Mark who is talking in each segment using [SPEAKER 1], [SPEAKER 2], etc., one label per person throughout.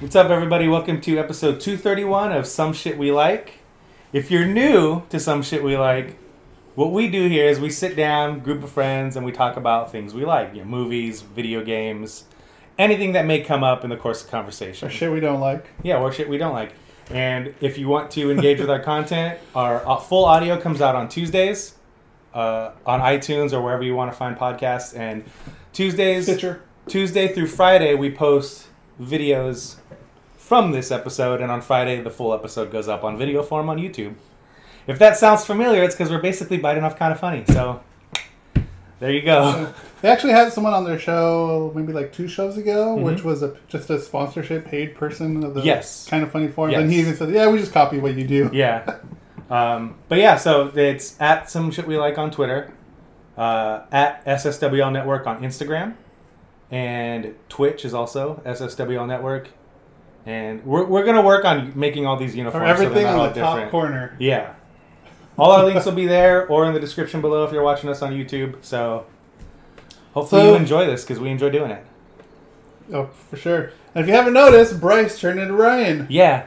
[SPEAKER 1] What's up, everybody? Welcome to episode 231 of Some Shit We Like. If you're new to Some Shit We Like, what we do here is we sit down, group of friends, and we talk about things we like. You know, movies, video games, anything that may come up in the course of conversation.
[SPEAKER 2] Or shit we don't like.
[SPEAKER 1] Yeah, or shit we don't like. And if you want to engage with our content, our uh, full audio comes out on Tuesdays uh, on iTunes or wherever you want to find podcasts. And Tuesdays,
[SPEAKER 2] Stitcher.
[SPEAKER 1] Tuesday through Friday, we post videos from this episode, and on Friday, the full episode goes up on video form on YouTube. If that sounds familiar, it's because we're basically biting off kind of funny. So there you go.
[SPEAKER 2] They actually had someone on their show maybe like two shows ago,
[SPEAKER 1] Mm-hmm.
[SPEAKER 2] which was a, just a sponsorship paid person of the
[SPEAKER 1] Yes.
[SPEAKER 2] kind of funny form.
[SPEAKER 1] Yes.
[SPEAKER 2] And he even said, "Yeah, we just copy what you do."
[SPEAKER 1] yeah. Um, but yeah, so it's at some shit we like on Twitter, uh, at SSWL Network on Instagram, and Twitch is also SSWL Network. And we're, we're gonna work on making all these
[SPEAKER 2] Or
[SPEAKER 1] uniforms. so they're
[SPEAKER 2] everything
[SPEAKER 1] not
[SPEAKER 2] on
[SPEAKER 1] all
[SPEAKER 2] the top
[SPEAKER 1] different.
[SPEAKER 2] corner.
[SPEAKER 1] Yeah. All our links will be there or in the description below if you're watching us on YouTube. So hopefully
[SPEAKER 2] So-
[SPEAKER 1] you enjoy this because we enjoy doing it.
[SPEAKER 2] Oh, for sure. And if you haven't noticed, Bryce turned into Ryan.
[SPEAKER 1] Yeah.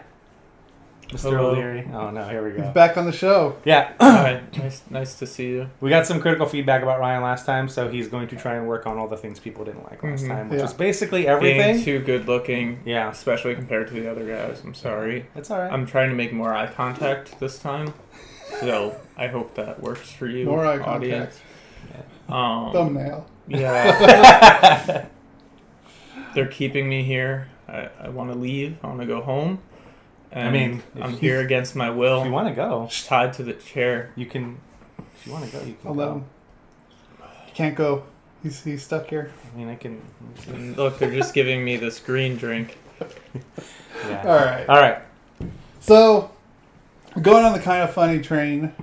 [SPEAKER 1] Mr.
[SPEAKER 3] Hello.
[SPEAKER 1] O'Leary. Oh no, here we
[SPEAKER 2] He's
[SPEAKER 1] go.
[SPEAKER 2] back on the show.
[SPEAKER 1] Yeah.
[SPEAKER 3] All right, nice, nice to see you.
[SPEAKER 1] We got some critical feedback about Ryan last time, so he's going to try and work on all the things people didn't like last
[SPEAKER 3] Mhm.
[SPEAKER 1] time, which
[SPEAKER 2] Yeah.
[SPEAKER 1] is basically
[SPEAKER 3] Being
[SPEAKER 1] everything.
[SPEAKER 3] too good looking,
[SPEAKER 1] Yeah.
[SPEAKER 3] especially compared to the other guys. I'm sorry.
[SPEAKER 1] That's all right.
[SPEAKER 3] I'm trying to make more eye contact this time, so I hope that works for you,
[SPEAKER 2] More eye contact.
[SPEAKER 3] audience. Um,
[SPEAKER 2] Thumbnail.
[SPEAKER 3] yeah, they're keeping me here. I, I want to leave. I want to go home. And
[SPEAKER 1] I mean,
[SPEAKER 3] I'm
[SPEAKER 1] if-
[SPEAKER 3] here against my will,
[SPEAKER 1] if you want to go,
[SPEAKER 3] tied to the chair.
[SPEAKER 1] you can. If you want to go, you can.
[SPEAKER 2] I'll
[SPEAKER 1] go.
[SPEAKER 2] let him. He can't go. He's he's stuck here.
[SPEAKER 1] I mean, I can.
[SPEAKER 3] And look, they're just giving me this green drink.
[SPEAKER 1] Yeah.
[SPEAKER 2] All right.
[SPEAKER 1] All right.
[SPEAKER 2] So, going on the kind of funny train.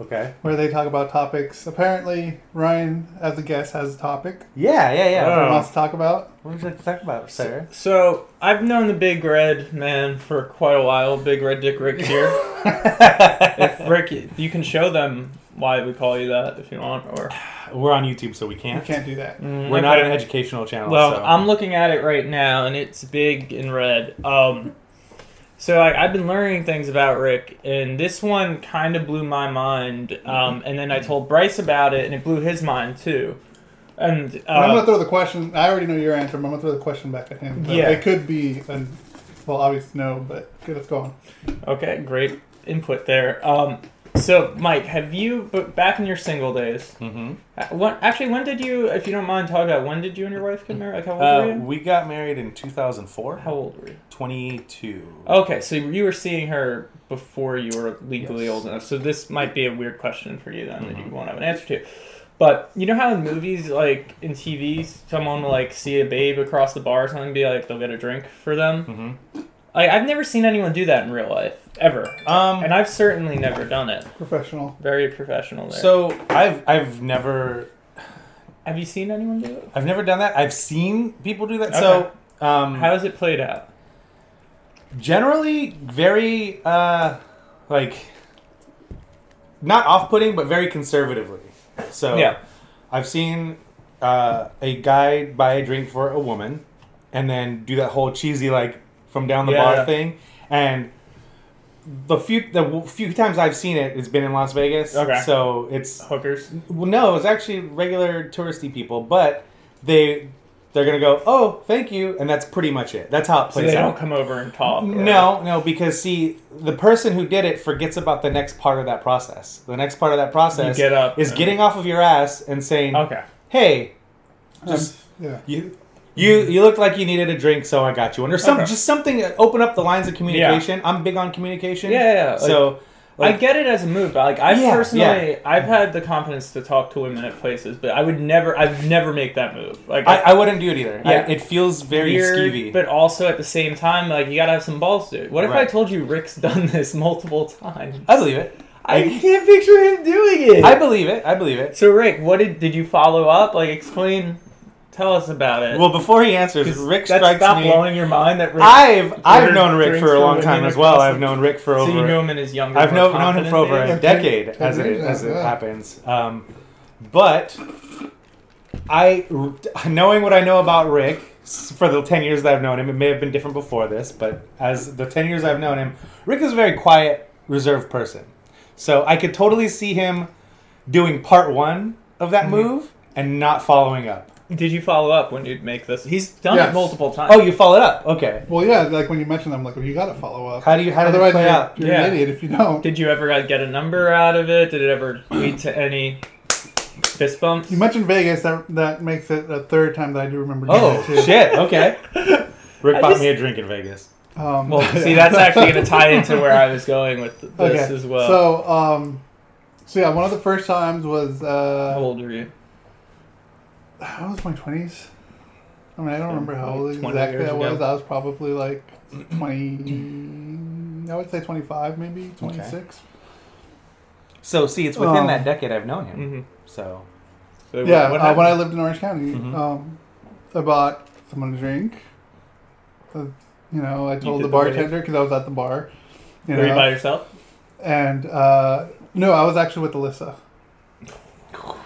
[SPEAKER 1] Okay.
[SPEAKER 2] where they talk about topics. Apparently, Ryan, as a guest, has a topic
[SPEAKER 1] Yeah, yeah, yeah.
[SPEAKER 3] Oh.
[SPEAKER 2] he wants to talk about.
[SPEAKER 1] What would you like to talk about, sir?
[SPEAKER 3] So I've known the Big Red man for quite a while. Big Red Dick Rick here. if Rick, you can show them why we call you that if you want, or
[SPEAKER 1] We're on YouTube, so we
[SPEAKER 2] You
[SPEAKER 1] can't.
[SPEAKER 2] can't do that.
[SPEAKER 1] We're not an educational channel.
[SPEAKER 3] Well,
[SPEAKER 1] so.
[SPEAKER 3] I'm looking at it right now, and it's big and red. Um, so I, I've been learning things about Rick, and this one kind of blew my mind. Um, and then I told Bryce about it, and it blew his mind too. And uh,
[SPEAKER 2] I'm gonna throw the question. I already know your answer. But I'm gonna throw the question back at him. But
[SPEAKER 3] Yeah.
[SPEAKER 2] it could be. An, well, obviously no, but okay, let's go on.
[SPEAKER 3] Okay, great input there. Um, so, Mike, have you, but back in your single days,
[SPEAKER 1] Mhm.
[SPEAKER 3] uh, what, actually, when did you, if you don't mind talking about, when did you and your wife get married? Like, how old were
[SPEAKER 1] Uh,
[SPEAKER 3] you?
[SPEAKER 1] we got married in 2004.
[SPEAKER 3] Oh, How old were you?
[SPEAKER 1] 22.
[SPEAKER 3] Okay, so you were seeing her before you were legally
[SPEAKER 1] Yes. Mm-hmm.
[SPEAKER 3] old enough. So this might be a weird question for you then that you won't have an answer to. But you know how in movies, like in TV, someone will like see a babe across the bar or something, and be like, they'll get a drink for them.
[SPEAKER 1] Mhm.
[SPEAKER 3] Like I've never seen anyone do that in real life ever,
[SPEAKER 1] Um,
[SPEAKER 3] and I've certainly never done it.
[SPEAKER 2] Professional.
[SPEAKER 3] Very professional there.
[SPEAKER 1] so I've I've never
[SPEAKER 3] have you seen anyone do it?
[SPEAKER 1] I've never done that. I've seen people do that. So um,
[SPEAKER 3] How has it played out?
[SPEAKER 1] generally very uh, like not off-putting, but very conservatively. So
[SPEAKER 3] Yeah.
[SPEAKER 1] I've seen uh, a guy buy a drink for a woman, and then do that whole cheesy like from down the
[SPEAKER 3] Yeah.
[SPEAKER 1] bar thing, and the few the w- few times I've seen it, it's been in Las Vegas.
[SPEAKER 3] Okay.
[SPEAKER 1] so it's
[SPEAKER 3] Hookers.
[SPEAKER 1] well, no, it's actually regular touristy people, but they they're gonna go, oh, thank you, and that's pretty much it. That's how it
[SPEAKER 3] So
[SPEAKER 1] plays
[SPEAKER 3] they don't
[SPEAKER 1] out.
[SPEAKER 3] come over and talk. or-
[SPEAKER 1] No, no, because see, the person who did it forgets about the next part of that process. The next part of that process
[SPEAKER 3] You get up
[SPEAKER 1] is
[SPEAKER 3] and-
[SPEAKER 1] getting off of your ass and saying,
[SPEAKER 3] Okay.
[SPEAKER 1] "Hey,
[SPEAKER 2] Um,
[SPEAKER 1] just
[SPEAKER 2] yeah.
[SPEAKER 1] you you you looked like you needed a drink, so I got you one, or some
[SPEAKER 3] Okay.
[SPEAKER 1] just something. uh, Open up the lines of communication. I'm big on communication.
[SPEAKER 3] Yeah, yeah, yeah, like-
[SPEAKER 1] so
[SPEAKER 3] I get it as a move, but like I
[SPEAKER 1] Yeah,
[SPEAKER 3] personally,
[SPEAKER 1] yeah.
[SPEAKER 3] I've had the confidence to talk to women at places, but I would never, I'd never make that move. Like
[SPEAKER 1] I, I wouldn't do it either. I-
[SPEAKER 3] Yeah.
[SPEAKER 1] it feels very
[SPEAKER 3] weird,
[SPEAKER 1] skeevy.
[SPEAKER 3] but also at the same time, like you gotta have some balls, dude. What if I
[SPEAKER 1] Right.
[SPEAKER 3] told you Rick's done this multiple times?
[SPEAKER 1] I believe it.
[SPEAKER 3] I
[SPEAKER 1] Like-
[SPEAKER 3] can't picture him doing it.
[SPEAKER 1] I believe it. I believe it.
[SPEAKER 3] so Rick, what did did you follow up? Like explain, tell us about it.
[SPEAKER 1] Well, before he answers,
[SPEAKER 3] 'Cause
[SPEAKER 1] Rick
[SPEAKER 3] that
[SPEAKER 1] strikes
[SPEAKER 3] stopped
[SPEAKER 1] me.
[SPEAKER 3] blowing your mind that Rick.
[SPEAKER 1] I've I've
[SPEAKER 3] Weird
[SPEAKER 1] known Rick
[SPEAKER 3] drinks
[SPEAKER 1] for a
[SPEAKER 3] for
[SPEAKER 1] long
[SPEAKER 3] women
[SPEAKER 1] time as
[SPEAKER 3] across
[SPEAKER 1] well.
[SPEAKER 3] the-
[SPEAKER 1] I've known Rick for
[SPEAKER 3] so
[SPEAKER 1] over.
[SPEAKER 3] you knew him in his younger.
[SPEAKER 1] I've
[SPEAKER 3] more
[SPEAKER 1] known, known him for over
[SPEAKER 3] confident
[SPEAKER 1] a
[SPEAKER 3] days?
[SPEAKER 2] Okay.
[SPEAKER 1] decade as it
[SPEAKER 2] Okay.
[SPEAKER 1] as it
[SPEAKER 2] Yeah.
[SPEAKER 1] happens. Um, but I knowing what I know about Rick, s- for the 10 years that I've known him, it may have been different before this, but as the 10 years I've known him, Rick is a very quiet, reserved person. So I could totally see him doing part one of
[SPEAKER 2] Mm-hmm.
[SPEAKER 1] that move and not following up.
[SPEAKER 3] Did you follow up when you'd make this? He's done
[SPEAKER 2] Yes.
[SPEAKER 3] it multiple times.
[SPEAKER 1] Oh, you followed up. Okay.
[SPEAKER 2] Well, yeah, like when you mentioned them, like you got to follow up.
[SPEAKER 1] How do you- how did it
[SPEAKER 2] Otherwise,
[SPEAKER 1] play
[SPEAKER 2] you're,
[SPEAKER 1] out?
[SPEAKER 2] You're
[SPEAKER 3] Yeah.
[SPEAKER 2] an idiot if you don't.
[SPEAKER 3] Did you ever uh, get a number out of it? Did it ever lead to any fist bumps?
[SPEAKER 2] You mentioned Vegas. That that makes it a third time that I do remember. doing
[SPEAKER 1] Oh,
[SPEAKER 2] that too.
[SPEAKER 1] shit. Okay. Rick
[SPEAKER 3] I
[SPEAKER 1] bought
[SPEAKER 3] just-
[SPEAKER 1] me a drink in Vegas.
[SPEAKER 2] Um,
[SPEAKER 3] Well, see, that's actually going to tie into where I was going with this as well.
[SPEAKER 2] So, um, so yeah, one of the first times was
[SPEAKER 3] How
[SPEAKER 2] uh,
[SPEAKER 3] old are you?
[SPEAKER 2] I was in my twenties. I mean, I don't remember how
[SPEAKER 3] Like
[SPEAKER 2] old
[SPEAKER 3] 20
[SPEAKER 2] exactly
[SPEAKER 3] years
[SPEAKER 2] I was.
[SPEAKER 3] ago.
[SPEAKER 2] I was probably like twenty. I would say twenty-five, maybe twenty-six.
[SPEAKER 1] So, see, it's within
[SPEAKER 2] Um,
[SPEAKER 1] that decade I've known him.
[SPEAKER 3] Mm-hmm.
[SPEAKER 1] So,
[SPEAKER 3] So
[SPEAKER 2] Yeah,
[SPEAKER 3] what
[SPEAKER 2] uh, when I
[SPEAKER 3] happened?
[SPEAKER 2] lived in Orange County,
[SPEAKER 1] Mhm.
[SPEAKER 2] um, I bought someone a drink. Uh, you know, I told
[SPEAKER 3] did
[SPEAKER 2] the
[SPEAKER 3] the wave.
[SPEAKER 2] bartender because I was at the bar. You
[SPEAKER 3] Were you by
[SPEAKER 2] know,
[SPEAKER 3] yourself?
[SPEAKER 2] and uh, no, I was actually with Alyssa,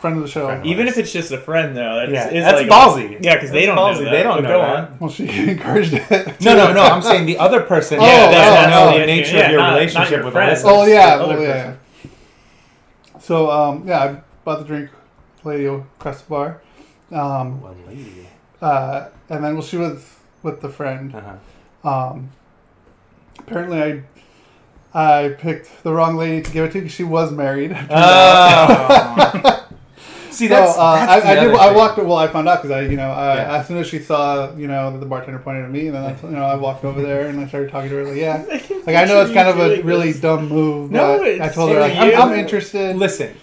[SPEAKER 2] friend of the show.
[SPEAKER 1] Friend.
[SPEAKER 3] Even if it's just a friend, though, that's,
[SPEAKER 1] yeah,
[SPEAKER 3] is
[SPEAKER 1] that's
[SPEAKER 3] like
[SPEAKER 1] ballsy.
[SPEAKER 3] Yeah, because they
[SPEAKER 1] That's
[SPEAKER 3] don't
[SPEAKER 1] ballsy.
[SPEAKER 3] know. That.
[SPEAKER 1] They don't
[SPEAKER 3] But
[SPEAKER 1] know
[SPEAKER 3] Go
[SPEAKER 1] that.
[SPEAKER 3] on.
[SPEAKER 2] Well, she encouraged it.
[SPEAKER 1] No, no, no. I'm saying the other person.
[SPEAKER 2] Oh,
[SPEAKER 1] yeah,
[SPEAKER 2] oh,
[SPEAKER 1] doesn't
[SPEAKER 2] oh.
[SPEAKER 1] know
[SPEAKER 3] Yeah,
[SPEAKER 1] the nature
[SPEAKER 3] yeah,
[SPEAKER 1] of your
[SPEAKER 3] not- not
[SPEAKER 1] relationship
[SPEAKER 3] your
[SPEAKER 1] with
[SPEAKER 3] friends.
[SPEAKER 1] Alyssa.
[SPEAKER 2] Oh yeah,
[SPEAKER 3] Other
[SPEAKER 2] well, yeah.
[SPEAKER 3] person.
[SPEAKER 2] So um, yeah, I bought the drink, lady across the bar, um,
[SPEAKER 1] Well, lady.
[SPEAKER 2] uh, and then well, she was with the friend.
[SPEAKER 1] Uh-huh.
[SPEAKER 2] Um, apparently, I I picked the wrong lady to give it to because she was married.
[SPEAKER 1] Oh, See,
[SPEAKER 2] So,
[SPEAKER 1] that's,
[SPEAKER 2] uh,
[SPEAKER 1] that's
[SPEAKER 2] I,
[SPEAKER 1] the
[SPEAKER 2] I, did,
[SPEAKER 1] other
[SPEAKER 2] I
[SPEAKER 1] thing.
[SPEAKER 2] walked. Well, I found out because I, you know, I,
[SPEAKER 1] Yeah.
[SPEAKER 2] as soon as she saw, you know, that the bartender pointed at me, and then I, you know, I walked over there and I started talking to her. Like, yeah, like I know it's kind of a really dumb move.
[SPEAKER 3] No,
[SPEAKER 2] but I
[SPEAKER 3] it's
[SPEAKER 2] told her like,
[SPEAKER 3] you.
[SPEAKER 2] I'm, I'm interested.
[SPEAKER 1] Listen,
[SPEAKER 3] You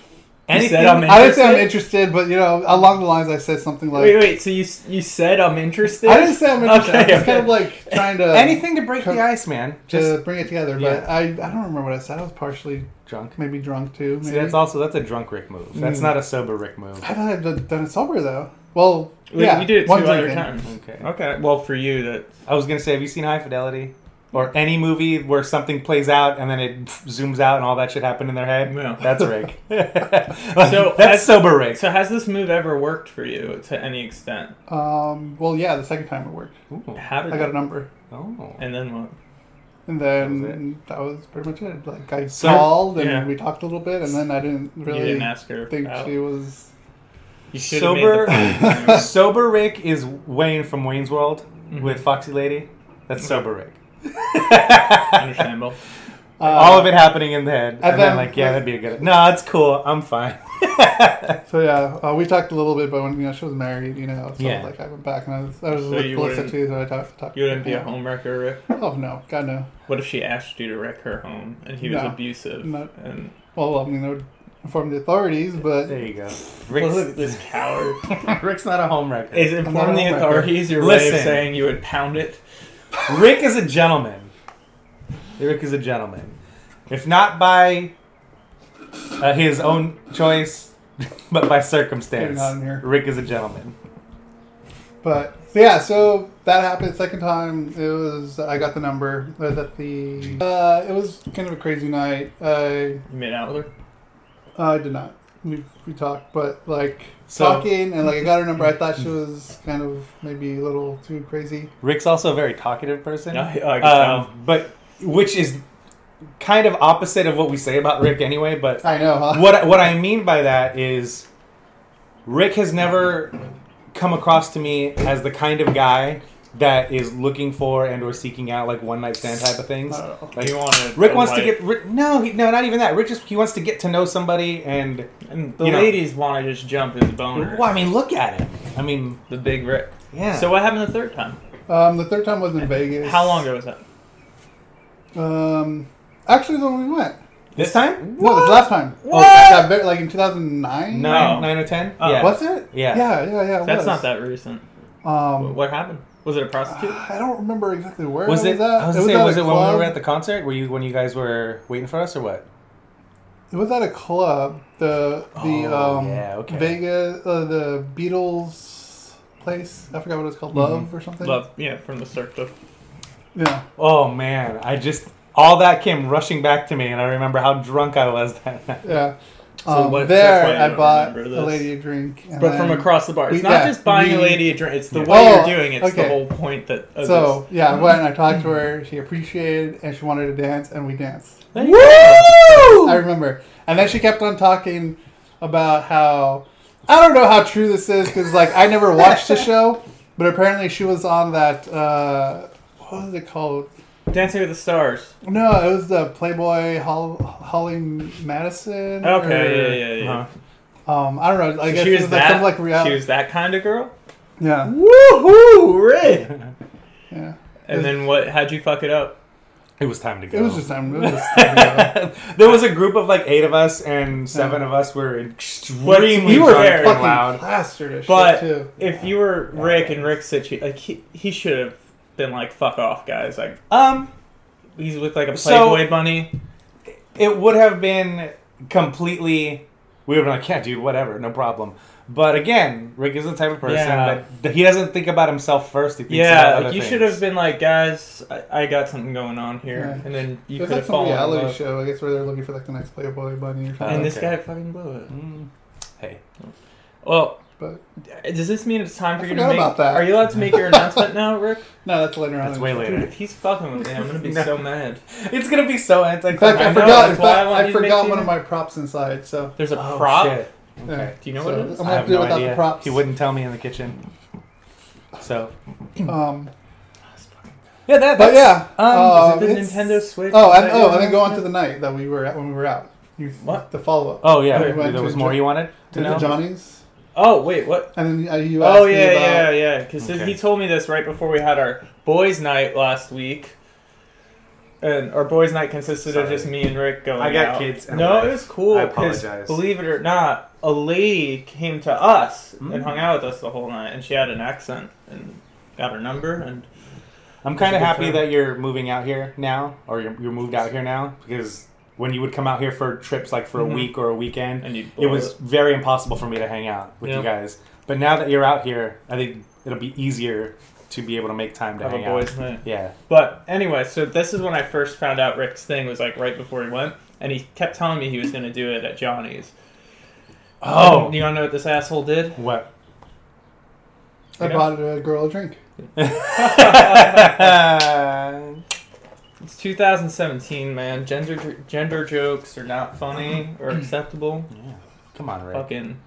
[SPEAKER 1] anything.
[SPEAKER 3] said I'm
[SPEAKER 2] I didn't say I'm
[SPEAKER 3] interested?
[SPEAKER 2] interested, but you know, along the lines, I said something like,
[SPEAKER 3] Wait, wait. So you s- you said I'm interested.
[SPEAKER 2] I didn't say I'm interested.
[SPEAKER 3] Okay,
[SPEAKER 2] I was
[SPEAKER 3] okay.
[SPEAKER 2] kind of like trying to
[SPEAKER 1] anything to break the
[SPEAKER 2] Co-
[SPEAKER 1] ice, man.
[SPEAKER 2] Uh, to
[SPEAKER 1] Just
[SPEAKER 2] bring it together,
[SPEAKER 1] Yeah.
[SPEAKER 2] but I, I don't remember what I said. I was partially
[SPEAKER 1] drunk.
[SPEAKER 2] maybe drunk too. Maybe.
[SPEAKER 1] See, that's also that's a drunk Rick move. That's
[SPEAKER 2] Mm.
[SPEAKER 1] not a sober Rick move.
[SPEAKER 2] I thought I'd done- done it sober though. Well,
[SPEAKER 3] We,
[SPEAKER 2] yeah,
[SPEAKER 3] we did it two
[SPEAKER 2] one
[SPEAKER 3] other
[SPEAKER 2] drinking.
[SPEAKER 3] times.
[SPEAKER 1] Okay.
[SPEAKER 3] Okay. Well, for you, that
[SPEAKER 1] I was gonna say, have you seen High Fidelity or any movie where something plays out and then it zooms out and all that shit happened in their head?
[SPEAKER 3] No.
[SPEAKER 1] That's Rick.
[SPEAKER 3] So,
[SPEAKER 1] so that's
[SPEAKER 3] as-
[SPEAKER 1] sober Rick.
[SPEAKER 3] So has this move ever worked for you to any extent?
[SPEAKER 2] Um, well, yeah, the second time it worked.
[SPEAKER 1] Ooh.
[SPEAKER 3] How did
[SPEAKER 2] I got
[SPEAKER 3] it-
[SPEAKER 2] a number,
[SPEAKER 1] Oh.
[SPEAKER 3] And then what?
[SPEAKER 2] and then that was, pretty much it. Like I
[SPEAKER 1] So-
[SPEAKER 2] called and
[SPEAKER 3] yeah.
[SPEAKER 2] we talked a little bit, and then I didn't really
[SPEAKER 3] you didn't ask her.
[SPEAKER 2] think
[SPEAKER 3] out.
[SPEAKER 2] she was.
[SPEAKER 3] You should have
[SPEAKER 1] Sober,
[SPEAKER 3] Made the Mm-hmm.
[SPEAKER 1] sober Rick is Wayne from Wayne's World with Foxy Lady. That's sober Rick.
[SPEAKER 3] Understandable.
[SPEAKER 2] Uh,
[SPEAKER 1] All of it happening in the head, and, then,
[SPEAKER 2] then-
[SPEAKER 1] like, yeah, that'd be a good. No, it's cool. I'm fine.
[SPEAKER 2] So yeah, uh, we talked a little bit, but when you know she was married, you know, so
[SPEAKER 1] Yeah.
[SPEAKER 2] like I went back and I was, I was
[SPEAKER 3] So
[SPEAKER 2] with
[SPEAKER 3] you
[SPEAKER 2] Melissa
[SPEAKER 3] wouldn't-
[SPEAKER 2] too, so I talked. talked
[SPEAKER 3] You wouldn't be a
[SPEAKER 2] yeah.
[SPEAKER 3] homewrecker, Rick.
[SPEAKER 2] Oh no, God no.
[SPEAKER 3] What if she asked you to wreck her home and he was
[SPEAKER 2] No.
[SPEAKER 3] abusive?
[SPEAKER 2] No.
[SPEAKER 3] And
[SPEAKER 2] Well, I mean, they would inform the authorities, but
[SPEAKER 1] There you go.
[SPEAKER 3] look at
[SPEAKER 1] Rick's,
[SPEAKER 3] this coward.
[SPEAKER 1] Rick's not a home wrecker.
[SPEAKER 3] Is
[SPEAKER 2] not a
[SPEAKER 3] inform the
[SPEAKER 2] homewrecker.
[SPEAKER 3] authorities your way
[SPEAKER 1] Listen.
[SPEAKER 3] of saying you would pound it?
[SPEAKER 1] Rick is a gentleman. Rick is a gentleman. If not by uh, his own choice, but by circumstance,
[SPEAKER 2] Getting out of here.
[SPEAKER 1] Rick is a gentleman.
[SPEAKER 2] but so, yeah. So that happened second time. It was I got the number. I was at the. Uh, it was kind of a crazy night. I
[SPEAKER 3] You made out with her?
[SPEAKER 2] I did not. We we talked, but like
[SPEAKER 1] So-
[SPEAKER 2] talking and like I got her number. I thought she was kind of maybe a little too crazy.
[SPEAKER 1] Rick's also a very talkative person.
[SPEAKER 3] Yeah, I can tell.
[SPEAKER 1] um, but which is kind of opposite of what we say about Rick anyway. But
[SPEAKER 2] I know, huh?
[SPEAKER 1] what what I mean by that is Rick has never come across to me as the kind of guy that is looking for and or seeking out like one night stand type of things.
[SPEAKER 2] Not at all.
[SPEAKER 1] Like,
[SPEAKER 3] you wanted
[SPEAKER 1] Rick
[SPEAKER 3] a
[SPEAKER 1] wants to
[SPEAKER 3] wife.
[SPEAKER 1] get Rick, no, he, no, not even that. Rick just he wants to get to know somebody, and
[SPEAKER 3] And the
[SPEAKER 1] you know.
[SPEAKER 3] ladies want to just jump his boner.
[SPEAKER 1] well, I mean, look at him. I mean,
[SPEAKER 3] The big Rick.
[SPEAKER 1] yeah.
[SPEAKER 3] So what happened the third time?
[SPEAKER 2] Um, the third time was in Vegas.
[SPEAKER 3] How long ago was that?
[SPEAKER 2] Um, actually, the one we went.
[SPEAKER 1] this time,
[SPEAKER 2] No, this last time. Oh,
[SPEAKER 3] What?
[SPEAKER 2] that ve- like in
[SPEAKER 1] nine,
[SPEAKER 2] 2009?
[SPEAKER 3] No.
[SPEAKER 1] nine or ten.
[SPEAKER 3] Oh.
[SPEAKER 1] yeah,
[SPEAKER 2] Was it?
[SPEAKER 1] Yeah.
[SPEAKER 2] Yeah, yeah, yeah. it
[SPEAKER 3] That's
[SPEAKER 2] was.
[SPEAKER 3] not that recent. Wh-
[SPEAKER 2] Um,
[SPEAKER 3] What happened? Was it a prostitute?
[SPEAKER 2] I don't remember exactly where
[SPEAKER 1] was
[SPEAKER 2] it
[SPEAKER 1] it?
[SPEAKER 2] was at.
[SPEAKER 1] I was,
[SPEAKER 2] it
[SPEAKER 1] gonna say,
[SPEAKER 2] at
[SPEAKER 1] was
[SPEAKER 2] a
[SPEAKER 1] it when we
[SPEAKER 2] club.
[SPEAKER 1] were at the concert? Were you when you guys were waiting for us or what?
[SPEAKER 2] It was at a club. The the
[SPEAKER 1] Oh,
[SPEAKER 2] um
[SPEAKER 1] yeah, okay.
[SPEAKER 2] Vegas uh, the Beatles place. I forgot what it's called.
[SPEAKER 1] Mm-hmm.
[SPEAKER 2] Love or something.
[SPEAKER 3] Love, yeah, from the Cirque du
[SPEAKER 2] Yeah.
[SPEAKER 1] Oh man, I just all that came rushing back to me, and I remember how drunk I was that night.
[SPEAKER 2] Yeah.
[SPEAKER 3] So
[SPEAKER 2] Um,
[SPEAKER 3] what- that's why
[SPEAKER 2] there,
[SPEAKER 3] I
[SPEAKER 2] I,
[SPEAKER 3] don't
[SPEAKER 2] bought
[SPEAKER 3] remember
[SPEAKER 2] a
[SPEAKER 3] this.
[SPEAKER 2] lady a drink. and
[SPEAKER 3] But from
[SPEAKER 2] then-
[SPEAKER 3] across the bar, it's
[SPEAKER 2] we-
[SPEAKER 3] not
[SPEAKER 2] yeah,
[SPEAKER 3] just buying a
[SPEAKER 2] we-
[SPEAKER 3] lady a drink. It's the
[SPEAKER 1] Yeah.
[SPEAKER 3] way
[SPEAKER 2] Oh,
[SPEAKER 3] you're doing. it. It's the
[SPEAKER 2] okay.
[SPEAKER 3] whole point that. Of
[SPEAKER 1] Oh,
[SPEAKER 2] So yeah, I went and I talked to her. She appreciated, and she wanted to dance, and we danced.
[SPEAKER 3] this. woo!
[SPEAKER 2] I remember. And then she kept on talking about how I don't know how true this is because like I never watched the show, but apparently she was on that. Uh, what was it called?
[SPEAKER 3] Dancing with the Stars.
[SPEAKER 2] No, it was the Playboy Hol- Holly Madison.
[SPEAKER 3] Okay,
[SPEAKER 2] or-
[SPEAKER 3] yeah, yeah, yeah.
[SPEAKER 1] Uh-huh.
[SPEAKER 2] Um, I don't know. I
[SPEAKER 3] So
[SPEAKER 2] guess
[SPEAKER 3] she
[SPEAKER 2] it
[SPEAKER 3] was
[SPEAKER 2] was like
[SPEAKER 3] that.
[SPEAKER 2] some like reality.
[SPEAKER 3] she was that kind of girl.
[SPEAKER 1] Hmm?
[SPEAKER 2] yeah,
[SPEAKER 3] Woohoo! Rick.
[SPEAKER 2] yeah.
[SPEAKER 3] And then what? How'd you fuck it up?
[SPEAKER 1] It was time to go.
[SPEAKER 2] It was just time. It was just time to go.
[SPEAKER 1] there was a group of like eight of us, and seven of us were extremely
[SPEAKER 3] We were
[SPEAKER 1] drunk
[SPEAKER 3] very
[SPEAKER 1] and
[SPEAKER 2] fucking
[SPEAKER 1] loud.
[SPEAKER 2] plastered as
[SPEAKER 3] But
[SPEAKER 2] shit too.
[SPEAKER 3] if you were Rick and Rick's situation, like he, he should have been like, "Fuck off, guys!" Like
[SPEAKER 1] Um,
[SPEAKER 3] he's with like a
[SPEAKER 1] So-
[SPEAKER 3] Playboy bunny.
[SPEAKER 1] it would have been completely. We would have been like, yeah, dude, whatever, no problem. But again, Rick is the type of person
[SPEAKER 3] Yeah.
[SPEAKER 1] that- that he doesn't think about himself first. He thinks about
[SPEAKER 3] Yeah,
[SPEAKER 1] other
[SPEAKER 3] like you
[SPEAKER 1] things.
[SPEAKER 3] should have been like, "Guys, I, I got something going on here,"
[SPEAKER 2] Yeah.
[SPEAKER 3] and then you
[SPEAKER 2] There's
[SPEAKER 3] could
[SPEAKER 2] like
[SPEAKER 3] have
[SPEAKER 2] some
[SPEAKER 3] fallen. in
[SPEAKER 2] reality Oh,
[SPEAKER 3] love.
[SPEAKER 2] show, I guess, where they're looking for like the next Playboy bunny or something.
[SPEAKER 3] And this
[SPEAKER 1] Okay.
[SPEAKER 3] guy fucking blew it.
[SPEAKER 1] Mm. Hey,
[SPEAKER 3] Well,
[SPEAKER 2] But
[SPEAKER 3] does this mean it's time for
[SPEAKER 2] I
[SPEAKER 3] you to
[SPEAKER 2] forgot
[SPEAKER 3] make?
[SPEAKER 2] about that.
[SPEAKER 3] Are you allowed to make your announcement now, Rick?
[SPEAKER 2] no, that's later on.
[SPEAKER 1] that's way
[SPEAKER 3] Dude,
[SPEAKER 1] later.
[SPEAKER 3] if he's fucking with me, I'm gonna be
[SPEAKER 1] No.
[SPEAKER 3] so mad.
[SPEAKER 1] It's gonna be so
[SPEAKER 2] In fact,
[SPEAKER 1] anticlimactic.
[SPEAKER 2] I,
[SPEAKER 3] I know,
[SPEAKER 2] forgot. In
[SPEAKER 3] that's why
[SPEAKER 2] fact,
[SPEAKER 3] I wanted
[SPEAKER 2] I
[SPEAKER 3] you to make
[SPEAKER 2] forgot
[SPEAKER 3] the-
[SPEAKER 2] one of my props inside. So
[SPEAKER 3] There's a
[SPEAKER 1] Oh,
[SPEAKER 3] prop.
[SPEAKER 1] shit. Okay.
[SPEAKER 3] Do you know
[SPEAKER 2] so
[SPEAKER 3] what it is?
[SPEAKER 2] I'm
[SPEAKER 1] I have
[SPEAKER 2] gonna have to do it
[SPEAKER 1] no
[SPEAKER 2] without
[SPEAKER 1] idea.
[SPEAKER 2] the props.
[SPEAKER 1] He wouldn't tell me in the kitchen. So
[SPEAKER 2] Um,
[SPEAKER 1] yeah, that.
[SPEAKER 2] but yeah.
[SPEAKER 3] Um,
[SPEAKER 2] um,
[SPEAKER 3] is it the
[SPEAKER 2] it's-
[SPEAKER 3] Nintendo Switch?
[SPEAKER 2] Oh,
[SPEAKER 3] Is
[SPEAKER 2] and
[SPEAKER 3] that
[SPEAKER 2] oh,
[SPEAKER 3] your
[SPEAKER 2] and then go on to
[SPEAKER 3] announcement?
[SPEAKER 2] the night that we were at when we were out. You,
[SPEAKER 3] What?
[SPEAKER 2] the follow up?
[SPEAKER 1] Oh yeah,
[SPEAKER 3] Okay.
[SPEAKER 1] there, was more you wanted to
[SPEAKER 2] to
[SPEAKER 1] know.
[SPEAKER 2] the Johnny's,
[SPEAKER 3] Oh wait, what?
[SPEAKER 2] and then uh, you asked
[SPEAKER 3] Oh
[SPEAKER 2] me
[SPEAKER 3] yeah,
[SPEAKER 2] about,
[SPEAKER 3] yeah, yeah. Because
[SPEAKER 1] Okay.
[SPEAKER 3] he told me this right before we had our boys' night last week, and our boys' night consisted of
[SPEAKER 1] Sorry.
[SPEAKER 3] just me and Rick going.
[SPEAKER 1] I got
[SPEAKER 3] out.
[SPEAKER 1] kids and a
[SPEAKER 3] No,
[SPEAKER 1] wife.
[SPEAKER 3] it was cool.
[SPEAKER 1] I
[SPEAKER 3] 'cause
[SPEAKER 1] apologize.
[SPEAKER 3] Believe it or not, a lady came to us
[SPEAKER 1] Mm.
[SPEAKER 3] and hung out with us the whole night, and she had an accent and got her number and
[SPEAKER 1] I'm kind of
[SPEAKER 3] It's a good
[SPEAKER 1] happy
[SPEAKER 3] term.
[SPEAKER 1] that you're moving out here now, or you're, you're moved out here now, because when you would come out here for trips like for
[SPEAKER 3] Mhm.
[SPEAKER 1] a week or a weekend,
[SPEAKER 3] and you.
[SPEAKER 1] it was very impossible for me to hang out with
[SPEAKER 3] Yeah.
[SPEAKER 1] you guys. But now that you're out here, I think it'll be easier to be able to make time to
[SPEAKER 3] have a
[SPEAKER 1] hang out.
[SPEAKER 3] boys' night.
[SPEAKER 1] Yeah,
[SPEAKER 3] But anyway, so this is when I first found out Rick's thing was like right before he went, and he kept telling me he was going to do it at Johnny's.
[SPEAKER 1] Oh.
[SPEAKER 3] And you want to know what this asshole did?
[SPEAKER 1] what?
[SPEAKER 2] I
[SPEAKER 3] Yeah.
[SPEAKER 2] bought a girl a drink.
[SPEAKER 3] It's 2017, man. Gender gender jokes are not funny or acceptable.
[SPEAKER 1] Come on, Rick.
[SPEAKER 3] Fucking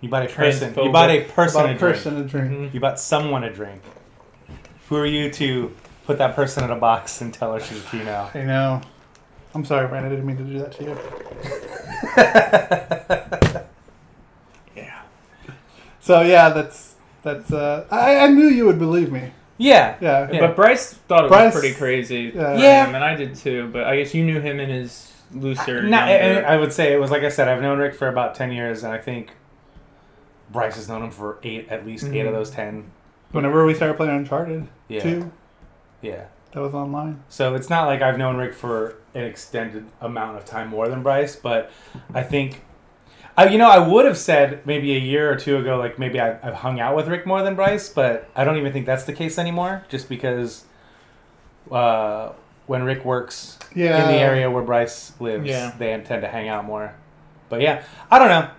[SPEAKER 1] You bought a person. You
[SPEAKER 3] Transphobic.
[SPEAKER 1] bought a person a
[SPEAKER 2] About a
[SPEAKER 1] drink.
[SPEAKER 2] person a drink.
[SPEAKER 3] mhm.
[SPEAKER 1] You bought someone a drink. Who are you to put that person in a box and tell her she's a female?
[SPEAKER 3] Mm-hmm.
[SPEAKER 2] I know. I'm sorry, Brandon. I didn't mean to do that to you.
[SPEAKER 3] yeah.
[SPEAKER 2] So yeah, that's that's. Uh, I, I knew you would believe me.
[SPEAKER 1] yeah.
[SPEAKER 2] Yeah.
[SPEAKER 1] Yeah.
[SPEAKER 3] But Bryce thought it
[SPEAKER 2] Bryce-
[SPEAKER 3] was pretty crazy.
[SPEAKER 2] Yeah.
[SPEAKER 3] for
[SPEAKER 1] Yeah.
[SPEAKER 3] him, and I did too. But I guess you knew him in his looser.
[SPEAKER 1] Not,
[SPEAKER 3] younger-
[SPEAKER 1] I I would say it was like I said. I've known Rick for about ten years, and I think Bryce has known him for eight, at least eight of
[SPEAKER 3] Mhm.
[SPEAKER 1] those ten.
[SPEAKER 2] Whenever we started playing Uncharted
[SPEAKER 1] Yeah,
[SPEAKER 2] two,
[SPEAKER 1] yeah.
[SPEAKER 2] that was online.
[SPEAKER 1] So it's not like I've known Rick for an extended amount of time more than Bryce, but I think, I, you know, I would have said maybe a year or two ago, like maybe I, I've hung out with Rick more than Bryce, but I don't even think that's the case anymore, just because uh, when Rick works
[SPEAKER 2] Yeah.
[SPEAKER 1] in the area where Bryce lives,
[SPEAKER 3] Yeah.
[SPEAKER 1] they tend to hang out more. But yeah, I don't know.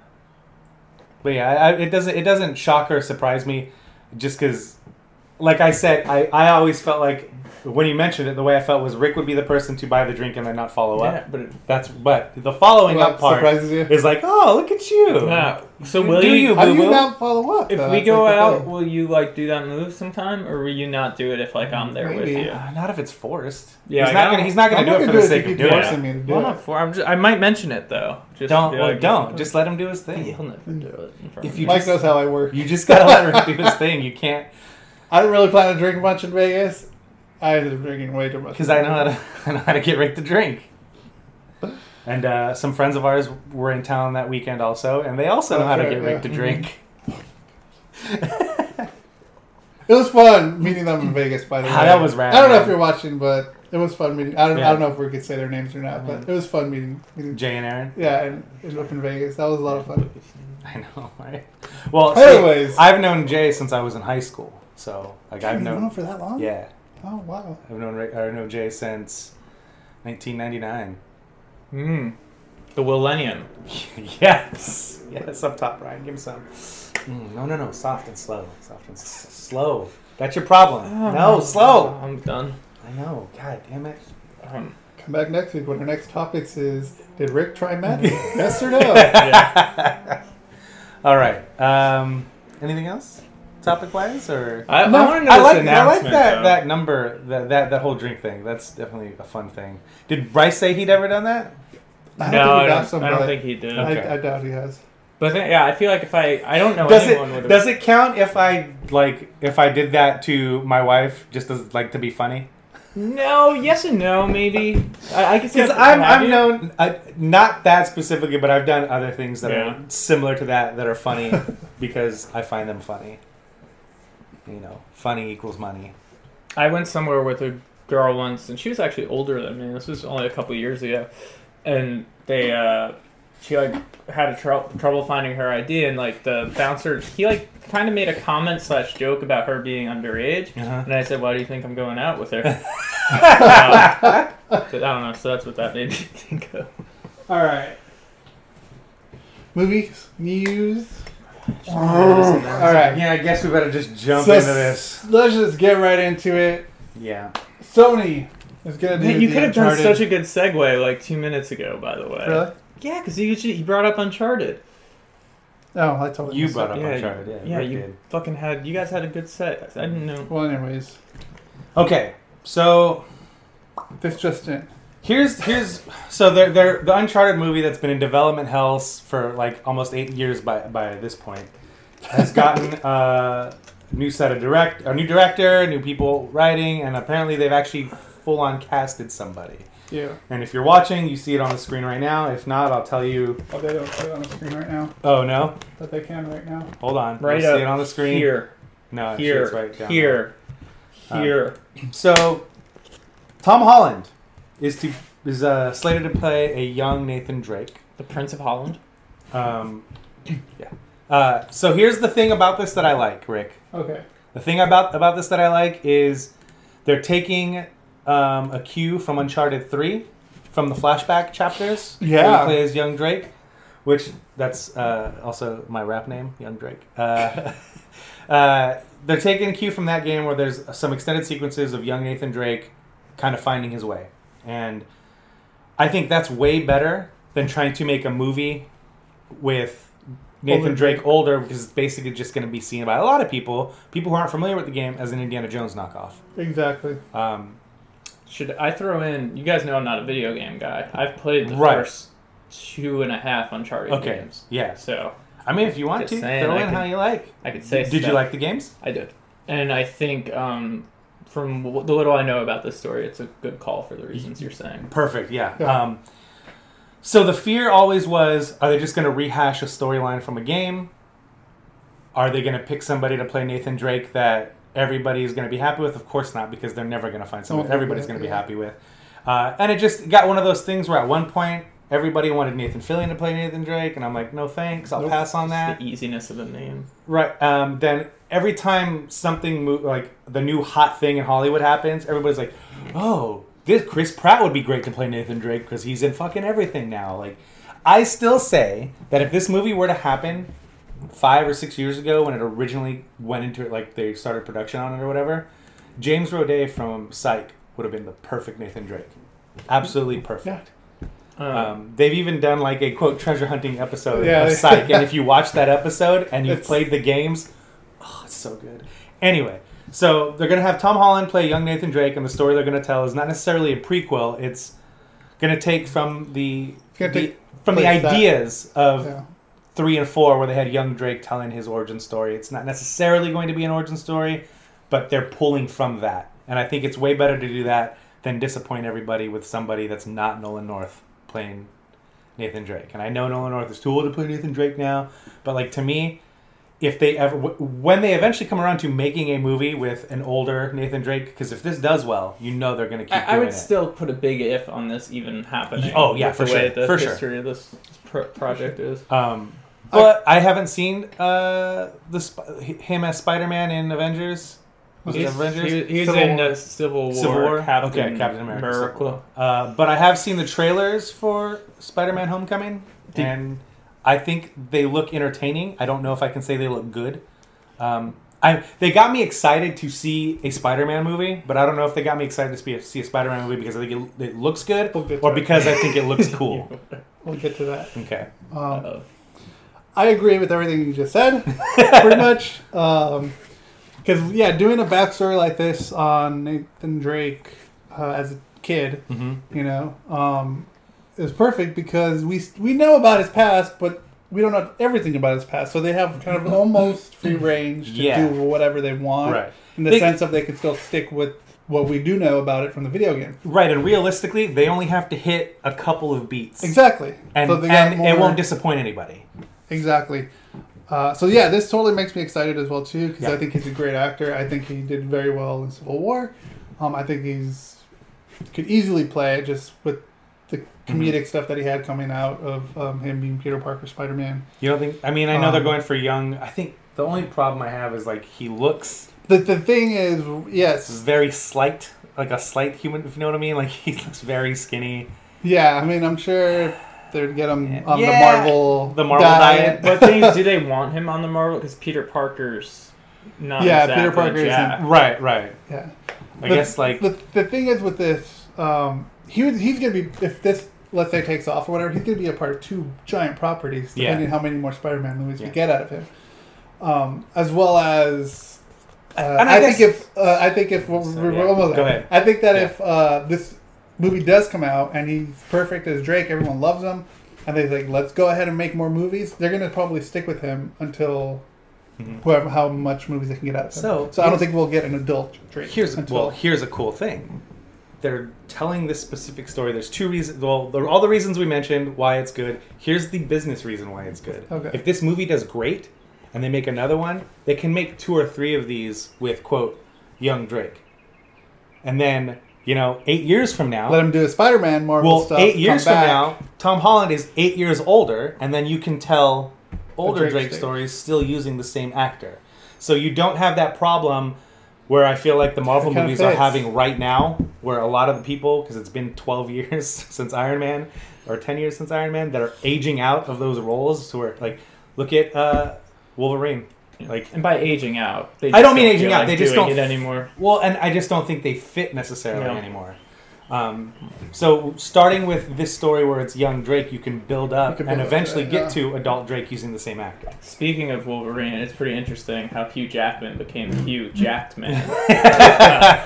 [SPEAKER 1] But yeah, I, I, it doesn't it doesn't shock or surprise me, just because, like I said, I, I always felt like when you mentioned it, the way I felt was Rick would be the person to buy the drink and then not follow
[SPEAKER 3] Yeah,
[SPEAKER 1] up.
[SPEAKER 3] but it,
[SPEAKER 1] That's but the following
[SPEAKER 2] What
[SPEAKER 1] up part
[SPEAKER 2] surprises you?
[SPEAKER 1] is like, oh, look at you.
[SPEAKER 3] yeah. So
[SPEAKER 1] Do
[SPEAKER 3] will you?
[SPEAKER 1] you-
[SPEAKER 2] How do you
[SPEAKER 1] Boo-boo.
[SPEAKER 2] not follow up?
[SPEAKER 3] If
[SPEAKER 2] though?
[SPEAKER 3] we
[SPEAKER 2] That's
[SPEAKER 3] go
[SPEAKER 2] like the
[SPEAKER 3] out,
[SPEAKER 2] thing.
[SPEAKER 3] will you like do that move sometime, or will you not do it if like I'm there with
[SPEAKER 2] Maybe.
[SPEAKER 3] you?
[SPEAKER 1] Uh, not if it's forced.
[SPEAKER 3] Yeah,
[SPEAKER 1] he's
[SPEAKER 3] I
[SPEAKER 1] not
[SPEAKER 3] know.
[SPEAKER 1] gonna. He's not gonna
[SPEAKER 2] I'm
[SPEAKER 1] do
[SPEAKER 2] not
[SPEAKER 1] it for
[SPEAKER 2] gonna
[SPEAKER 1] the
[SPEAKER 2] do it if
[SPEAKER 1] sake
[SPEAKER 2] you
[SPEAKER 1] of
[SPEAKER 2] keep
[SPEAKER 1] doing
[SPEAKER 2] forcing
[SPEAKER 1] it.
[SPEAKER 2] me to do
[SPEAKER 3] Well,
[SPEAKER 2] it.
[SPEAKER 3] not for. I'm just, I might mention it though. Just
[SPEAKER 1] Don't.
[SPEAKER 3] be
[SPEAKER 1] Well,
[SPEAKER 3] like-
[SPEAKER 1] don't. Just let him do his thing.
[SPEAKER 3] He'll never do it. in front
[SPEAKER 1] If
[SPEAKER 3] of
[SPEAKER 1] you
[SPEAKER 3] me.
[SPEAKER 2] Mike
[SPEAKER 1] just-
[SPEAKER 2] knows how I work.
[SPEAKER 1] You just gotta let her do his thing. You can't
[SPEAKER 2] I didn't really plan to drink much in Vegas. I ended up drinking way too much.
[SPEAKER 1] because I know how to I know how to get Rick to drink. And uh, some friends of ours were in town that weekend also, and they also know how to
[SPEAKER 2] Okay,
[SPEAKER 1] get
[SPEAKER 2] yeah.
[SPEAKER 1] Rick to drink.
[SPEAKER 2] It was fun meeting them in Vegas, by the way.
[SPEAKER 1] Ah, that was rad,
[SPEAKER 2] I don't know if
[SPEAKER 1] man.
[SPEAKER 2] you're watching, but it was fun meeting. I don't,
[SPEAKER 1] Yeah.
[SPEAKER 2] I don't know if we could say their names or not, but
[SPEAKER 1] Mhm.
[SPEAKER 2] it was fun meeting. meeting
[SPEAKER 1] Jay and Aaron,
[SPEAKER 2] yeah, and it was up in Vegas. That was a lot of fun.
[SPEAKER 1] I know, right? Well, see,
[SPEAKER 2] Anyways.
[SPEAKER 1] I've known Jay since I was in high school, so like I've
[SPEAKER 2] You've known him
[SPEAKER 1] known,
[SPEAKER 2] for that long?
[SPEAKER 1] yeah,
[SPEAKER 2] Oh, wow.
[SPEAKER 1] I've known Rick, I know Jay since 1999.
[SPEAKER 3] Mm. The Millennium.
[SPEAKER 1] yes. Yes, up top, Ryan. Give me some. Mm, no, no, no. Soft and slow. Soft and s- slow. That's your problem.
[SPEAKER 2] Oh
[SPEAKER 1] no, slow.
[SPEAKER 3] I'm done.
[SPEAKER 1] I know. God damn it.
[SPEAKER 3] Um,
[SPEAKER 2] Come back next week when our next topics is Did Rick try magic? yes or no?
[SPEAKER 1] All right. Um, anything else? Topic wise or
[SPEAKER 3] I,
[SPEAKER 2] No,
[SPEAKER 3] I want to know
[SPEAKER 1] I
[SPEAKER 3] this
[SPEAKER 1] like I like
[SPEAKER 3] announcement.
[SPEAKER 1] that,
[SPEAKER 3] though.
[SPEAKER 1] that number that, that that whole drink thing. That's definitely a fun thing. Did Bryce say he'd ever done that?
[SPEAKER 2] I
[SPEAKER 3] no,
[SPEAKER 2] think
[SPEAKER 3] I
[SPEAKER 2] we got
[SPEAKER 3] don't,
[SPEAKER 2] some,
[SPEAKER 3] I don't
[SPEAKER 2] but
[SPEAKER 3] think he did.
[SPEAKER 1] Okay.
[SPEAKER 2] I, I doubt he has.
[SPEAKER 3] But I think- yeah, I feel like if I I don't know
[SPEAKER 1] Does
[SPEAKER 3] anyone
[SPEAKER 1] it
[SPEAKER 3] would
[SPEAKER 1] does it count if I like if I did that to my wife just as like to be funny?
[SPEAKER 3] No, yes and no, maybe. I, I can see
[SPEAKER 1] Because
[SPEAKER 3] that-
[SPEAKER 1] I'm
[SPEAKER 3] have
[SPEAKER 1] I'm
[SPEAKER 3] you?
[SPEAKER 1] known I, not that specifically, but I've done other things that
[SPEAKER 3] Yeah.
[SPEAKER 1] are similar to that that are funny because I find them funny. You know, funny equals money.
[SPEAKER 3] I went somewhere with a girl once, and she was actually older than me. This was only a couple years ago, and they uh, she like had a trou- trouble finding her ID, and like the bouncer, he like kind of made a comment slash joke about her being underage,
[SPEAKER 1] Uh-huh.
[SPEAKER 3] and I said, "Why do you think I'm going out with her?" Uh, I don't know. So that's what that made me think of.
[SPEAKER 2] All right. Movies, news.
[SPEAKER 1] All
[SPEAKER 2] All right.
[SPEAKER 1] Yeah, I guess we better just jump
[SPEAKER 2] So
[SPEAKER 1] into this.
[SPEAKER 2] Let's just get right into it.
[SPEAKER 1] Yeah.
[SPEAKER 2] Sony is gonna do.
[SPEAKER 3] you
[SPEAKER 2] the
[SPEAKER 3] could have done
[SPEAKER 2] Uncharted-
[SPEAKER 3] such a good segue like two minutes ago, by the way.
[SPEAKER 2] Really?
[SPEAKER 3] Yeah, because he, he brought up Uncharted.
[SPEAKER 2] Oh, I told
[SPEAKER 1] You brought up
[SPEAKER 3] Yeah,
[SPEAKER 1] Uncharted. Yeah,
[SPEAKER 3] yeah,
[SPEAKER 1] Rick
[SPEAKER 3] you
[SPEAKER 1] did.
[SPEAKER 3] fucking had. You guys had a good set. I didn't know.
[SPEAKER 2] Well, anyways,
[SPEAKER 1] Okay, so
[SPEAKER 2] this just in.
[SPEAKER 1] here's here's so they're, they're the Uncharted movie that's been in development hell s- for like almost eight years by by this point has gotten uh, a new set of direct a new director, new people writing, and apparently they've actually full on casted somebody.
[SPEAKER 2] Yeah.
[SPEAKER 1] And if you're watching, you see it on the screen right now. If not, I'll tell you.
[SPEAKER 2] Oh, they don't put it on the screen right now,
[SPEAKER 1] Oh no,
[SPEAKER 2] but they can right now.
[SPEAKER 1] hold on,
[SPEAKER 3] Right
[SPEAKER 1] You'll
[SPEAKER 3] up
[SPEAKER 1] see it on the screen
[SPEAKER 3] Here,
[SPEAKER 1] No, actually,
[SPEAKER 3] here,
[SPEAKER 1] it's Uh, right down there.
[SPEAKER 3] here,
[SPEAKER 1] Uh,
[SPEAKER 3] here.
[SPEAKER 1] So, Tom Holland is to is uh, slated to play a young Nathan Drake.
[SPEAKER 3] the Prince of Holland.
[SPEAKER 1] Um, yeah. Uh, so here's the thing about this that I like, Rick.
[SPEAKER 2] Okay.
[SPEAKER 1] The thing about about this that I like is they're taking um, a cue from Uncharted Three, from the flashback chapters. where
[SPEAKER 2] Yeah.
[SPEAKER 1] he plays young Drake, which that's uh, also my rap name, Young Drake. Uh, uh, they're taking a cue from that game where there's some extended sequences of young Nathan Drake kind of finding his way, and I think that's way better than trying to make a movie with Nathan
[SPEAKER 2] Older
[SPEAKER 1] Drake older because it's basically just going to be seen by a lot of people, people who aren't familiar with the game, as an Indiana Jones knockoff.
[SPEAKER 2] Exactly.
[SPEAKER 1] Um,
[SPEAKER 3] Should I throw in? You guys know I'm not a video game guy. I've played the
[SPEAKER 1] Right.
[SPEAKER 3] first two and a half Uncharted
[SPEAKER 1] okay.
[SPEAKER 3] games.
[SPEAKER 1] Yeah.
[SPEAKER 3] So
[SPEAKER 1] I mean, if you want
[SPEAKER 3] Just
[SPEAKER 1] to,
[SPEAKER 3] saying,
[SPEAKER 1] throw
[SPEAKER 3] I
[SPEAKER 1] in
[SPEAKER 3] can-
[SPEAKER 1] how you like.
[SPEAKER 3] I could say.
[SPEAKER 1] Did you
[SPEAKER 3] stuff.
[SPEAKER 1] like the games?
[SPEAKER 3] I did, and I think um, from w- the little I know about this story, it's a good call for the reasons you're saying.
[SPEAKER 1] Perfect. Yeah.
[SPEAKER 2] Yeah.
[SPEAKER 1] Um, so the fear always was: Are they just going to rehash a storyline from a game? Are they going to pick somebody to play Nathan Drake that everybody is going to be happy with? Of course not, because they're never going to find someone
[SPEAKER 2] Okay,
[SPEAKER 1] everybody's going to be
[SPEAKER 2] Oh, yeah.
[SPEAKER 1] happy with. Uh, and it just got one of those things where at one point everybody wanted Nathan Fillion to play Nathan Drake, and I'm like, no thanks, I'll
[SPEAKER 2] Nope.
[SPEAKER 1] pass on that.
[SPEAKER 3] Just the easiness of the name.
[SPEAKER 1] Right. Um, then every time something mo- like the new hot thing in Hollywood happens, everybody's like, "Oh, this Chris Pratt would be great to play Nathan Drake because he's in fucking everything now." Like, I still say that if this movie were to happen five or six years ago when it originally went into it, like they started production on it or whatever, James Roday from Psych would have been the perfect Nathan Drake. Absolutely perfect.
[SPEAKER 2] Yeah. Uh,
[SPEAKER 3] Um,
[SPEAKER 1] Um, they've even done like a quote treasure hunting episode
[SPEAKER 2] Yeah.
[SPEAKER 1] of Psych, and if you watch that episode and you've
[SPEAKER 2] It's-
[SPEAKER 1] played the games, oh, it's so good. Anyway, so they're gonna have Tom Holland play young Nathan Drake, and the story they're gonna tell is not necessarily a prequel. It's gonna take from the,
[SPEAKER 2] gonna
[SPEAKER 1] the-
[SPEAKER 2] take
[SPEAKER 1] from the
[SPEAKER 2] place back.
[SPEAKER 1] ideas of
[SPEAKER 2] Yeah.
[SPEAKER 1] three and four, where they had young Drake telling his origin story. It's not necessarily going to be an origin story, but they're pulling from that, and I think it's way better to do that than disappoint everybody with somebody that's not Nolan North playing Nathan Drake. And I know Nolan North is too old to play Nathan Drake now, but like to me, if they ever w- when they eventually come around to making a movie with an older Nathan Drake, because if this does well, you know they're going to keep.
[SPEAKER 3] I, I
[SPEAKER 1] doing
[SPEAKER 3] would
[SPEAKER 1] it.
[SPEAKER 3] still put a big if on this even happening.
[SPEAKER 1] Oh, yeah,
[SPEAKER 3] with
[SPEAKER 1] for
[SPEAKER 3] the way
[SPEAKER 1] sure,
[SPEAKER 3] The
[SPEAKER 1] for sure.
[SPEAKER 3] history of this pro- project is.
[SPEAKER 1] Um, but I, haven't seen uh, the sp- him as Spider Man in Avengers. Was it
[SPEAKER 3] He's-
[SPEAKER 1] Avengers?
[SPEAKER 3] He, he was
[SPEAKER 2] Civil
[SPEAKER 3] in
[SPEAKER 2] War.
[SPEAKER 3] the Civil War.
[SPEAKER 1] Civil War?
[SPEAKER 3] Captain
[SPEAKER 1] Okay, Captain America,
[SPEAKER 3] America.
[SPEAKER 1] Civil Uh, but I have seen the trailers for Spider-Man: Homecoming,
[SPEAKER 3] Did-
[SPEAKER 1] and I think they look entertaining. I don't know if I can say they look good. Um, I they got me excited to see a Spider-Man movie, but I don't know if they got me excited to see a, see a Spider-Man movie because I think it, it looks good,
[SPEAKER 2] We'll get to
[SPEAKER 1] or
[SPEAKER 2] it.
[SPEAKER 1] because I think it looks cool.
[SPEAKER 2] We'll get to that.
[SPEAKER 1] okay,
[SPEAKER 2] Um,
[SPEAKER 3] Uh,
[SPEAKER 2] I agree with everything you just said, pretty much. Because yeah, doing a backstory like this on Nathan Drake uh, as a kid,
[SPEAKER 1] Mhm.
[SPEAKER 2] you know, um, is perfect because we we know about his past, but we don't know everything about his past. So they have kind of almost free range to
[SPEAKER 1] Yeah.
[SPEAKER 2] do whatever they want,
[SPEAKER 1] right,
[SPEAKER 2] in the
[SPEAKER 1] They-
[SPEAKER 2] sense of they can still stick with what we do know about it from the video game.
[SPEAKER 1] right, and realistically, they only have to hit a couple of beats,
[SPEAKER 2] Exactly.
[SPEAKER 1] and,
[SPEAKER 2] So they got
[SPEAKER 1] and
[SPEAKER 2] more-
[SPEAKER 1] it won't disappoint anybody.
[SPEAKER 2] Exactly. Uh, so yeah, this totally makes me excited as well too because
[SPEAKER 1] Yeah.
[SPEAKER 2] I think he's a great actor. I think he did very well in Civil War. Um, I think he's could easily play it just with the
[SPEAKER 1] Mm-hmm.
[SPEAKER 2] comedic stuff that he had coming out of um, him being Peter Parker, Spider Man.
[SPEAKER 1] You don't think? I mean, I know they're
[SPEAKER 2] Um,
[SPEAKER 1] going for young. I think the only problem I have is like he looks
[SPEAKER 2] The the thing is, yes,
[SPEAKER 1] very slight, like a slight human, if you know what I mean. Like he looks very skinny.
[SPEAKER 2] yeah. I mean, I'm sure they'd get him on
[SPEAKER 1] Mm-hmm. Yeah.
[SPEAKER 2] the Marvel
[SPEAKER 1] The Marvel diet.
[SPEAKER 3] what things do they want him on the Marvel? Because Peter Parker's not.
[SPEAKER 2] Yeah,
[SPEAKER 3] exactly
[SPEAKER 2] Peter Parker isn't-
[SPEAKER 3] Jack.
[SPEAKER 1] Right, right.
[SPEAKER 2] yeah.
[SPEAKER 1] I
[SPEAKER 2] The-
[SPEAKER 1] guess like
[SPEAKER 2] the, the thing is with this, um, he would, he's gonna be if this let's say takes off or whatever, he's gonna be a part of two giant properties depending
[SPEAKER 1] Yeah.
[SPEAKER 2] on how many more Spider-Man movies
[SPEAKER 1] Yeah.
[SPEAKER 2] we get out of him, um, as well as. Uh,
[SPEAKER 1] And I
[SPEAKER 2] I, think
[SPEAKER 1] guess-
[SPEAKER 2] if uh, I think if we're,
[SPEAKER 1] So,
[SPEAKER 2] we're
[SPEAKER 1] yeah.
[SPEAKER 2] almost
[SPEAKER 1] Go
[SPEAKER 2] there.
[SPEAKER 1] ahead.
[SPEAKER 2] I think that
[SPEAKER 1] Yeah.
[SPEAKER 2] if uh, this movie does come out and he's perfect as Drake, everyone loves him, and they like let's go ahead and make more movies. They're gonna probably stick with him until
[SPEAKER 1] Mhm.
[SPEAKER 2] whoever how much movies they can get out of him.
[SPEAKER 1] So-
[SPEAKER 2] so I don't think we'll get an adult Drake.
[SPEAKER 1] here's
[SPEAKER 2] until
[SPEAKER 1] well here's a cool thing. They're telling this specific story. There's two reasons. Well, there are all the reasons we mentioned why it's good. Here's the business reason why it's good.
[SPEAKER 2] Okay.
[SPEAKER 1] If this movie does great, and they make another one, they can make two or three of these with quote young Drake, and then you know eight years from now,
[SPEAKER 2] let him do a Spider-Man Marvel
[SPEAKER 1] Well,
[SPEAKER 2] stuff.
[SPEAKER 1] eight
[SPEAKER 2] come
[SPEAKER 1] years from
[SPEAKER 2] back.
[SPEAKER 1] now, Tom Holland is eight years older, and then you can tell older
[SPEAKER 2] Drake
[SPEAKER 1] Drake,
[SPEAKER 2] stage.
[SPEAKER 1] stories still using the same actor. So you don't have that problem where I feel like the Marvel
[SPEAKER 2] It kinda
[SPEAKER 1] movies are
[SPEAKER 2] fits.
[SPEAKER 1] having right now, where a lot of the people, because it's been 12 years since Iron Man, or 10 years since Iron Man, that are aging out of those roles. To where, like, look at uh, Wolverine. Like,
[SPEAKER 3] And by aging out, they
[SPEAKER 1] I don't mean
[SPEAKER 3] feel
[SPEAKER 1] aging out, they just
[SPEAKER 3] doing
[SPEAKER 1] don't-
[SPEAKER 3] it anymore.
[SPEAKER 1] Well, and I just don't think they fit necessarily
[SPEAKER 3] No.
[SPEAKER 1] anymore. Um, so starting with this story where it's young Drake, you can build up
[SPEAKER 2] You can
[SPEAKER 1] and
[SPEAKER 2] build up,
[SPEAKER 1] eventually
[SPEAKER 2] yeah.
[SPEAKER 1] get to adult Drake using the same actor.
[SPEAKER 3] Speaking of Wolverine, it's pretty interesting how Hugh Jackman became Hugh Jackman.
[SPEAKER 1] Because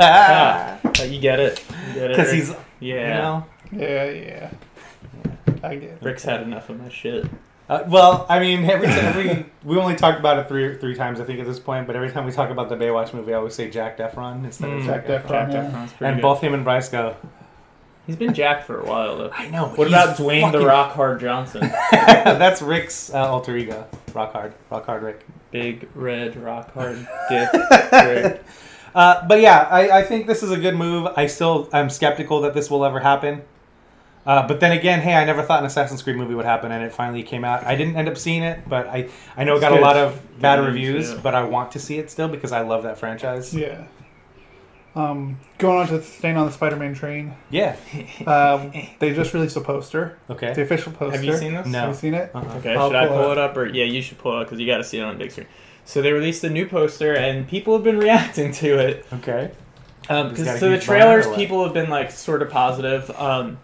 [SPEAKER 3] Uh, you get it. You get it, Rick.
[SPEAKER 1] Ah. he's,
[SPEAKER 3] yeah.
[SPEAKER 1] you know,
[SPEAKER 2] Yeah, yeah. I get it.
[SPEAKER 3] Rick's had enough of my shit.
[SPEAKER 1] uh, well, I mean, every every we only talked about it three three times I think at this point, but every time we talk about the Baywatch movie, I always say Jack Efron instead of
[SPEAKER 3] Mm.
[SPEAKER 1] Jack.
[SPEAKER 2] Jack
[SPEAKER 1] Efron.
[SPEAKER 2] Efron.
[SPEAKER 3] Jacked
[SPEAKER 2] Yeah.
[SPEAKER 3] up Hans pretty
[SPEAKER 1] And
[SPEAKER 3] good.
[SPEAKER 1] both him and Bryce go,
[SPEAKER 3] He's been jacked for a while though.
[SPEAKER 1] I know. but
[SPEAKER 3] What
[SPEAKER 1] he's
[SPEAKER 3] about Dwayne the
[SPEAKER 1] fucking-
[SPEAKER 3] Rock Hard Johnson?
[SPEAKER 1] That's Rick's uh, alter ego, Rock Hard, Rock Hard Rick.
[SPEAKER 3] Big red rock hard dick. Rick.
[SPEAKER 1] Uh, but yeah, I, I think this is a good move. I still am skeptical that this will ever happen. Uh, but then again, hey, I never thought an Assassin's Creed movie would happen, and it finally came out. I didn't end up seeing it, but I, I know it
[SPEAKER 3] It's
[SPEAKER 1] got a
[SPEAKER 3] good.
[SPEAKER 1] lot of bad
[SPEAKER 3] Good reviews,
[SPEAKER 1] reviews,
[SPEAKER 3] yeah.
[SPEAKER 1] but I want to see it still because I love that franchise. Yeah.
[SPEAKER 2] Yeah. Um, going on to staying on the Spider-Man train. Um, they just released a poster, the
[SPEAKER 1] Okay.
[SPEAKER 2] official poster.
[SPEAKER 3] Have you seen this?
[SPEAKER 1] No.
[SPEAKER 2] Have you seen it?
[SPEAKER 1] Uh-uh.
[SPEAKER 3] Okay,
[SPEAKER 2] I'll
[SPEAKER 3] should I
[SPEAKER 2] pull
[SPEAKER 3] pull
[SPEAKER 2] it
[SPEAKER 3] it up or yeah, you should pull it because you got to see it on the big screen. So they released a new poster and people have been reacting to it.
[SPEAKER 1] Okay.
[SPEAKER 3] Um,
[SPEAKER 1] He's got a
[SPEAKER 3] cause, so the
[SPEAKER 1] huge boner
[SPEAKER 3] trailers,
[SPEAKER 1] or what?
[SPEAKER 3] people have been like sort of positive. Um,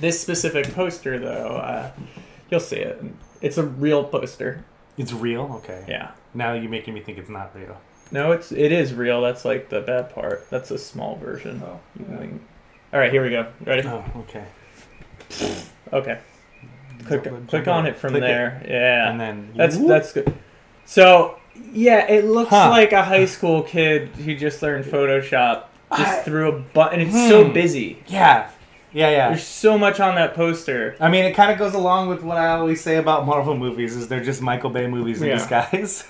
[SPEAKER 3] this specific poster though, uh, you'll see it. It's a real poster.
[SPEAKER 1] It's real. Okay.
[SPEAKER 3] Yeah.
[SPEAKER 1] Now you're making me think it's not real.
[SPEAKER 3] No, it's it is real. That's like the bad part. That's a small version.
[SPEAKER 2] Oh,
[SPEAKER 3] You can link- All right, here we go. Ready?
[SPEAKER 1] Oh, okay.
[SPEAKER 3] Okay. Click
[SPEAKER 1] Jump-
[SPEAKER 3] click
[SPEAKER 1] jump
[SPEAKER 3] on
[SPEAKER 1] up.
[SPEAKER 3] it from
[SPEAKER 1] Click
[SPEAKER 3] there. Yeah.
[SPEAKER 1] And then
[SPEAKER 3] That's
[SPEAKER 1] Ooh.
[SPEAKER 3] that's good. So yeah, it looks
[SPEAKER 1] Huh.
[SPEAKER 3] like a high school kid who just learned Photoshop just threw a button. It's so
[SPEAKER 1] Hmm.
[SPEAKER 3] busy.
[SPEAKER 1] yeah, yeah, yeah.
[SPEAKER 3] There's so much on that poster.
[SPEAKER 1] I mean, it kind of goes along with what I always say about Marvel movies: is they're just Michael Bay movies in
[SPEAKER 3] Yeah.
[SPEAKER 1] disguise.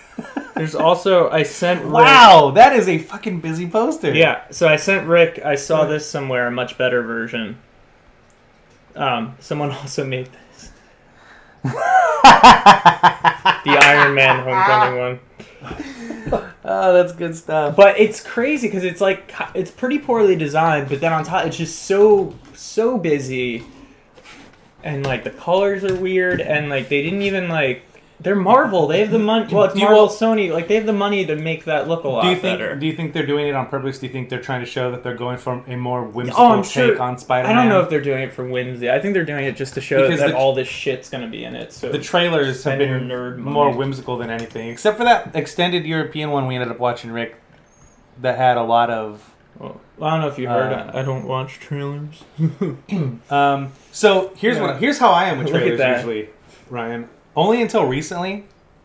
[SPEAKER 3] There's also I sent Rick,
[SPEAKER 1] wow, that is a fucking busy poster.
[SPEAKER 3] Yeah, so I sent Rick. I saw this somewhere, a much better version. Um, someone also made this. the Iron Man Homecoming one.
[SPEAKER 1] Oh, that's good stuff.
[SPEAKER 3] But it's crazy because it's like ki- it's pretty poorly designed, but then on top, it's just so so busy, and like the colors are weird, and like they didn't even like they're Marvel. They have the money. Well, it's
[SPEAKER 1] Do you
[SPEAKER 3] Marvel,
[SPEAKER 1] all-
[SPEAKER 3] Sony. Like they have the money to make that look a lot
[SPEAKER 1] Do you think?
[SPEAKER 3] better.
[SPEAKER 1] Do you think they're doing it on purpose? Do you think they're trying to show that they're going for a more whimsical
[SPEAKER 3] Oh, I'm sure.
[SPEAKER 1] take on Spider-Man?
[SPEAKER 3] I don't know if they're doing it for whimsy. I think they're doing it just to show
[SPEAKER 1] Because
[SPEAKER 3] that
[SPEAKER 1] the-
[SPEAKER 3] all this shit's gonna be in it. So
[SPEAKER 1] the trailers have
[SPEAKER 3] Spend
[SPEAKER 1] been
[SPEAKER 3] your nerd
[SPEAKER 1] more
[SPEAKER 3] money.
[SPEAKER 1] whimsical than anything, except for that extended European one we ended up watching, Rick, that had a lot of.
[SPEAKER 3] Well, I don't know if you heard. Mm-hmm.
[SPEAKER 1] Uh,
[SPEAKER 3] I I don't watch trailers.
[SPEAKER 1] Um, so here's
[SPEAKER 3] Yeah.
[SPEAKER 1] what here's how I am with
[SPEAKER 3] Look at
[SPEAKER 1] trailers
[SPEAKER 3] that.
[SPEAKER 1] usually, Ryan. Only until recently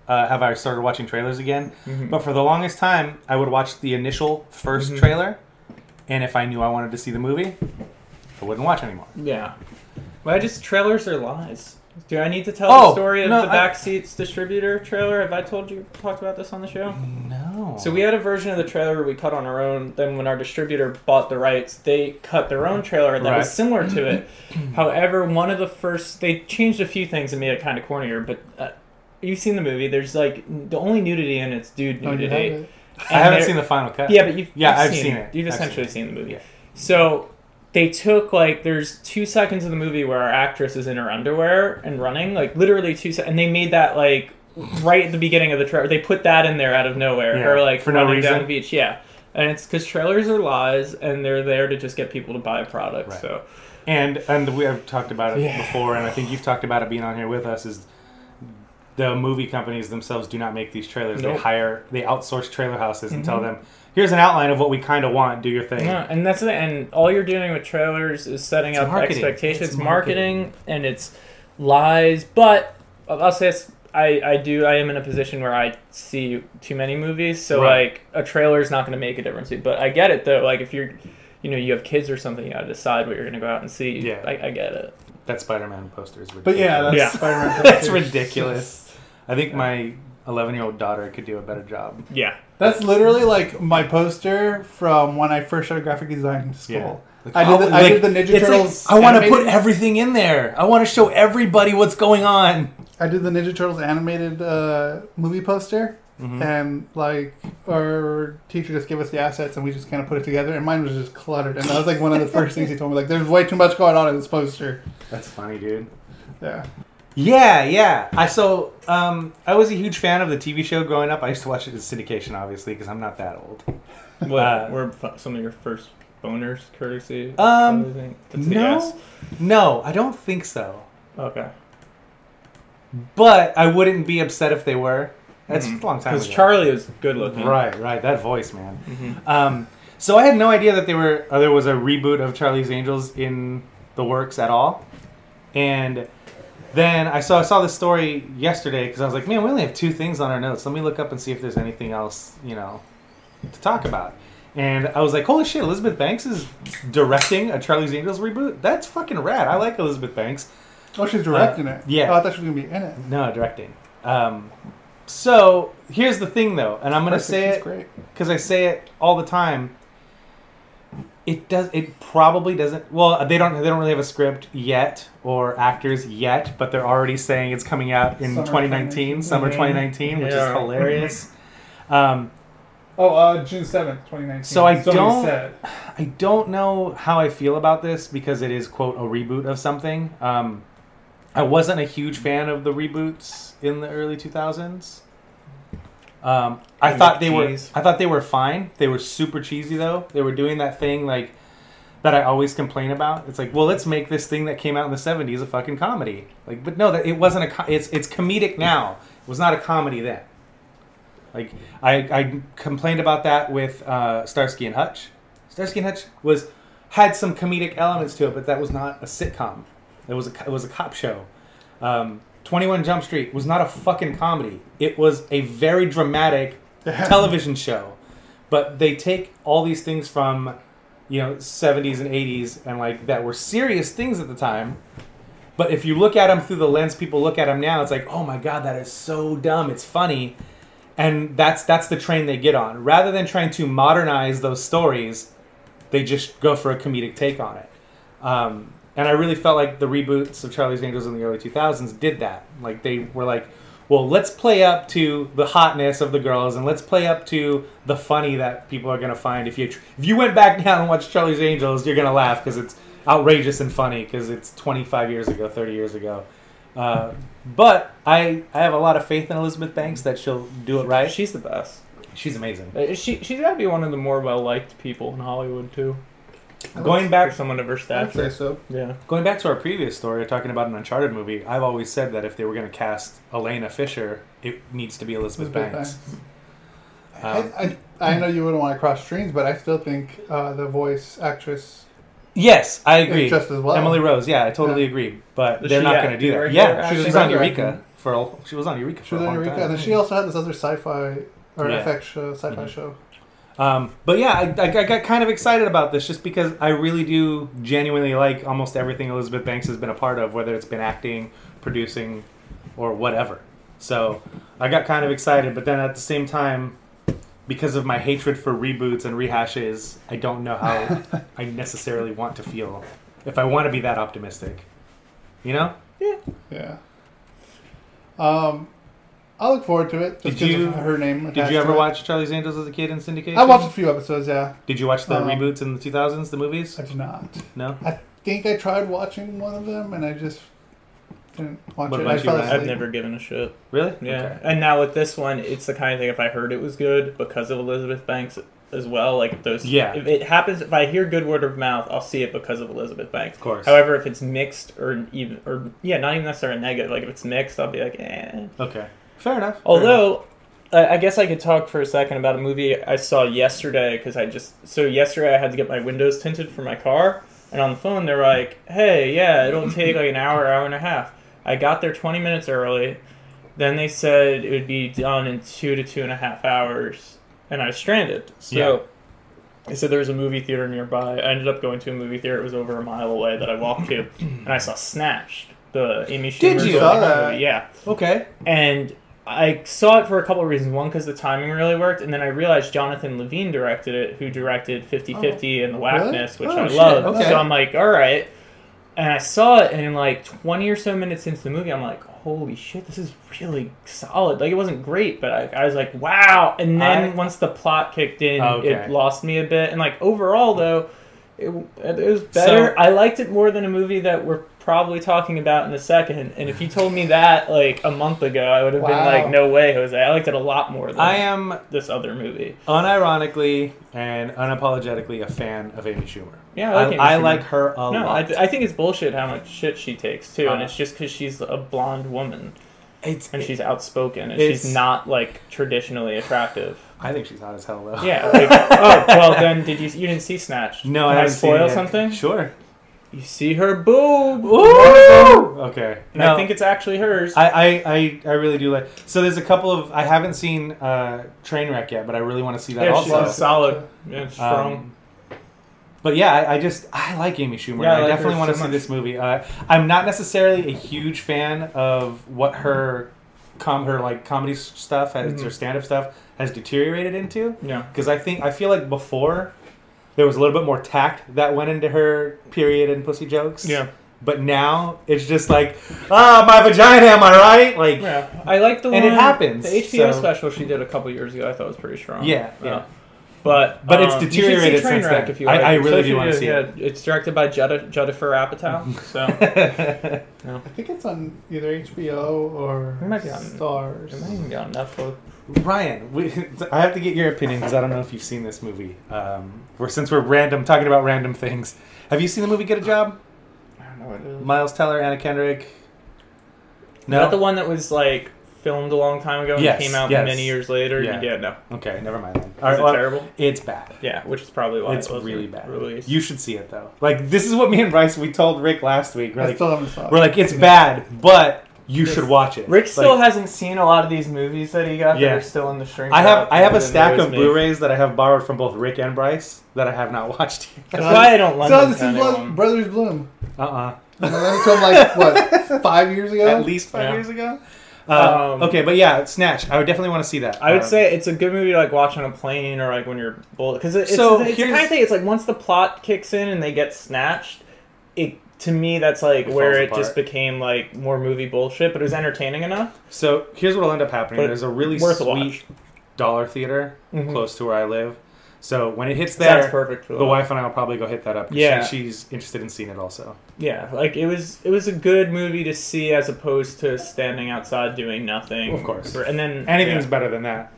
[SPEAKER 1] uh, have I started watching trailers again.
[SPEAKER 3] Mhm.
[SPEAKER 1] But for the longest time, I would watch the initial 1st
[SPEAKER 3] Mhm.
[SPEAKER 1] trailer, and if I knew I wanted to see the movie, I wouldn't watch anymore.
[SPEAKER 3] Yeah. Well, I just trailers are lies. Do I need to tell
[SPEAKER 1] Oh,
[SPEAKER 3] the story of
[SPEAKER 1] no,
[SPEAKER 3] the
[SPEAKER 1] I-
[SPEAKER 3] backseats distributor trailer? Have I told you talked about this on the show?
[SPEAKER 1] No.
[SPEAKER 3] So we had a version of the trailer we cut on our own. Then when our distributor bought the rights, they cut their own trailer that
[SPEAKER 1] Right.
[SPEAKER 3] was similar to it. However, one of the first they changed a few things and made it kind of cornier. But uh, you've seen the movie. There's like the only nudity in it's dude
[SPEAKER 2] Oh, you
[SPEAKER 3] nudity.
[SPEAKER 2] have it.
[SPEAKER 1] I
[SPEAKER 3] And
[SPEAKER 1] haven't
[SPEAKER 3] there-
[SPEAKER 1] seen the final cut.
[SPEAKER 3] yeah, but you've
[SPEAKER 1] Yeah,
[SPEAKER 3] you've
[SPEAKER 1] I've seen it.
[SPEAKER 3] You've
[SPEAKER 1] I've seen
[SPEAKER 3] essentially
[SPEAKER 1] it.
[SPEAKER 3] seen, the movie.
[SPEAKER 1] Yeah.
[SPEAKER 3] So they took like there's two seconds of the movie where our actress is in her underwear and running, like literally two seconds, and they made that like right at the beginning of the trailer. They put that in there out of nowhere,
[SPEAKER 1] Yeah,
[SPEAKER 3] her like
[SPEAKER 1] for no
[SPEAKER 3] running down
[SPEAKER 1] reason.
[SPEAKER 3] the beach. Yeah, and it's because trailers are lies and they're there to just get people to buy a product.
[SPEAKER 1] Right.
[SPEAKER 3] So
[SPEAKER 1] And and we have talked about it
[SPEAKER 3] Yeah.
[SPEAKER 1] before, and I think you've talked about it being on here with us. Is the movie companies themselves do not make these trailers. They
[SPEAKER 3] Nope. Mm-hmm.
[SPEAKER 1] hire, they outsource trailer houses and tell them, "Here's an outline of what we kind of want. Do your thing."
[SPEAKER 3] yeah, and that's the and all you're doing with trailers is setting
[SPEAKER 1] It's
[SPEAKER 3] up
[SPEAKER 1] marketing.
[SPEAKER 3] expectations,
[SPEAKER 1] It's marketing.
[SPEAKER 3] marketing. and it's lies. But I'll say this: I I do I am in a position where I see too many movies, so
[SPEAKER 1] Right.
[SPEAKER 3] like a trailer is not going to make a difference. But I get it though. Like if you're, you know, you have kids or something, you got to decide what you're going to go out and see.
[SPEAKER 1] Yeah.
[SPEAKER 3] I, I get it.
[SPEAKER 1] That Spider-Man poster is ridiculous.
[SPEAKER 2] But yeah, that's
[SPEAKER 3] Yeah.
[SPEAKER 2] Spider-Man.
[SPEAKER 1] That's ridiculous. I think my 11 year old daughter could do a better job.
[SPEAKER 3] Yeah.
[SPEAKER 2] That's literally like my poster from when I first started graphic design to school.
[SPEAKER 1] Yeah. Like,
[SPEAKER 2] I, did the, I did the Ninja
[SPEAKER 3] it's like,
[SPEAKER 2] Turtles.
[SPEAKER 1] I want to
[SPEAKER 2] animated-
[SPEAKER 1] put everything in there. I want to show everybody what's going on.
[SPEAKER 2] I did the Ninja Turtles animated uh, movie poster,
[SPEAKER 1] Mm-hmm.
[SPEAKER 2] and like our teacher just gave us the assets, and we just kind of put it together. And mine was just cluttered, and that was like one of the first things he told me. Like, there's way too much going on in this poster.
[SPEAKER 1] That's funny, dude.
[SPEAKER 2] Yeah,
[SPEAKER 1] Yeah, yeah. I so um, I was a huge fan of the TV show growing up. I used to watch it in syndication, obviously, because I'm not that old.
[SPEAKER 3] What
[SPEAKER 1] Uh,
[SPEAKER 3] were f- some of your first boners, courtesy?
[SPEAKER 1] Um,
[SPEAKER 3] I think. That's a
[SPEAKER 1] no.
[SPEAKER 3] yes.
[SPEAKER 1] No, I don't think so.
[SPEAKER 3] Okay.
[SPEAKER 1] But I wouldn't be upset if they were. That's a long time ago.
[SPEAKER 3] Because Charlie was good looking. Mm-hmm.
[SPEAKER 1] Right, right. That voice, man. Um, so I had no idea that they were uh, there was a reboot of Charlie's Angels in the works at all. And then I saw I saw this story yesterday because I was like, man, we only have two things on our notes. Let me look up and see if there's anything else you know to talk about. And I was like, holy shit, Elizabeth Banks is directing a Charlie's Angels reboot. That's fucking rad. I like Elizabeth Banks.
[SPEAKER 2] oh, she's directing it.
[SPEAKER 1] Uh, yeah.
[SPEAKER 2] oh, I thought she was gonna be in it.
[SPEAKER 1] No, directing. Um, so here's the thing though, and I'm gonna
[SPEAKER 2] Perfect,
[SPEAKER 1] say
[SPEAKER 2] she's
[SPEAKER 1] it
[SPEAKER 2] Great.
[SPEAKER 1] because I say it all the time. It does. It probably doesn't. Well, they don't. They don't really have a script yet or actors yet, but they're already saying it's coming out in
[SPEAKER 2] Summer
[SPEAKER 1] 2019,
[SPEAKER 2] 2019.
[SPEAKER 1] summer
[SPEAKER 3] Mhm.
[SPEAKER 1] 2019, which
[SPEAKER 3] Yeah.
[SPEAKER 1] is hilarious. Um,
[SPEAKER 2] Oh, uh, June seventh, twenty nineteen.
[SPEAKER 1] So I don't- I don't know how I feel about this because it is quote a reboot of something. Um, I wasn't a huge fan of the reboots in the early 2000s. Um, I
[SPEAKER 3] Like
[SPEAKER 1] thought they were
[SPEAKER 3] cheese.
[SPEAKER 1] I thought they were fine. They were super cheesy though. They were doing that thing like that I always complain about. It's like, well, let's make this thing that came out in the 70s a fucking comedy. Like, but no, that it wasn't a co- it's it's comedic now. It was not a comedy then. Like I, I complained about that with uh, Starsky and Hutch. Starsky and Hutch was had some comedic elements to it, but that was not a sitcom. It was a co- it was a cop show. Um, Twenty One Jump Street was not a fucking comedy. It was a very dramatic television show. But they take all these things from you know 70s and 80s and like that were serious things at the time but if you look at them through the lens people look at them now it's like oh my god that is so dumb it's funny and that's that's the train they get on rather than trying to modernize those stories they just go for a comedic take on it um, and i really felt like the reboots of charlie's angels in the early 2000s did that like they were like well, let's play up to the hotness of the girls and let's play up to the funny that people are gonna find. If you if you went back down and watched Charlie's Angels, you're gonna laugh because it's outrageous and funny because it's 25 years ago, 30 years ago. Uh, but I I have a lot of faith in Elizabeth Banks that she'll do it right.
[SPEAKER 3] She's the best.
[SPEAKER 1] She's amazing.
[SPEAKER 3] Uh, She she's got to be one of the more well liked people in Hollywood too.
[SPEAKER 1] Going
[SPEAKER 3] For
[SPEAKER 1] back
[SPEAKER 3] someone of her
[SPEAKER 2] I'd say
[SPEAKER 3] stature.
[SPEAKER 2] so.
[SPEAKER 3] Yeah.
[SPEAKER 1] Going back to our previous story, talking about an Uncharted movie, I've always said that if they were going to cast Elena Fisher, it needs to be Elizabeth,
[SPEAKER 2] Elizabeth
[SPEAKER 1] Banks. Um,
[SPEAKER 2] I, I, I know you wouldn't want to cross streams, but I still think uh, the voice actress
[SPEAKER 1] Yes, I agree.
[SPEAKER 2] is just as well.
[SPEAKER 1] Emily Rose, yeah, I totally
[SPEAKER 2] Yeah.
[SPEAKER 1] agree. But
[SPEAKER 3] Does
[SPEAKER 1] they're
[SPEAKER 3] she
[SPEAKER 1] not
[SPEAKER 3] act?
[SPEAKER 1] going to do
[SPEAKER 3] Regular
[SPEAKER 1] that. Yeah,
[SPEAKER 3] actress?
[SPEAKER 1] she was
[SPEAKER 2] She's
[SPEAKER 1] on
[SPEAKER 2] regular
[SPEAKER 1] Eureka for a, she was on Eureka
[SPEAKER 2] She
[SPEAKER 1] for
[SPEAKER 2] was
[SPEAKER 1] a
[SPEAKER 2] on
[SPEAKER 1] long
[SPEAKER 2] Eureka, and
[SPEAKER 1] time.
[SPEAKER 2] then she also had this other sci-fi or
[SPEAKER 1] Yeah.
[SPEAKER 2] FX show, sci-fi
[SPEAKER 1] Mhm.
[SPEAKER 2] show.
[SPEAKER 1] Um, but yeah, I, I, I got kind of excited about this just because I really do genuinely like almost everything Elizabeth Banks has been a part of, whether it's been acting, producing, or whatever. So I got kind of excited, but then at the same time, because of my hatred for reboots and rehashes, I don't know how I necessarily want to feel if I want to be that optimistic. You know?
[SPEAKER 2] Yeah. Um, I look forward to it. Just
[SPEAKER 1] Did
[SPEAKER 2] 'cause of
[SPEAKER 1] you-
[SPEAKER 2] her name?
[SPEAKER 1] Did
[SPEAKER 2] attached
[SPEAKER 1] you ever
[SPEAKER 2] to it.
[SPEAKER 1] watch Charlie's Angels as a kid in syndication?
[SPEAKER 2] I watched a few episodes. Yeah,
[SPEAKER 1] Did you watch the
[SPEAKER 2] Um,
[SPEAKER 1] reboots in the 2000s, the movies?
[SPEAKER 2] I did not.
[SPEAKER 1] No.
[SPEAKER 2] I think I tried watching one of them, and I just didn't watch
[SPEAKER 1] What
[SPEAKER 2] it.
[SPEAKER 1] about
[SPEAKER 2] I
[SPEAKER 1] you,
[SPEAKER 2] fell
[SPEAKER 1] Ryan?
[SPEAKER 2] asleep.
[SPEAKER 3] I've never given a shit.
[SPEAKER 1] Really?
[SPEAKER 3] Yeah.
[SPEAKER 1] Okay.
[SPEAKER 3] And now with this one, it's the kind of thing if I heard it was good because of Elizabeth Banks as well, like if those
[SPEAKER 1] Yeah.
[SPEAKER 3] if it happens if I hear good word of mouth, I'll see it because of Elizabeth Banks.
[SPEAKER 1] Of course.
[SPEAKER 3] However, if it's mixed or even or yeah, not even necessarily negative, like if it's mixed, I'll be like, eh.
[SPEAKER 1] Okay. Fair enough. Fair enough.
[SPEAKER 3] Although, I I guess I could talk for a second about a movie I saw yesterday because I just so yesterday I had to get my windows tinted for my car, and on the phone they're like, "Hey, yeah, it'll take like an hour, hour and a half." I got there twenty minutes early. Then they said it would be done in two to two and a half hours, and I was stranded. So.
[SPEAKER 1] Yeah.
[SPEAKER 3] I said there was a movie theater nearby. I ended up going to a movie theater. It was over a mile away that I walked to, and I saw Snatched, the Amy Schumer
[SPEAKER 1] Did you?
[SPEAKER 3] Zoe
[SPEAKER 2] Saw
[SPEAKER 3] Kravitz
[SPEAKER 2] that.
[SPEAKER 3] movie. Yeah,
[SPEAKER 1] okay.
[SPEAKER 3] and I saw it for a couple of reasons. One, because the timing really worked, and then I realized Jonathan Levine directed it, who directed 50 50 and The Whackness,
[SPEAKER 1] Really?
[SPEAKER 3] which
[SPEAKER 1] Oh,
[SPEAKER 3] I
[SPEAKER 1] shit,
[SPEAKER 3] love.
[SPEAKER 1] okay.
[SPEAKER 3] So I'm like, all right. And I saw it, and in like 20 or so minutes into the movie, I'm like, holy shit, this is really solid. Like, it wasn't great, but I, I was like, wow. And then
[SPEAKER 1] I-
[SPEAKER 3] once the plot kicked in,
[SPEAKER 1] Okay.
[SPEAKER 3] it lost me a bit. And like, overall, though, it, it was
[SPEAKER 1] So-
[SPEAKER 3] better. I liked it more than a movie that we're probably talking about in a second. And if you told me that like a month ago, I would have been
[SPEAKER 2] Wow.
[SPEAKER 3] like, "No way, Jose!" I liked it a lot more than
[SPEAKER 1] I am
[SPEAKER 3] this other movie.
[SPEAKER 1] unironically and unapologetically a fan of Amy Schumer.
[SPEAKER 3] Yeah, I like Amy
[SPEAKER 1] I,
[SPEAKER 3] Schumer.
[SPEAKER 1] like her a
[SPEAKER 3] No, I,
[SPEAKER 1] lot.
[SPEAKER 3] I think it's bullshit how much shit she takes too, and
[SPEAKER 1] Uh,
[SPEAKER 3] it's just because she's a blonde woman
[SPEAKER 1] it's,
[SPEAKER 3] and she's outspoken and
[SPEAKER 1] it's-
[SPEAKER 3] she's not like traditionally attractive.
[SPEAKER 1] I think she's hot as hell though.
[SPEAKER 3] Yeah. Like, oh well, then did you you didn't see Snatch?
[SPEAKER 1] No,
[SPEAKER 3] Can
[SPEAKER 1] I
[SPEAKER 3] I,
[SPEAKER 1] haven't seen it
[SPEAKER 3] spoil
[SPEAKER 1] yet.
[SPEAKER 3] something?
[SPEAKER 1] Sure.
[SPEAKER 3] You see her boob.
[SPEAKER 1] Okay.
[SPEAKER 3] And I think it's actually hers.
[SPEAKER 1] I, I, I, I really do like. So there's a couple of I haven't seen uh, Trainwreck yet, but I really want to see that
[SPEAKER 3] yeah, she's
[SPEAKER 1] also.
[SPEAKER 2] awesome.
[SPEAKER 3] solid. Yeah, strong.
[SPEAKER 1] Um, but yeah, I, I just I like Amy Schumer.
[SPEAKER 3] Yeah, I
[SPEAKER 1] I,
[SPEAKER 3] like
[SPEAKER 1] definitely
[SPEAKER 3] her
[SPEAKER 1] want to
[SPEAKER 3] so
[SPEAKER 1] see
[SPEAKER 3] much.
[SPEAKER 1] this movie. Uh, I'm not necessarily a huge fan of what her com her like comedy s- stuff has
[SPEAKER 3] Mhm.
[SPEAKER 1] her stand up stuff has deteriorated into
[SPEAKER 3] yeah.
[SPEAKER 1] because I think I feel like before there was a little bit more tact that went into her period and pussy jokes.
[SPEAKER 3] Yeah.
[SPEAKER 1] But now it's just like ah my vagina am I right like yeah.
[SPEAKER 3] Yeah, I like the
[SPEAKER 1] And it
[SPEAKER 3] one.
[SPEAKER 1] happens,
[SPEAKER 3] The HBO
[SPEAKER 1] so-
[SPEAKER 3] special she did a couple years ago, I thought was pretty strong. Uh,
[SPEAKER 1] Yeah, yeah.
[SPEAKER 3] But
[SPEAKER 1] But it's
[SPEAKER 3] um, you should
[SPEAKER 1] deteriorated
[SPEAKER 3] see
[SPEAKER 1] since
[SPEAKER 3] Trainwreck
[SPEAKER 1] then.
[SPEAKER 3] If you
[SPEAKER 1] I-
[SPEAKER 3] like.
[SPEAKER 1] I
[SPEAKER 3] So
[SPEAKER 1] really
[SPEAKER 3] if
[SPEAKER 1] do
[SPEAKER 3] you
[SPEAKER 1] wanna see
[SPEAKER 3] yeah,
[SPEAKER 1] it.
[SPEAKER 3] It's directed by Judda Jennifer Apatow, so
[SPEAKER 2] I think it's on either HBO or
[SPEAKER 3] It might be on-
[SPEAKER 2] Stars.
[SPEAKER 3] it might even be on Netflix.
[SPEAKER 1] Ryan, we, I have to get your opinion because I don't know if you've seen this movie. Um, we're, since we're random talking about random things, have you seen the movie Get a Job?
[SPEAKER 3] I don't know what it is.
[SPEAKER 1] Miles Teller, Anna Kendrick.
[SPEAKER 3] Is that the
[SPEAKER 1] No.
[SPEAKER 3] one that was like filmed a long time ago and
[SPEAKER 1] Yes,
[SPEAKER 3] came out
[SPEAKER 1] yes.
[SPEAKER 3] many years later?
[SPEAKER 1] Yeah.
[SPEAKER 3] yeah no.
[SPEAKER 1] Okay, never mind. Then. All right,
[SPEAKER 3] Is it
[SPEAKER 1] well,
[SPEAKER 3] terrible?
[SPEAKER 1] it's bad.
[SPEAKER 3] Yeah, which is probably why
[SPEAKER 1] it's
[SPEAKER 3] it wasn't
[SPEAKER 1] really bad.
[SPEAKER 3] Released.
[SPEAKER 1] You should see it though. Like this is what me and Bryce we told Rick last week. We're
[SPEAKER 2] I
[SPEAKER 1] like,
[SPEAKER 2] still haven't saw it.
[SPEAKER 1] we're like it's bad, but you
[SPEAKER 3] Yes.
[SPEAKER 1] should watch it.
[SPEAKER 3] Rick
[SPEAKER 1] Like,
[SPEAKER 3] still hasn't seen a lot of these movies that he got
[SPEAKER 1] Yeah.
[SPEAKER 3] that are still in the shrink.
[SPEAKER 1] I have
[SPEAKER 3] wrap,
[SPEAKER 1] I have a
[SPEAKER 3] and it
[SPEAKER 1] stack
[SPEAKER 3] annoys
[SPEAKER 1] of
[SPEAKER 3] me.
[SPEAKER 1] Blu-rays that I have borrowed from both Rick and Bryce that I have not watched.
[SPEAKER 3] That's why I don't lend
[SPEAKER 2] so
[SPEAKER 3] them
[SPEAKER 2] this
[SPEAKER 3] to
[SPEAKER 2] is Blo-
[SPEAKER 3] anyone.
[SPEAKER 2] Brothers Bloom.
[SPEAKER 1] Uh uh
[SPEAKER 2] You know, that was from like what five years ago?
[SPEAKER 1] At least five
[SPEAKER 3] Yeah.
[SPEAKER 1] years ago. Uh,
[SPEAKER 3] Um,
[SPEAKER 1] okay, but yeah, Snatch. I would definitely want to see that.
[SPEAKER 3] I would
[SPEAKER 1] Um,
[SPEAKER 3] say it's a good movie to like watch on a plane or like when you're bullet because it's,
[SPEAKER 1] So
[SPEAKER 3] it's the kind
[SPEAKER 1] here's-
[SPEAKER 3] of thing. It's like once the plot kicks in and they get snatched, it to me, that's like
[SPEAKER 1] It
[SPEAKER 3] where
[SPEAKER 1] falls
[SPEAKER 3] it
[SPEAKER 1] apart.
[SPEAKER 3] just became like more movie bullshit, but it was entertaining enough.
[SPEAKER 1] So here's what'll end up happening.
[SPEAKER 3] But
[SPEAKER 1] There's a really
[SPEAKER 3] worth a
[SPEAKER 1] sweet dollar theater
[SPEAKER 3] Mhm.
[SPEAKER 1] close to where I live. So when it hits
[SPEAKER 3] That's
[SPEAKER 1] there,
[SPEAKER 3] perfect for
[SPEAKER 1] the
[SPEAKER 3] that.
[SPEAKER 1] wife and I will probably go hit that up. 'cause she-
[SPEAKER 3] Yeah.
[SPEAKER 1] she's interested in seeing it also.
[SPEAKER 3] Yeah, like it was it was a good movie to see as opposed to standing outside doing nothing.
[SPEAKER 1] Of course.
[SPEAKER 3] and then
[SPEAKER 1] Anything's
[SPEAKER 3] yeah,
[SPEAKER 1] better than that.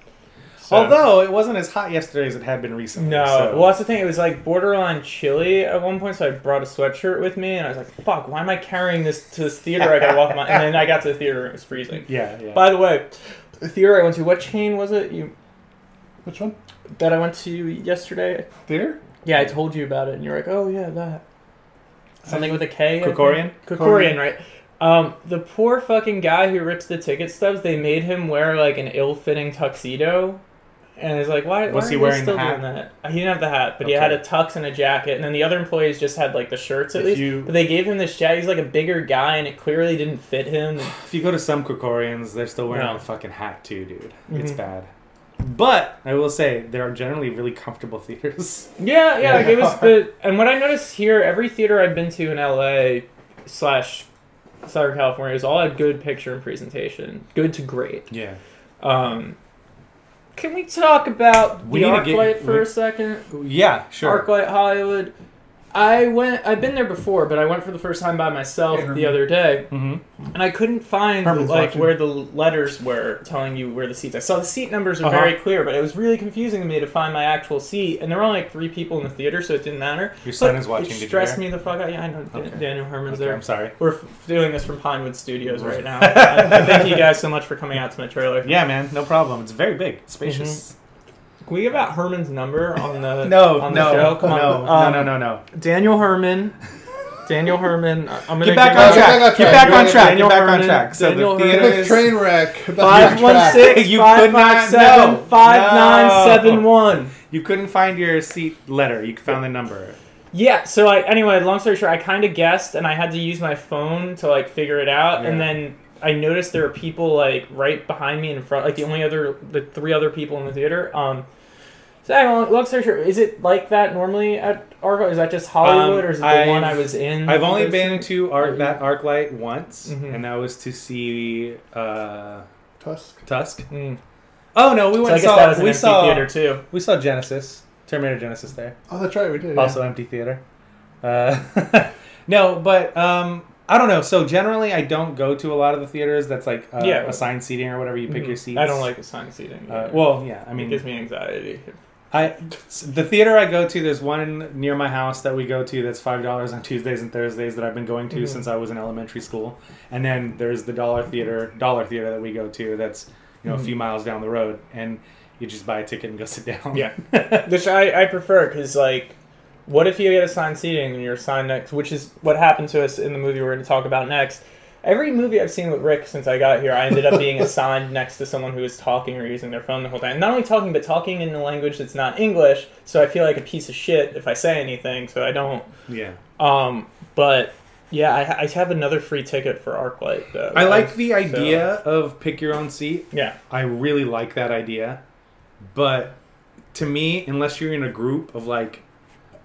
[SPEAKER 3] so-
[SPEAKER 1] Although it wasn't as hot yesterday as it had been recently.
[SPEAKER 3] No,
[SPEAKER 1] so-
[SPEAKER 3] well that's the thing. It was like borderline chilly at one point, so I brought a sweatshirt with me, and I was like, "Fuck, why am I carrying this to this theater? I gotta walk my." And then I got to the theater, and it was freezing.
[SPEAKER 1] yeah, yeah.
[SPEAKER 3] By the way, the theater I went to, what chain was it? You
[SPEAKER 2] Which one?
[SPEAKER 3] that I went to yesterday?
[SPEAKER 2] Theater?
[SPEAKER 3] Yeah, I told you about it, and you're like, "Oh yeah, that something with a K." I think.
[SPEAKER 1] Krikorian?
[SPEAKER 3] Krikorian, right? Um, the poor fucking guy who rips the ticket stubs. They made him wear like an ill-fitting tuxedo, and it's like, why? why
[SPEAKER 1] Was
[SPEAKER 3] are
[SPEAKER 1] he
[SPEAKER 3] you
[SPEAKER 1] wearing
[SPEAKER 3] still
[SPEAKER 1] the hat?
[SPEAKER 3] Doing that? He didn't have the hat, but he
[SPEAKER 1] Okay.
[SPEAKER 3] had a tux and a jacket, and then the other employees just had like the shirts at
[SPEAKER 1] If
[SPEAKER 3] least.
[SPEAKER 1] you-
[SPEAKER 3] But they gave him this jacket. He's like a bigger guy, and it clearly didn't fit him.
[SPEAKER 1] If you go to some Krikorians, they're still wearing
[SPEAKER 3] No.
[SPEAKER 1] a fucking hat too, dude.
[SPEAKER 3] Mhm.
[SPEAKER 1] It's bad. But I will say they are generally really comfortable theaters.
[SPEAKER 3] Yeah, yeah, like it was
[SPEAKER 2] Yeah.
[SPEAKER 3] the and what I noticed here, every theater I've been to in LA slash Southern California is all had good picture and presentation, good to great.
[SPEAKER 1] Yeah.
[SPEAKER 3] Um, can we talk about
[SPEAKER 1] We
[SPEAKER 3] the
[SPEAKER 1] need to
[SPEAKER 3] ArcLight
[SPEAKER 1] get-
[SPEAKER 3] for
[SPEAKER 1] we-
[SPEAKER 3] a second?
[SPEAKER 1] Yeah, sure.
[SPEAKER 3] ArcLight Hollywood. I went. I've been there before, but I went for the first time by myself
[SPEAKER 2] Yeah.
[SPEAKER 3] the other day,
[SPEAKER 1] hmm
[SPEAKER 3] and I couldn't find
[SPEAKER 2] Herman's
[SPEAKER 3] like
[SPEAKER 2] watching.
[SPEAKER 3] where the letters were telling you where the seats. I saw the seat numbers are
[SPEAKER 1] Uh-huh.
[SPEAKER 3] very clear, but it was really confusing to me to find my actual seat. And there were only like three people in the theater, so it didn't matter.
[SPEAKER 1] Your son
[SPEAKER 3] But
[SPEAKER 1] is watching.
[SPEAKER 3] It
[SPEAKER 1] Did you
[SPEAKER 3] stressed
[SPEAKER 1] hear?
[SPEAKER 3] me the fuck out. Yeah, I know Dan-
[SPEAKER 1] Okay.
[SPEAKER 3] Daniel Herman's
[SPEAKER 1] Okay,
[SPEAKER 3] there.
[SPEAKER 1] I'm sorry.
[SPEAKER 3] We're f- doing this from Pinewood Studios right now. I- Thank you guys so much for coming out to my trailer.
[SPEAKER 1] Yeah, man, no problem. It's very big,
[SPEAKER 3] Mm-hmm.
[SPEAKER 1] spacious.
[SPEAKER 3] Can we give out Herman's number on the
[SPEAKER 1] No,
[SPEAKER 3] on the
[SPEAKER 1] no,
[SPEAKER 3] show? Come
[SPEAKER 1] no,
[SPEAKER 3] on. Um,
[SPEAKER 1] no, no, no, no.
[SPEAKER 3] Daniel Herman. Daniel Herman. I- I'm gonna
[SPEAKER 1] Get back
[SPEAKER 3] give
[SPEAKER 1] on
[SPEAKER 3] out-
[SPEAKER 2] Get back
[SPEAKER 1] track.
[SPEAKER 2] on
[SPEAKER 1] Get
[SPEAKER 2] track.
[SPEAKER 1] back on track.
[SPEAKER 3] Daniel
[SPEAKER 1] Get back on
[SPEAKER 3] Herman,
[SPEAKER 1] track. So
[SPEAKER 3] Daniel
[SPEAKER 1] the
[SPEAKER 3] Herman.
[SPEAKER 1] theater
[SPEAKER 2] Big
[SPEAKER 1] is
[SPEAKER 2] train wreck. About
[SPEAKER 3] Five
[SPEAKER 2] your
[SPEAKER 3] one
[SPEAKER 2] track.
[SPEAKER 3] six
[SPEAKER 1] You
[SPEAKER 3] five
[SPEAKER 1] could
[SPEAKER 3] five
[SPEAKER 1] not
[SPEAKER 3] seven
[SPEAKER 1] know.
[SPEAKER 3] five nine seven one.
[SPEAKER 1] You couldn't find your seat letter. You found the number.
[SPEAKER 3] Mm-hmm. Yeah. So I anyway, long story short, I kind of guessed, and I had to use my phone to like figure it out, and
[SPEAKER 1] Yeah.
[SPEAKER 3] then I noticed there were people like right behind me in front, like the only other, the three other people in the theater. Um. So anyway, long- long story short, is it like that normally at Argo? Is that just Hollywood,
[SPEAKER 1] Um,
[SPEAKER 3] or is it the
[SPEAKER 1] I've-
[SPEAKER 3] one I was in?
[SPEAKER 1] I've only
[SPEAKER 3] was
[SPEAKER 1] been
[SPEAKER 3] in?
[SPEAKER 1] to Arc that
[SPEAKER 3] Mm-hmm.
[SPEAKER 1] ArcLight once,
[SPEAKER 3] Mhm.
[SPEAKER 1] and that was to see uh,
[SPEAKER 2] Tusk.
[SPEAKER 1] Tusk.
[SPEAKER 3] Mm.
[SPEAKER 1] Oh no, we
[SPEAKER 3] So
[SPEAKER 1] went
[SPEAKER 3] I
[SPEAKER 1] and
[SPEAKER 3] guess that was
[SPEAKER 1] saw
[SPEAKER 3] an
[SPEAKER 1] we
[SPEAKER 3] empty
[SPEAKER 1] saw
[SPEAKER 3] theater too.
[SPEAKER 1] we saw Genesis, Terminator Genesis there.
[SPEAKER 2] Oh, that's right. We did.
[SPEAKER 1] also empty theater. Uh, no, but um, I don't know. So generally, I don't go to a lot of the theaters that's like uh,
[SPEAKER 3] Yeah. Mm-hmm.
[SPEAKER 1] assigned seating or whatever. You pick your seats.
[SPEAKER 3] Hmm. I don't like assigned seating.
[SPEAKER 1] Uh, well, yeah. I
[SPEAKER 3] it
[SPEAKER 1] mean,
[SPEAKER 3] gives me anxiety.
[SPEAKER 1] I the theater I go to. There's one near my house that we go to. That's five dollars on Tuesdays and Thursdays that I've been going to
[SPEAKER 3] Mhm.
[SPEAKER 1] since I was in elementary school. And then there's the dollar theater, dollar theater that we go to. That's you know
[SPEAKER 3] Mhm.
[SPEAKER 1] a few miles down the road, and you just buy a ticket and go sit down.
[SPEAKER 3] Yeah. Which I, I prefer because like, what if you get assigned seating and you're assigned next? Which is what happened to us in the movie we're going to talk about next. Every movie I've seen with Rick since I got here, I ended up being assigned next to someone who was talking or using their phone the whole time. Not only talking, but talking in a language that's not English. So I feel like a piece of shit if I say anything. So I don't.
[SPEAKER 1] yeah.
[SPEAKER 3] Um, but yeah, I, I have another free ticket for ArcLight. Though.
[SPEAKER 1] I like the
[SPEAKER 3] Uh, So-
[SPEAKER 1] idea of pick your own seat.
[SPEAKER 3] yeah.
[SPEAKER 1] I really like that idea, but to me, unless you're in a group of like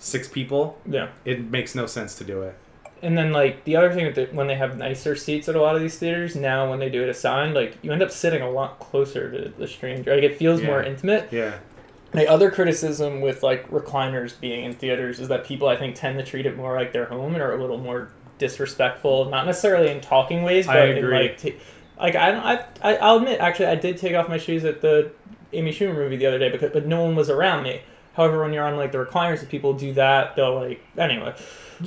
[SPEAKER 1] six people,
[SPEAKER 3] Yeah.
[SPEAKER 1] it makes no sense to do it.
[SPEAKER 3] And then like the other thing with the, when they have nicer seats at a lot of these theaters now, when they do it assigned, like you end up sitting a lot closer to the stranger. Like it feels
[SPEAKER 1] Yeah.
[SPEAKER 3] more intimate.
[SPEAKER 1] Yeah,
[SPEAKER 3] My other criticism with like recliners being in theaters is that people I think tend to treat it more like their home and are a little more disrespectful, not necessarily in talking ways, but
[SPEAKER 1] I
[SPEAKER 3] in
[SPEAKER 1] agree.
[SPEAKER 3] like ta- like I, don't- I I I'll admit actually I did take off my shoes at the Amy Schumer movie the other day because but no one was around me. However, when you're on like the recliners, if people do that, they'll like anyway.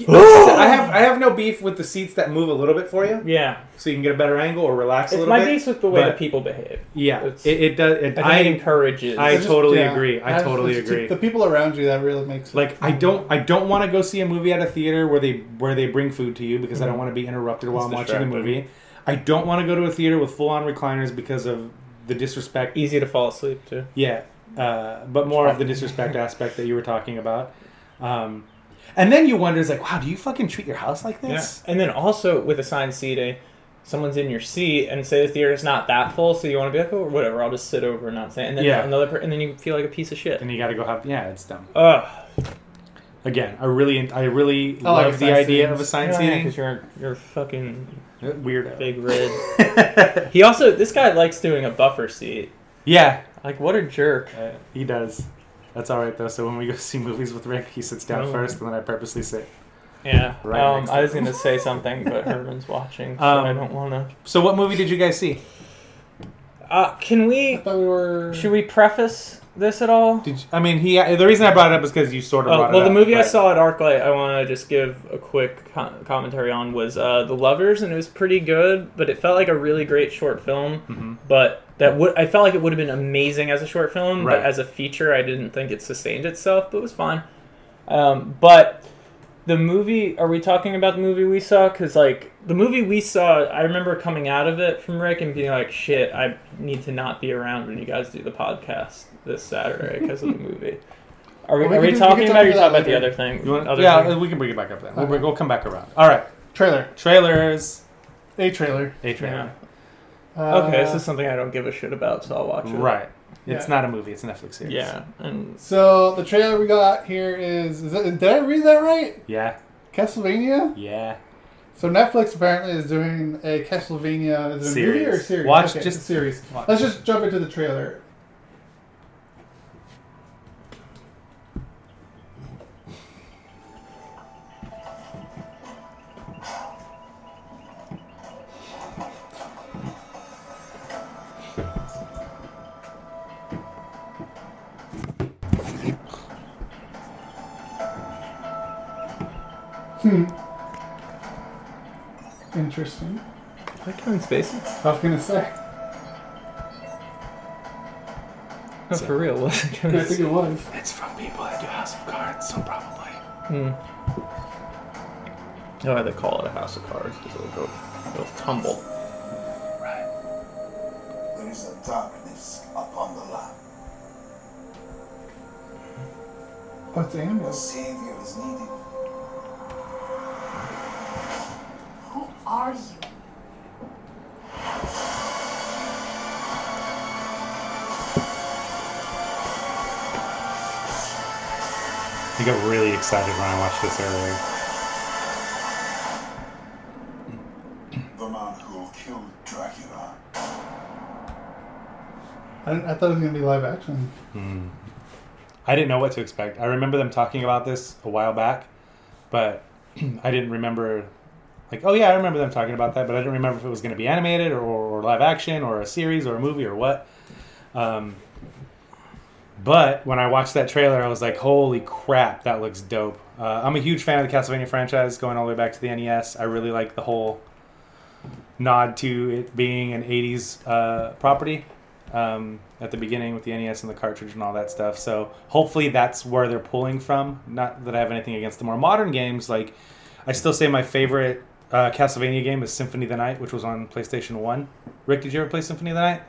[SPEAKER 1] I have I have no beef with the seats that move a little bit for you,
[SPEAKER 3] Yeah.
[SPEAKER 1] so you can get a better angle or relax a
[SPEAKER 3] It's
[SPEAKER 1] little
[SPEAKER 3] my
[SPEAKER 1] bit.
[SPEAKER 3] beef with the way
[SPEAKER 1] but-
[SPEAKER 3] that people behave.
[SPEAKER 1] yeah,
[SPEAKER 3] It's-
[SPEAKER 1] it, it does. It,
[SPEAKER 3] I, think it
[SPEAKER 1] I
[SPEAKER 3] encourages.
[SPEAKER 1] I
[SPEAKER 2] It's
[SPEAKER 1] totally agree. I
[SPEAKER 2] That's-
[SPEAKER 1] totally
[SPEAKER 2] it's-
[SPEAKER 1] agree.
[SPEAKER 2] The people around you that really makes it.
[SPEAKER 1] like I don't I don't want to go see a movie at a theater where they where they bring food to you because I don't want to be interrupted while
[SPEAKER 3] Mm-hmm. It's
[SPEAKER 1] I'm watching a
[SPEAKER 3] distracting.
[SPEAKER 1] movie. I don't want to go to a theater with full on recliners because of the disrespect
[SPEAKER 3] easy to fall asleep to.
[SPEAKER 1] Yeah, uh, but more of the disrespect aspect that you were talking about. Um, and then you wonder, it's like, wow, do you fucking treat your house like this?
[SPEAKER 3] And then also with assigned seating, someone's in your seat, and say the theater's not that full, so you want to be like, oh, whatever, I'll just sit over and not say. And then
[SPEAKER 1] Yeah.
[SPEAKER 3] another, per- and then you feel like a piece of shit.
[SPEAKER 1] And you got to go have, yeah, it's dumb.
[SPEAKER 3] Ugh.
[SPEAKER 1] Again, I really, I really
[SPEAKER 2] I like
[SPEAKER 1] love the
[SPEAKER 2] science
[SPEAKER 1] idea of
[SPEAKER 2] readings.
[SPEAKER 1] a science
[SPEAKER 3] Yeah,
[SPEAKER 1] reading.
[SPEAKER 3] 'cause you're you're a fucking
[SPEAKER 1] Weirdo.
[SPEAKER 3] big red. he also this guy likes doing a buffer seat.
[SPEAKER 1] yeah,
[SPEAKER 3] Like what a jerk.
[SPEAKER 1] he does. That's all right though. So when we go see movies with Rick, he sits down
[SPEAKER 3] Oh.
[SPEAKER 1] first, and then I purposely sit.
[SPEAKER 3] Yeah.
[SPEAKER 1] Right
[SPEAKER 3] um,
[SPEAKER 1] next
[SPEAKER 3] I
[SPEAKER 1] to
[SPEAKER 3] was
[SPEAKER 1] him.
[SPEAKER 3] gonna say something, but Herman's watching, so
[SPEAKER 1] Um,
[SPEAKER 3] I don't wanna.
[SPEAKER 1] So what movie did you guys see?
[SPEAKER 3] Uh, can
[SPEAKER 2] I
[SPEAKER 3] we?
[SPEAKER 2] thought we were.
[SPEAKER 3] Should we preface this at all?
[SPEAKER 1] Did you, I mean he? uh, The reason I brought it up is because you sort of.
[SPEAKER 3] Oh,
[SPEAKER 1] brought it
[SPEAKER 3] well, the
[SPEAKER 1] up,
[SPEAKER 3] movie I
[SPEAKER 1] but-
[SPEAKER 3] saw at ArcLight, I want to just give a quick com- commentary on was uh, The Lovers, and it was pretty good, but it felt like a really great short film.
[SPEAKER 1] Mhm.
[SPEAKER 3] But that would I felt like it would have been amazing as a short film,
[SPEAKER 1] Right.
[SPEAKER 3] but as a feature, I didn't think it sustained itself, but it was fine. Um, but the movie, are we talking about the movie we saw? Because like the movie we saw, I remember coming out of it from Rick and being like, "Shit, I need to not be around when you guys do the podcast this Saturday because of the movie." Are we,
[SPEAKER 2] Well, we
[SPEAKER 3] are
[SPEAKER 2] can
[SPEAKER 3] we
[SPEAKER 2] do- we
[SPEAKER 3] talking
[SPEAKER 2] can
[SPEAKER 3] about?
[SPEAKER 2] talk
[SPEAKER 3] You're
[SPEAKER 2] about
[SPEAKER 3] talking about the
[SPEAKER 2] later.
[SPEAKER 3] other thing.
[SPEAKER 1] You want,
[SPEAKER 3] other
[SPEAKER 1] yeah,
[SPEAKER 3] thing?
[SPEAKER 1] we can bring it back up then. We'll,
[SPEAKER 2] Okay.
[SPEAKER 1] bring- we'll come back around. All right,
[SPEAKER 2] Trailer.
[SPEAKER 1] trailers.
[SPEAKER 2] A trailer.
[SPEAKER 1] A trailer.
[SPEAKER 3] Yeah.
[SPEAKER 2] Uh,
[SPEAKER 3] Okay, this is something I don't give a shit about, so I'll watch it.
[SPEAKER 1] Right. It's
[SPEAKER 2] Yeah.
[SPEAKER 1] not a movie. It's a Netflix series.
[SPEAKER 3] Yeah, and
[SPEAKER 2] So the trailer we got here is, is that, did I read that right?
[SPEAKER 1] Yeah.
[SPEAKER 2] Castlevania.
[SPEAKER 1] Yeah.
[SPEAKER 2] So Netflix apparently is doing a Castlevania is it a movie or a
[SPEAKER 1] Series.
[SPEAKER 2] series?
[SPEAKER 1] Watch
[SPEAKER 2] Okay,
[SPEAKER 1] just-
[SPEAKER 2] a series. Let's just jump into the trailer. Hmm. Interesting.
[SPEAKER 3] I like Kevin Spacey.
[SPEAKER 2] I was gonna say.
[SPEAKER 3] No, Oh, for real. was it Kevin
[SPEAKER 2] I think it was.
[SPEAKER 1] It's from people that do House of Cards, so probably.
[SPEAKER 3] Hmm. Oh, No, why they call it a house of cards because it'll go, it'll tumble.
[SPEAKER 1] Right.
[SPEAKER 4] There is a darkness upon the land.
[SPEAKER 2] Oh, it's
[SPEAKER 4] Your
[SPEAKER 2] Amos.
[SPEAKER 4] savior is needed.
[SPEAKER 5] Who are you?
[SPEAKER 1] I got really excited when I watched this earlier.
[SPEAKER 4] The man who killed Dracula.
[SPEAKER 2] I, didn't- I thought it was gonna be live action.
[SPEAKER 1] I didn't know what to expect. I remember them talking about this a while back, but I didn't remember. Like, oh yeah, I remember them talking about that, but I didn't remember if it was going to be animated or, or live action or a series or a movie or what. Um, but when I watched that trailer, I was like, holy crap, that looks dope. Uh, I'm a huge fan of the Castlevania franchise going all the way back to the NES. I really like the whole nod to it being an 80s uh, property um, at the beginning with the NES and the cartridge and all that stuff. So hopefully that's where they're pulling from. Not that I have anything against the more modern games. Like I still say my favorite uh, Castlevania game is Symphony of the Night, which was on PlayStation One. Rick, did you ever play Symphony of the Night?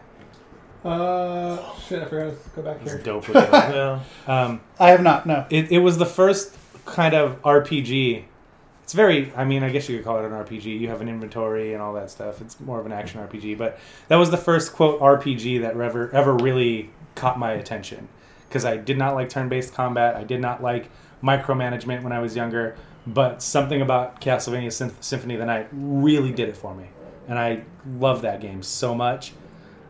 [SPEAKER 2] Uh, shit, I forgot to go back
[SPEAKER 1] It was
[SPEAKER 2] here.
[SPEAKER 1] dope. as hell.
[SPEAKER 3] Yeah.
[SPEAKER 1] um,
[SPEAKER 2] I have not. No.
[SPEAKER 1] it, it was the first kind of RPG. It's very, I mean, I guess you could call it an RPG. You have an inventory and all that stuff. It's more of an action RPG, but that was the first quote RPG that ever ever really caught my attention because I did not like turn-based combat. I did not like micromanagement when I was younger, but something about Castlevania Sym- Symphony of the Night really did it for me, and I love that game so much.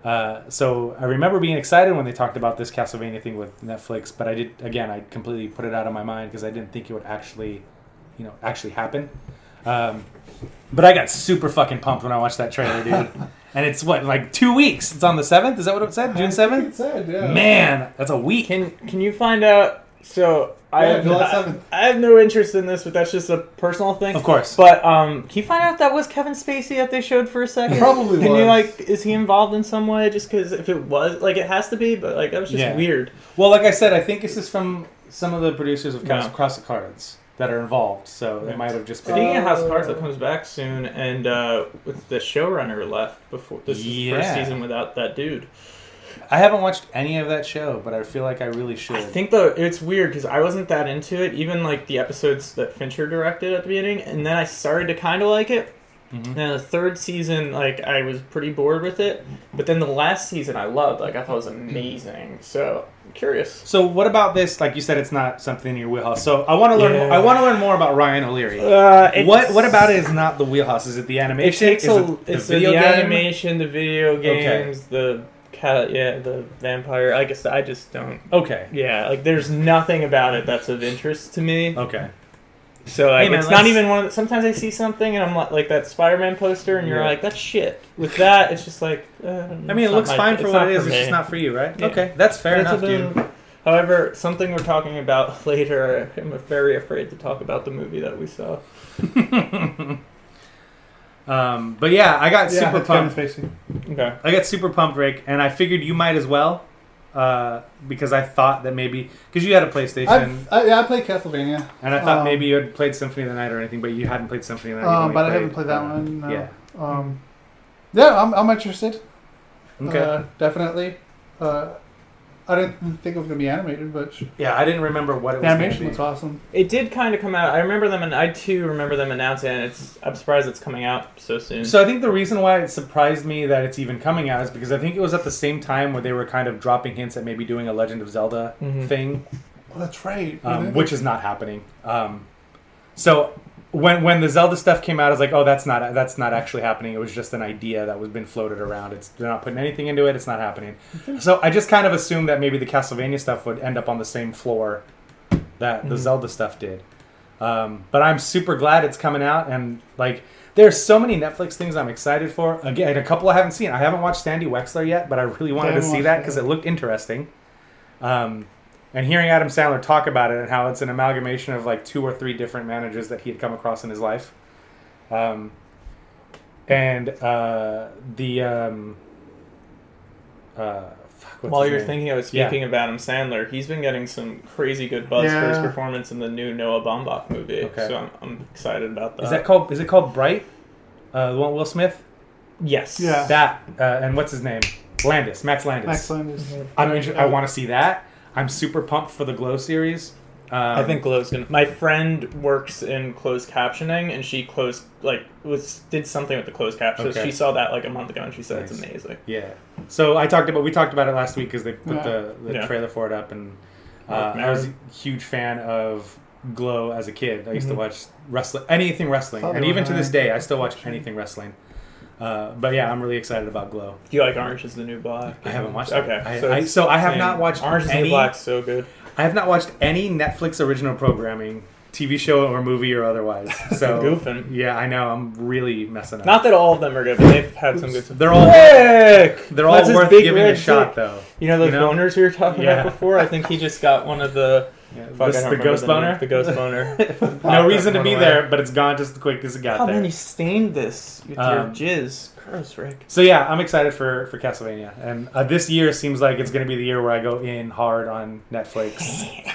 [SPEAKER 1] Uh, so I remember being excited when they talked about this Castlevania thing with Netflix, but I did again. I completely put it out of my mind because I didn't think it would actually, you know, actually happen. Um, but I got super fucking pumped when I watched that trailer, dude. and it's what like two weeks. It's on the seventh. Is that what it said? June
[SPEAKER 2] It
[SPEAKER 1] seventh.
[SPEAKER 2] said, yeah.
[SPEAKER 1] Man, that's a week.
[SPEAKER 3] Can Can you find out? So I
[SPEAKER 2] Yeah,
[SPEAKER 3] have
[SPEAKER 2] July
[SPEAKER 3] not-
[SPEAKER 2] 7th.
[SPEAKER 3] I have no interest in this, but that's just a personal thing.
[SPEAKER 1] Of course.
[SPEAKER 3] But um, can you find out if that was Kevin Spacey that they showed for a second?
[SPEAKER 2] Probably
[SPEAKER 3] Can
[SPEAKER 2] was.
[SPEAKER 3] you like? Is he involved in some way? Just because if it was, like, it has to be. But like, that was just
[SPEAKER 1] Yeah.
[SPEAKER 3] weird.
[SPEAKER 1] Well, like I said, I think this is from some of the producers of Cross,
[SPEAKER 3] Yeah.
[SPEAKER 1] Cross the Cards that are involved. So it might have just been.
[SPEAKER 3] Speaking of House of Cards,
[SPEAKER 1] Uh,
[SPEAKER 3] that comes back soon, and uh, with the showrunner left before this is the first
[SPEAKER 1] Yeah.
[SPEAKER 3] season without that dude.
[SPEAKER 1] I haven't watched any of that show, but I feel like I really should.
[SPEAKER 3] I think though it's weird because I wasn't that into it, even like the episodes that Fincher directed at the beginning, and then I started to kind of like it,
[SPEAKER 1] Mm-hmm.
[SPEAKER 3] And then the third season, like I was pretty bored with it, but then the last season I loved. Like I thought it was amazing. So I'm curious.
[SPEAKER 1] So what about this? Like you said, it's not something in your wheelhouse. So I want to learn.
[SPEAKER 3] Yeah.
[SPEAKER 1] I want to learn more about Ryan O'Leary.
[SPEAKER 3] Uh,
[SPEAKER 1] What What about it is not the wheelhouse? Is it the
[SPEAKER 3] It
[SPEAKER 1] animation?
[SPEAKER 3] takes
[SPEAKER 1] Is
[SPEAKER 3] a,
[SPEAKER 1] it the
[SPEAKER 3] it's the,
[SPEAKER 1] video game?
[SPEAKER 3] animation, the video
[SPEAKER 1] Okay.
[SPEAKER 3] games, the cat, yeah, the vampire. I guess I just don't.
[SPEAKER 1] Okay.
[SPEAKER 3] Yeah, like there's nothing about it that's of interest to me.
[SPEAKER 1] Okay.
[SPEAKER 3] So like,
[SPEAKER 1] Hey, man,
[SPEAKER 3] it's not
[SPEAKER 1] let's-
[SPEAKER 3] even one of. The, sometimes I see something and I'm like, like that Spider-Man poster, and you're
[SPEAKER 1] Yeah.
[SPEAKER 3] like, that's shit. With that, it's just like. Uh,
[SPEAKER 1] I mean, it looks fine for what it is. It's just not for you, right?
[SPEAKER 3] Yeah.
[SPEAKER 1] Okay, that's fair enough,
[SPEAKER 3] That's about-
[SPEAKER 1] dude.
[SPEAKER 3] However, something we're talking about later, I'm very afraid to talk about the movie that we saw.
[SPEAKER 1] Um, but yeah, I got
[SPEAKER 2] yeah,
[SPEAKER 1] super
[SPEAKER 2] it's Kevin
[SPEAKER 1] pumped.
[SPEAKER 2] Spacey.
[SPEAKER 3] Okay.
[SPEAKER 1] I got super pumped, Rick, and I figured you might as well uh, because I thought that maybe because you had a PlayStation
[SPEAKER 2] I've, I, yeah, I played Castlevania,
[SPEAKER 1] and I thought
[SPEAKER 2] um,
[SPEAKER 1] maybe you had played Symphony of the Night or anything, but you hadn't played Symphony of the Night.
[SPEAKER 2] um,
[SPEAKER 1] You'd only
[SPEAKER 2] but I haven't played that
[SPEAKER 1] uh,
[SPEAKER 2] one. No.
[SPEAKER 1] Yeah.
[SPEAKER 2] Um, yeah, I'm, I'm interested.
[SPEAKER 1] Okay.
[SPEAKER 2] Uh, definitely. Uh, I didn't think it was gonna be animated, but
[SPEAKER 1] yeah, I didn't remember what it
[SPEAKER 2] the
[SPEAKER 1] was. gonna
[SPEAKER 2] animation
[SPEAKER 1] be.
[SPEAKER 2] looks awesome.
[SPEAKER 3] It did kind of come out. I remember them, and I too remember them announcing it. It's, I'm surprised it's coming out so soon.
[SPEAKER 1] So I think the reason why it surprised me that it's even coming out is because I think it was at the same time where they were kind of dropping hints at maybe doing a Legend of Zelda
[SPEAKER 3] Mhm.
[SPEAKER 1] thing,
[SPEAKER 2] Well, that's right.
[SPEAKER 1] um, which is not happening. Um, so when when the Zelda stuff came out, I was like, oh, that's not that's not actually happening. It was just an idea that was been floated around. It's they're not putting anything into it. It's not happening. So I just kind of assumed that maybe the Castlevania stuff would end up on the same floor that
[SPEAKER 2] Mm-hmm.
[SPEAKER 1] the Zelda stuff did. Um, but I'm super glad it's coming out, and like, there's so many Netflix things I'm excited for. Again, a couple I haven't seen. I haven't watched Sandy Wexler yet, but I really wanted to
[SPEAKER 2] haven't
[SPEAKER 1] see
[SPEAKER 2] watched
[SPEAKER 1] that
[SPEAKER 2] that.
[SPEAKER 1] because it looked interesting. Um, and hearing Adam Sandler talk about it and how it's an amalgamation of like two or three different managers that he had come across in his life. Um, and uh, the um, uh, fuck, what's
[SPEAKER 3] While
[SPEAKER 1] his
[SPEAKER 3] you're
[SPEAKER 1] name?
[SPEAKER 3] thinking, I was
[SPEAKER 1] Yeah.
[SPEAKER 3] speaking about Adam Sandler. He's been getting some crazy good buzz for his
[SPEAKER 2] Yeah.
[SPEAKER 3] performance in the new Noah Baumbach movie.
[SPEAKER 1] Okay.
[SPEAKER 3] So I'm, I'm excited about that.
[SPEAKER 1] Is that called? Is it called Bright? Uh, the one with Will Smith.
[SPEAKER 3] yes.
[SPEAKER 2] Yeah.
[SPEAKER 1] That uh, and what's his name? Landis. Max Landis.
[SPEAKER 2] Excellent. Is,
[SPEAKER 1] I'm inter- I want to see that. I'm super pumped for the Glow series. Um,
[SPEAKER 3] I think Glow's gonna. My friend works in closed captioning, and she closed like was did something with the closed captions.
[SPEAKER 1] Okay.
[SPEAKER 3] She saw that like a month ago, and she said it's
[SPEAKER 1] Nice.
[SPEAKER 3] amazing.
[SPEAKER 1] Yeah. So I talked about we talked about it last week because they put
[SPEAKER 2] Yeah.
[SPEAKER 1] the, the
[SPEAKER 3] Yeah.
[SPEAKER 1] trailer for it up, and uh,
[SPEAKER 3] Mark
[SPEAKER 1] I was
[SPEAKER 3] Maron.
[SPEAKER 1] a huge fan of Glow as a kid. I used to watch wrestling, anything wrestling,
[SPEAKER 2] Thought Mm-hmm. they
[SPEAKER 1] and
[SPEAKER 2] were
[SPEAKER 1] even to
[SPEAKER 2] gonna
[SPEAKER 1] this day, I still watch anything wrestling. Uh, but yeah, I'm really excited about Glow.
[SPEAKER 3] Do you like Orange Is the New Black?
[SPEAKER 1] I haven't watched it.
[SPEAKER 3] Okay,
[SPEAKER 1] I- I-
[SPEAKER 3] it's
[SPEAKER 1] so I have
[SPEAKER 3] same.
[SPEAKER 1] not watched
[SPEAKER 3] Orange Is the
[SPEAKER 1] any-
[SPEAKER 3] New Black's so good.
[SPEAKER 1] I have not watched any Netflix original programming, TV show or movie or otherwise. So
[SPEAKER 3] Goofing.
[SPEAKER 1] Yeah, I know. I'm really messing up.
[SPEAKER 3] Not that all of them are good, but they've had some good.
[SPEAKER 1] They're all
[SPEAKER 3] Rick!
[SPEAKER 1] they're all
[SPEAKER 3] That's his
[SPEAKER 1] worth
[SPEAKER 3] big
[SPEAKER 1] giving
[SPEAKER 3] red
[SPEAKER 1] a shot,
[SPEAKER 3] dick.
[SPEAKER 1] though.
[SPEAKER 3] You know those
[SPEAKER 1] You know?
[SPEAKER 3] boners we were talking
[SPEAKER 1] Yeah.
[SPEAKER 3] about before? I think he just got one of the. Fuck, I
[SPEAKER 1] This is
[SPEAKER 3] don't
[SPEAKER 1] the
[SPEAKER 3] remember
[SPEAKER 1] ghost
[SPEAKER 3] name.
[SPEAKER 1] boner.
[SPEAKER 3] The ghost boner.
[SPEAKER 1] no reason to be there, but it's gone just as quick as it got
[SPEAKER 3] Oh
[SPEAKER 1] there.
[SPEAKER 3] man, you stained this with
[SPEAKER 1] Um,
[SPEAKER 3] your jizz. Gross, Rick.
[SPEAKER 1] So yeah, I'm excited for for Castlevania, and uh, this year seems like it's going to be the year where I go in hard on Netflix,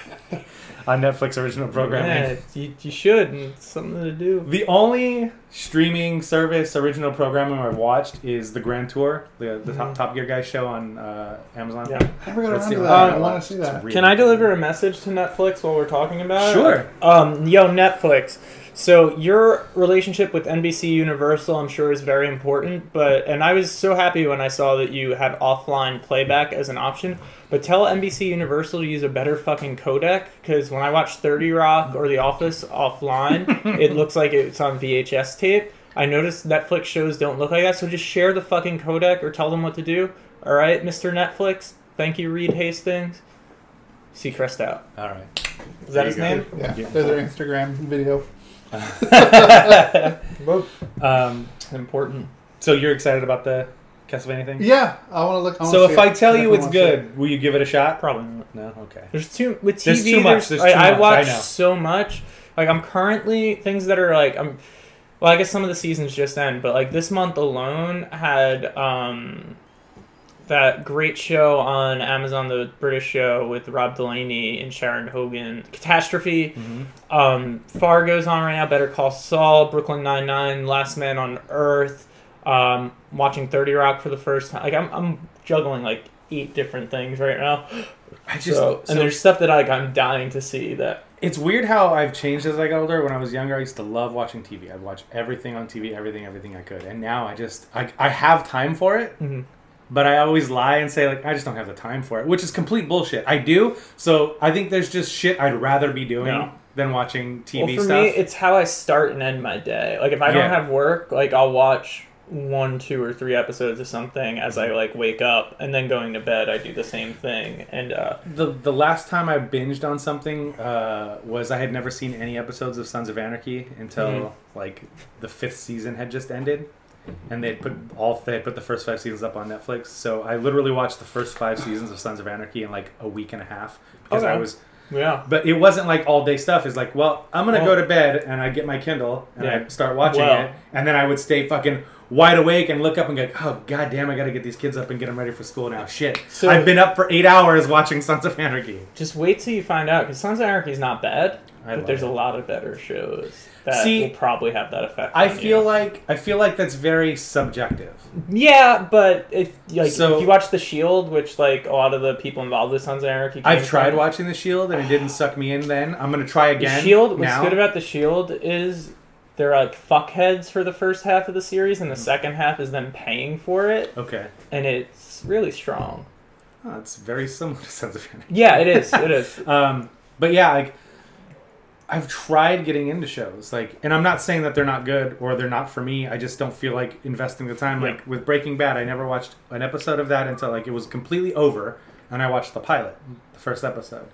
[SPEAKER 1] on Netflix original programming.
[SPEAKER 3] Yeah, you, you should, and it's something to do.
[SPEAKER 1] The only streaming service original programming I've watched is the Grand Tour, the, the top, Top Gear guy show on uh, Amazon.
[SPEAKER 3] Mm-hmm. Yeah.
[SPEAKER 2] I never got
[SPEAKER 1] That's
[SPEAKER 2] around
[SPEAKER 1] the
[SPEAKER 2] to
[SPEAKER 1] only
[SPEAKER 2] that.
[SPEAKER 1] one
[SPEAKER 2] I want
[SPEAKER 1] watched.
[SPEAKER 2] to see
[SPEAKER 1] It's
[SPEAKER 2] that.
[SPEAKER 1] really
[SPEAKER 3] Can I
[SPEAKER 1] good.
[SPEAKER 3] deliver a message to Netflix while we're talking about it?
[SPEAKER 1] Sure.
[SPEAKER 3] Um, yo, Netflix. So your relationship with NBC Universal, I'm sure, is very important. But and I was so happy when I saw that you had offline playback as an option. But tell NBC Universal to use a better fucking codec because when I watch Thirty Rock or The Office offline, it looks like it's on VHS tape. I noticed Netflix shows don't look like that, so just share the fucking codec or tell them what to do. All right, Mr. Netflix. Thank you, Reed Hastings. Seacrest out.
[SPEAKER 1] All right.
[SPEAKER 3] Is that
[SPEAKER 1] There
[SPEAKER 3] his
[SPEAKER 1] you go.
[SPEAKER 3] name?
[SPEAKER 2] Yeah, there's their Instagram video.
[SPEAKER 1] Um,
[SPEAKER 3] Important.
[SPEAKER 1] so you're excited about the Castlevania thing?
[SPEAKER 2] Yeah, I want to look. I wanna
[SPEAKER 1] So
[SPEAKER 2] see
[SPEAKER 1] if I
[SPEAKER 2] it.
[SPEAKER 1] tell you
[SPEAKER 2] Definitely
[SPEAKER 1] it's
[SPEAKER 2] wanna see it.
[SPEAKER 1] good, will you give it a shot?
[SPEAKER 3] Probably not.
[SPEAKER 1] No. Okay.
[SPEAKER 3] There's too with TV.
[SPEAKER 1] There's
[SPEAKER 3] There's
[SPEAKER 1] too much. There's
[SPEAKER 3] I,
[SPEAKER 1] too
[SPEAKER 3] I
[SPEAKER 1] much. I
[SPEAKER 3] watch
[SPEAKER 1] know.
[SPEAKER 3] so much. Like I'm currently things that are like I'm. Well, I guess some of the seasons just end, but like this month alone had um that great show on Amazon, the British show with Rob Delaney and Sharon Hogan, Catastrophe.
[SPEAKER 1] Mm-hmm.
[SPEAKER 3] Um, Fargo's on right now. Better Call Saul, Brooklyn Nine Nine, Last Man on Earth. Um, watching Thirty Rock for the first time. Like I'm, I'm juggling like eight different things right now.
[SPEAKER 1] I
[SPEAKER 3] So, and there's stuff that like I'm dying to see that
[SPEAKER 1] It's weird how I've changed as I got older. When I was younger, I used to love watching TV. I'd watch everything on TV, everything, everything I could. And now I just, I, I have time for it,
[SPEAKER 3] Mhm.
[SPEAKER 1] but I always lie and say, like, I just don't have the time for it, which is complete bullshit. I do. So I think there's just shit I'd rather be doing
[SPEAKER 3] No.
[SPEAKER 1] than watching TV
[SPEAKER 3] Well, for
[SPEAKER 1] stuff.
[SPEAKER 3] me, it's how I start and end my day. Like if I
[SPEAKER 1] Yeah.
[SPEAKER 3] don't have work, like I'll watch one, two, or three episodes of something as I like wake up, and then going to bed, I do the same thing. And uh,
[SPEAKER 1] the, the last time I binged on something uh, was I had never seen any episodes of Sons of Anarchy until
[SPEAKER 3] Mhm.
[SPEAKER 1] like the fifth season had just ended, and they would put all they had put the first five seasons up on Netflix. So I literally watched the first five seasons of Sons of Anarchy in like a week and a half because I
[SPEAKER 3] Okay.
[SPEAKER 1] was.
[SPEAKER 3] yeah,
[SPEAKER 1] But it wasn't like all day stuff. It's like, well, I'm gonna go
[SPEAKER 3] Well-
[SPEAKER 1] to bed and I get my Kindle and I
[SPEAKER 3] Yeah.
[SPEAKER 1] start watching
[SPEAKER 3] Well-
[SPEAKER 1] it, and then I would stay fucking wide awake and look up and go, oh goddamn, I gotta get these kids up and get them ready for school now. Shit,
[SPEAKER 3] So-
[SPEAKER 1] I've been up for eight hours watching Sons of Anarchy.
[SPEAKER 3] just wait till you find out because Sons of Anarchy is not bad,
[SPEAKER 1] I love
[SPEAKER 3] but there's
[SPEAKER 1] it.
[SPEAKER 3] a lot of better shows that
[SPEAKER 1] See,
[SPEAKER 3] will probably have that effect.
[SPEAKER 1] I
[SPEAKER 3] on you.
[SPEAKER 1] feel like I feel like that's very subjective.
[SPEAKER 3] yeah, but if like
[SPEAKER 1] So-
[SPEAKER 3] if you watch The Shield, which like a lot of the people involved with Sons of Anarchy, came
[SPEAKER 1] I've tried
[SPEAKER 3] from,
[SPEAKER 1] watching The Shield and it didn't suck me in. Then I'm gonna try again.
[SPEAKER 3] The Shield. What's
[SPEAKER 1] now.
[SPEAKER 3] good about the Shield is they're like fuckheads for the first half of the series, and the second half is them paying for it,
[SPEAKER 1] okay,
[SPEAKER 3] and it's really strong.
[SPEAKER 1] oh, it's very similar to Sons of Anarchy.
[SPEAKER 3] Yeah, it is. It is.
[SPEAKER 1] Um, but yeah, like I've tried getting into shows, like, and I'm not saying that they're not good or they're not for me. I just don't feel like investing the time.
[SPEAKER 3] Yeah.
[SPEAKER 1] Like with Breaking Bad, I never watched an episode of that until like it was completely over, and I watched the pilot, the first episode.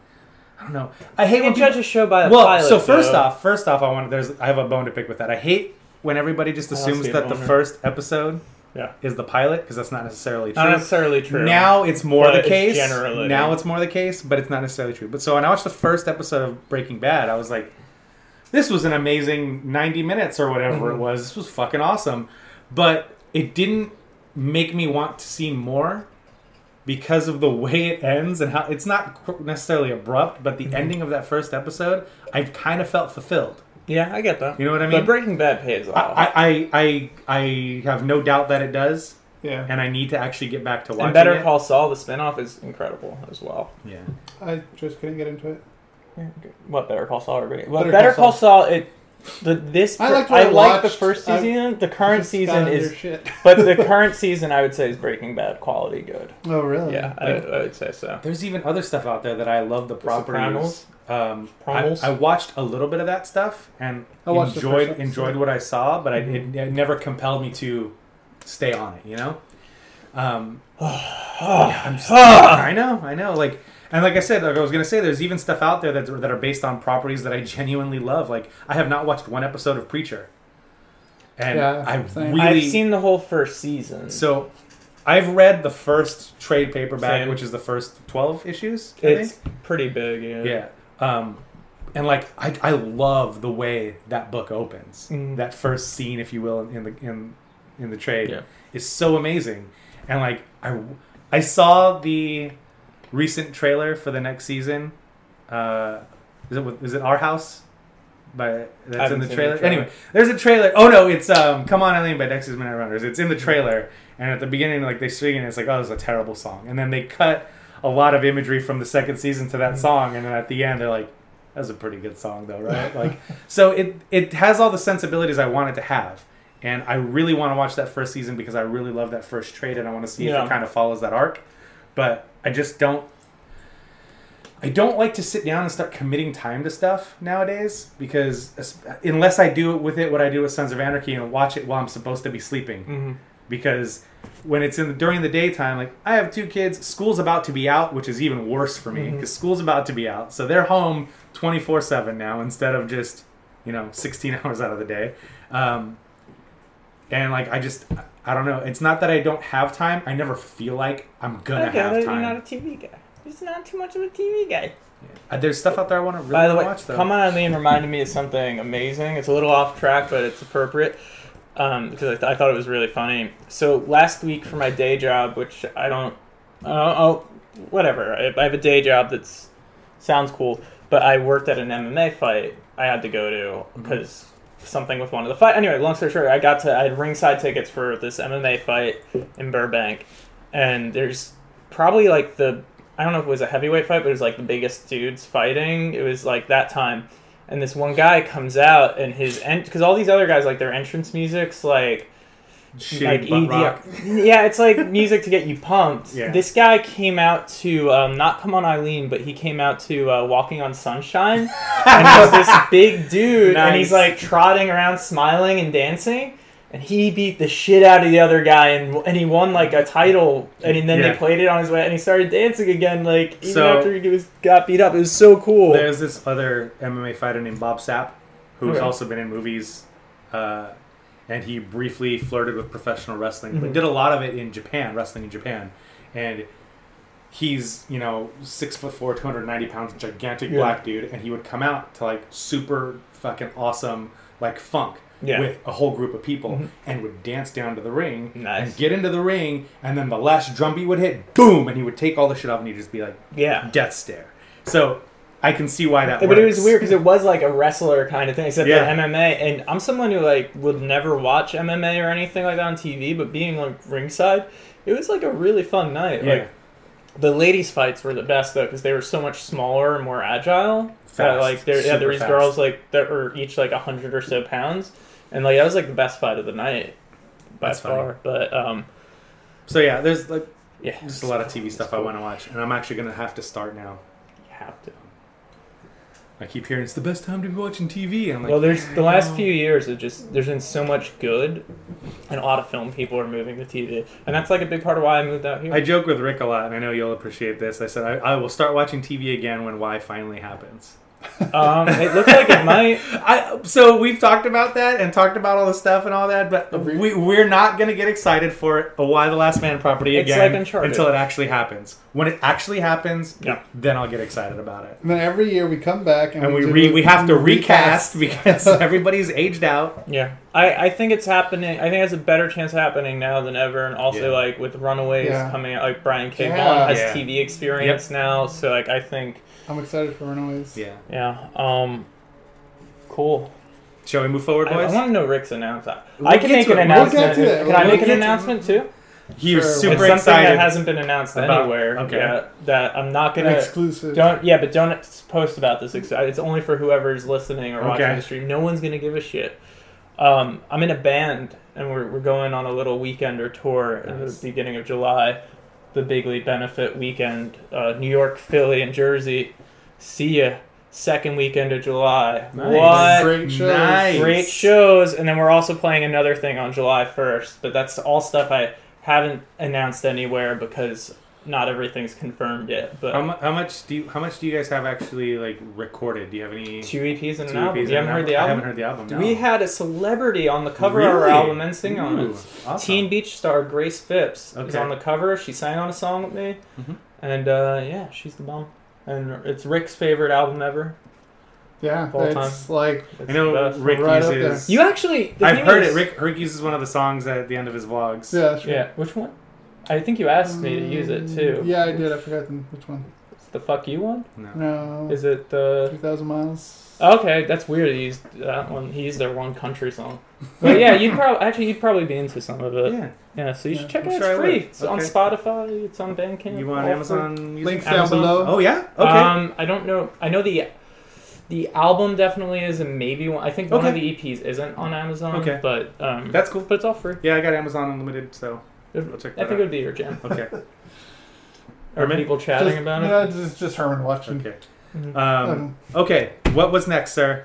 [SPEAKER 1] I don't know. I hate
[SPEAKER 3] You
[SPEAKER 1] when
[SPEAKER 3] can
[SPEAKER 1] people
[SPEAKER 3] judge a show by the
[SPEAKER 1] well,
[SPEAKER 3] pilot.
[SPEAKER 1] so first
[SPEAKER 3] though.
[SPEAKER 1] off, first off, I want there's I have a bone to pick with that. I hate when everybody just
[SPEAKER 3] I'll
[SPEAKER 1] assumes
[SPEAKER 3] see a
[SPEAKER 1] that the
[SPEAKER 3] boner.
[SPEAKER 1] first episode
[SPEAKER 3] Yeah.
[SPEAKER 1] is the pilot because that's not necessarily true.
[SPEAKER 3] not necessarily true.
[SPEAKER 1] Now it's more
[SPEAKER 3] But
[SPEAKER 1] the
[SPEAKER 3] it's
[SPEAKER 1] case.
[SPEAKER 3] generally-
[SPEAKER 1] Now it's more the case, but it's not necessarily true. But so when I watched the first episode of Breaking Bad, I was like, "This was an amazing 90 minutes or whatever
[SPEAKER 3] Mm-hmm.
[SPEAKER 1] it was. This was fucking awesome," but it didn't make me want to see more because of the way it ends and how it's not qu- necessarily abrupt, but the
[SPEAKER 3] Mm-hmm.
[SPEAKER 1] ending of that first episode, I've kind of felt fulfilled.
[SPEAKER 3] yeah, I get that.
[SPEAKER 1] You know what I mean?
[SPEAKER 3] But Breaking Bad pays off.
[SPEAKER 1] I, I I I have no doubt that it does,
[SPEAKER 2] Yeah.
[SPEAKER 1] and I need to actually get back to watching
[SPEAKER 3] and Better
[SPEAKER 1] it.
[SPEAKER 3] Call Saul, the spinoff is incredible as well.
[SPEAKER 1] yeah.
[SPEAKER 2] I just couldn't get into it.
[SPEAKER 3] What Better Call Saul? Everybody? Well,
[SPEAKER 2] Better
[SPEAKER 3] Better,
[SPEAKER 2] Call
[SPEAKER 3] Call Saul. It the this
[SPEAKER 2] I liked what
[SPEAKER 3] I
[SPEAKER 2] I
[SPEAKER 3] like the
[SPEAKER 2] watched.
[SPEAKER 3] first
[SPEAKER 2] I-
[SPEAKER 3] season. the current
[SPEAKER 2] Just got
[SPEAKER 3] season
[SPEAKER 2] under
[SPEAKER 3] is
[SPEAKER 2] shit.
[SPEAKER 3] but the current season I would say is Breaking Bad quality good.
[SPEAKER 2] oh really?
[SPEAKER 3] Yeah, I, I would say so.
[SPEAKER 1] There's even other stuff out there that I love the properties.
[SPEAKER 3] Sopranos?
[SPEAKER 1] Um, I,
[SPEAKER 3] Promos?
[SPEAKER 1] I watched a little bit of that stuff and
[SPEAKER 2] I watched the first
[SPEAKER 1] enjoyed
[SPEAKER 2] episode. Mm-hmm.
[SPEAKER 1] enjoyed what I saw, but I, it, it never compelled me to stay on it. You know. Um, yeah, I'm s- I know, I know. Like, and like I said, like I was gonna say, there's even stuff out there that that are based on properties that I genuinely love. Like, I have not watched one episode of Preacher, and
[SPEAKER 2] Yeah,
[SPEAKER 1] I
[SPEAKER 2] same.
[SPEAKER 1] really
[SPEAKER 3] I've seen the whole first season.
[SPEAKER 1] so. I've read the first trade paperback,
[SPEAKER 3] Same.
[SPEAKER 1] which is the first twelve issues. I think.
[SPEAKER 3] it's pretty big. Yeah.
[SPEAKER 1] Yeah. Um, and like I, I love the way that book opens.
[SPEAKER 3] Mhm.
[SPEAKER 1] That first scene, if you will, in, in the in in the trade
[SPEAKER 3] Yeah.
[SPEAKER 1] is so amazing. And like I I saw the recent trailer for the next season. Uh, is it with- is it Our House? By that's in
[SPEAKER 3] haven't
[SPEAKER 1] the
[SPEAKER 3] seen the
[SPEAKER 1] trailer.
[SPEAKER 3] trailer.
[SPEAKER 1] Anyway, there's a trailer. Oh no, it's um Come On Eileen by Dexys Midnight Runners. It's in the trailer, and at the beginning, like they sing it, and it's like oh, it's a terrible song, and then they cut a lot of imagery from the second season to
[SPEAKER 3] Mm.
[SPEAKER 1] that song, and then at the end they're like, that was a pretty good song though, right? like, so it it has all the sensibilities I wanted to have, and I really want to watch that first season because I really love that first trade, and I want to see if
[SPEAKER 3] Yeah.
[SPEAKER 1] it kind of follows that arc, but I just don't I don't like to sit down and start committing time to stuff nowadays because es- unless I do with it what I do with Sons of Anarchy and watch it while I'm supposed to be sleeping,
[SPEAKER 3] Mhm.
[SPEAKER 1] because when it's in during the daytime, like I have two kids, school's about to be out, which is even worse for
[SPEAKER 3] Mm-hmm.
[SPEAKER 1] me because school's about to be out, so they're home twenty four seven now instead of just you know sixteen hours out of the day, um, and like I just I don't know. It's not that I don't have time. I never feel like I'm gonna
[SPEAKER 3] I get
[SPEAKER 1] have
[SPEAKER 3] it. You're
[SPEAKER 1] time.
[SPEAKER 3] not a TV guy. He's not too much of a TV guy.
[SPEAKER 1] Uh, There's stuff out there I want to really
[SPEAKER 3] By the way,
[SPEAKER 1] watch though.
[SPEAKER 3] Come On Eileen reminded me of something amazing. It's a little off track, but it's appropriate um, because I, th- I thought it was really funny. So last week for my day job, which I don't, oh, oh whatever. I, I have a day job that's sounds cool, but I worked at an MMA fight I had to go to
[SPEAKER 1] Mm-hmm.
[SPEAKER 3] because something with one of the fight. Anyway, long story short, I got to I had ringside tickets for this MMA fight in Burbank, and there's probably like the I don't know if it was a heavyweight fight, but it was like the biggest dudes fighting. It was like that time, and this one guy comes out and his end because all these other guys like their entrance music's like
[SPEAKER 1] Shitty
[SPEAKER 3] like E
[SPEAKER 1] butt
[SPEAKER 3] EDM.
[SPEAKER 1] rock.
[SPEAKER 3] Yeah, it's like music to get you pumped.
[SPEAKER 1] Yeah.
[SPEAKER 3] This guy came out to um, not "Come On Eileen," but he came out to uh, "Walking on Sunshine," and he's this big dude, and he's
[SPEAKER 1] Nice.
[SPEAKER 3] like trotting around, smiling and dancing. And he beat the shit out of the other guy, and and he won like a title. And then
[SPEAKER 1] Yeah.
[SPEAKER 3] they played it on his way, and he started dancing again, like even
[SPEAKER 1] So-
[SPEAKER 3] after he was got beat up. It was so cool.
[SPEAKER 1] There's this other MMA fighter named Bob Sapp, who's
[SPEAKER 3] Okay.
[SPEAKER 1] also been in movies, uh, and he briefly flirted with professional wrestling, but
[SPEAKER 3] Mhm.
[SPEAKER 1] did a lot of it in Japan, wrestling in Japan, and he's you know six foot four, two hundred ninety pounds, gigantic
[SPEAKER 3] Yeah.
[SPEAKER 1] black dude, and he would come out to like super fucking awesome like funk.
[SPEAKER 3] Yeah. Mm-hmm.
[SPEAKER 1] With a whole group of people, and would dance down to the ring
[SPEAKER 3] Nice.
[SPEAKER 1] and get into the ring, and then the last drumbeat would hit, boom, and he would take all the shit off, and he'd just be like,
[SPEAKER 3] Yeah.
[SPEAKER 1] death stare. So I can see why that.
[SPEAKER 3] Yeah, but it was
[SPEAKER 1] works.
[SPEAKER 3] weird because it was like a wrestler kind of thing, except
[SPEAKER 1] Yeah.
[SPEAKER 3] that MMA. And I'm someone who like would never watch MMA or anything like that on TV, but being like ringside, it was like a really fun night.
[SPEAKER 1] Yeah.
[SPEAKER 3] Like the ladies' fights were the best though because they were so much smaller and more agile. That,
[SPEAKER 1] Fast.
[SPEAKER 3] like there, yeah,
[SPEAKER 1] Super
[SPEAKER 3] there was
[SPEAKER 1] fast.
[SPEAKER 3] girls like that were each like hundred or so pounds, and like that was like the best fight of the night by
[SPEAKER 1] That's funny.
[SPEAKER 3] far. But um,
[SPEAKER 1] so yeah, there's like
[SPEAKER 3] yeah,
[SPEAKER 1] just a lot of TV stuff I want to watch, and I'm actually gonna have to start now.
[SPEAKER 3] you have to.
[SPEAKER 1] I keep hearing it's the best time to be watching TV. and I'm like,
[SPEAKER 3] Well, there's the last
[SPEAKER 1] no.
[SPEAKER 3] few years. It just there's been so much good, and a lot of film people are moving to TV, and that's like a big part of why I moved out here.
[SPEAKER 1] I joke with Rick a lot, and I know you'll appreciate this. I said I, I will start watching TV again when Y finally happens.
[SPEAKER 3] um, it looks like it might.
[SPEAKER 1] I so we've talked about that and talked about all the stuff and all that, but we we're not gonna get excited for it. But why the Last Man property
[SPEAKER 3] It's
[SPEAKER 1] again
[SPEAKER 3] like Uncharted.
[SPEAKER 1] until it actually happens. When it actually happens,
[SPEAKER 3] Yeah.
[SPEAKER 1] then I'll get excited about it.
[SPEAKER 2] And then every year we come back and,
[SPEAKER 1] and we
[SPEAKER 2] do-
[SPEAKER 1] re- we have to recast
[SPEAKER 2] recast.
[SPEAKER 1] because everybody's aged out.
[SPEAKER 3] Yeah, I, I think it's happening. I think it's a better chance of happening now than ever, and also
[SPEAKER 1] Yeah.
[SPEAKER 3] like with Runaways
[SPEAKER 2] Yeah.
[SPEAKER 3] coming out, like Brian K.
[SPEAKER 2] Yeah.
[SPEAKER 3] Vaughan has
[SPEAKER 1] Yeah.
[SPEAKER 3] TV experience now, so like I think
[SPEAKER 2] I'm excited for Runaways.
[SPEAKER 1] Yeah.
[SPEAKER 3] yeah, um, cool.
[SPEAKER 1] Shall we move forward,
[SPEAKER 3] I,
[SPEAKER 1] boys?
[SPEAKER 3] want to know Rick's announcement. I
[SPEAKER 1] We'll
[SPEAKER 3] can
[SPEAKER 1] get
[SPEAKER 3] make
[SPEAKER 1] to
[SPEAKER 3] an
[SPEAKER 1] it. We'll
[SPEAKER 2] get
[SPEAKER 3] announcement.
[SPEAKER 2] to it.
[SPEAKER 3] Can I
[SPEAKER 2] We'll
[SPEAKER 3] make
[SPEAKER 2] get
[SPEAKER 3] an
[SPEAKER 2] to it.
[SPEAKER 3] announcement too?
[SPEAKER 1] he was
[SPEAKER 2] Sure.
[SPEAKER 3] It's
[SPEAKER 1] super
[SPEAKER 3] something
[SPEAKER 1] excited.
[SPEAKER 3] that hasn't been announced
[SPEAKER 1] about-
[SPEAKER 3] anywhere
[SPEAKER 1] okay.
[SPEAKER 3] yet. That I'm not
[SPEAKER 2] An
[SPEAKER 3] gonna
[SPEAKER 2] exclusive.
[SPEAKER 3] don't yeah, but don't post about this. ex- It's only for whoever's listening or
[SPEAKER 1] Okay.
[SPEAKER 3] watching the stream. No one's gonna give a shit. Um, I'm in a band and we're we're going on a little weekend or tour
[SPEAKER 1] Nice.
[SPEAKER 3] at the beginning of July, the Big League Benefit weekend, uh, New York, Philly, and Jersey. See ya. Second weekend of July.
[SPEAKER 1] Nice.
[SPEAKER 3] What?
[SPEAKER 2] Great shows.
[SPEAKER 1] Nice.
[SPEAKER 3] great shows and then we're also playing another thing on july 1st but that's all stuff i haven't announced anywhere because not everything's confirmed yet but
[SPEAKER 1] How, mu- how much do you, how much do you guys have actually like recorded? Do you have any
[SPEAKER 3] two eps and
[SPEAKER 1] two
[SPEAKER 3] an album
[SPEAKER 1] EPs
[SPEAKER 3] you haven't
[SPEAKER 1] and
[SPEAKER 3] heard
[SPEAKER 1] an
[SPEAKER 3] the
[SPEAKER 1] I
[SPEAKER 3] album
[SPEAKER 1] haven't heard the album. No.
[SPEAKER 3] we had a celebrity on the cover of our
[SPEAKER 1] Really?
[SPEAKER 3] album and sing on
[SPEAKER 1] Ooh,
[SPEAKER 3] it
[SPEAKER 1] awesome.
[SPEAKER 3] teen beach star grace phipps is
[SPEAKER 1] Okay.
[SPEAKER 3] on the cover she sang on a song with me
[SPEAKER 1] Mhm.
[SPEAKER 3] and uh, yeah she's the bomb and it's rick's favorite album ever
[SPEAKER 2] Yeah,
[SPEAKER 3] All
[SPEAKER 2] it's like
[SPEAKER 3] It's
[SPEAKER 1] I know
[SPEAKER 3] the best.
[SPEAKER 1] Rick
[SPEAKER 2] Right up
[SPEAKER 1] uses.
[SPEAKER 3] you actually the
[SPEAKER 1] I've
[SPEAKER 3] thing
[SPEAKER 1] heard
[SPEAKER 3] is-
[SPEAKER 1] it. Rick Rick uses one of the songs at the end of his vlogs.
[SPEAKER 2] yeah, sure.
[SPEAKER 3] yeah which one i think you asked me to use it too
[SPEAKER 2] Mm, Yeah, I did. I forgot the, which one.
[SPEAKER 3] It's the fuck you one
[SPEAKER 1] No.
[SPEAKER 2] No,
[SPEAKER 3] Is it Oh, the?
[SPEAKER 2] two thousand miles.
[SPEAKER 3] Okay, that's weird. He used that one. He used their one country song. But yeah, you'd probably actually you'd probably be into some of it. Yeah.
[SPEAKER 1] Yeah.
[SPEAKER 3] so you should
[SPEAKER 2] Yeah,
[SPEAKER 3] check
[SPEAKER 1] I'm
[SPEAKER 3] it. out.
[SPEAKER 1] sure I
[SPEAKER 3] It's free.
[SPEAKER 1] would.
[SPEAKER 3] It's on
[SPEAKER 1] Okay.
[SPEAKER 3] Spotify. It's on Bandcamp.
[SPEAKER 1] You want
[SPEAKER 3] all
[SPEAKER 1] Amazon? Music?
[SPEAKER 2] Links down
[SPEAKER 1] Amazon?
[SPEAKER 2] below.
[SPEAKER 1] Oh yeah.
[SPEAKER 3] free.
[SPEAKER 1] Okay.
[SPEAKER 3] Um, I don't know. I know the the album definitely is, and maybe one. I think one of
[SPEAKER 1] Okay.
[SPEAKER 3] the EPs isn't on Amazon.
[SPEAKER 1] Okay.
[SPEAKER 3] but um,
[SPEAKER 1] That's cool.
[SPEAKER 3] but it's all free.
[SPEAKER 1] Yeah, I got Amazon Unlimited, so
[SPEAKER 3] It-
[SPEAKER 1] I'll check
[SPEAKER 3] I
[SPEAKER 1] that
[SPEAKER 3] think it
[SPEAKER 1] out.
[SPEAKER 3] would be your jam.
[SPEAKER 1] Okay.
[SPEAKER 3] Are
[SPEAKER 1] Herman?
[SPEAKER 3] people chatting
[SPEAKER 2] just,
[SPEAKER 3] about it?
[SPEAKER 2] no, just just Herman watching.
[SPEAKER 1] Okay.
[SPEAKER 3] Mhm.
[SPEAKER 1] Um,
[SPEAKER 2] Um,
[SPEAKER 1] okay. What was next, sir?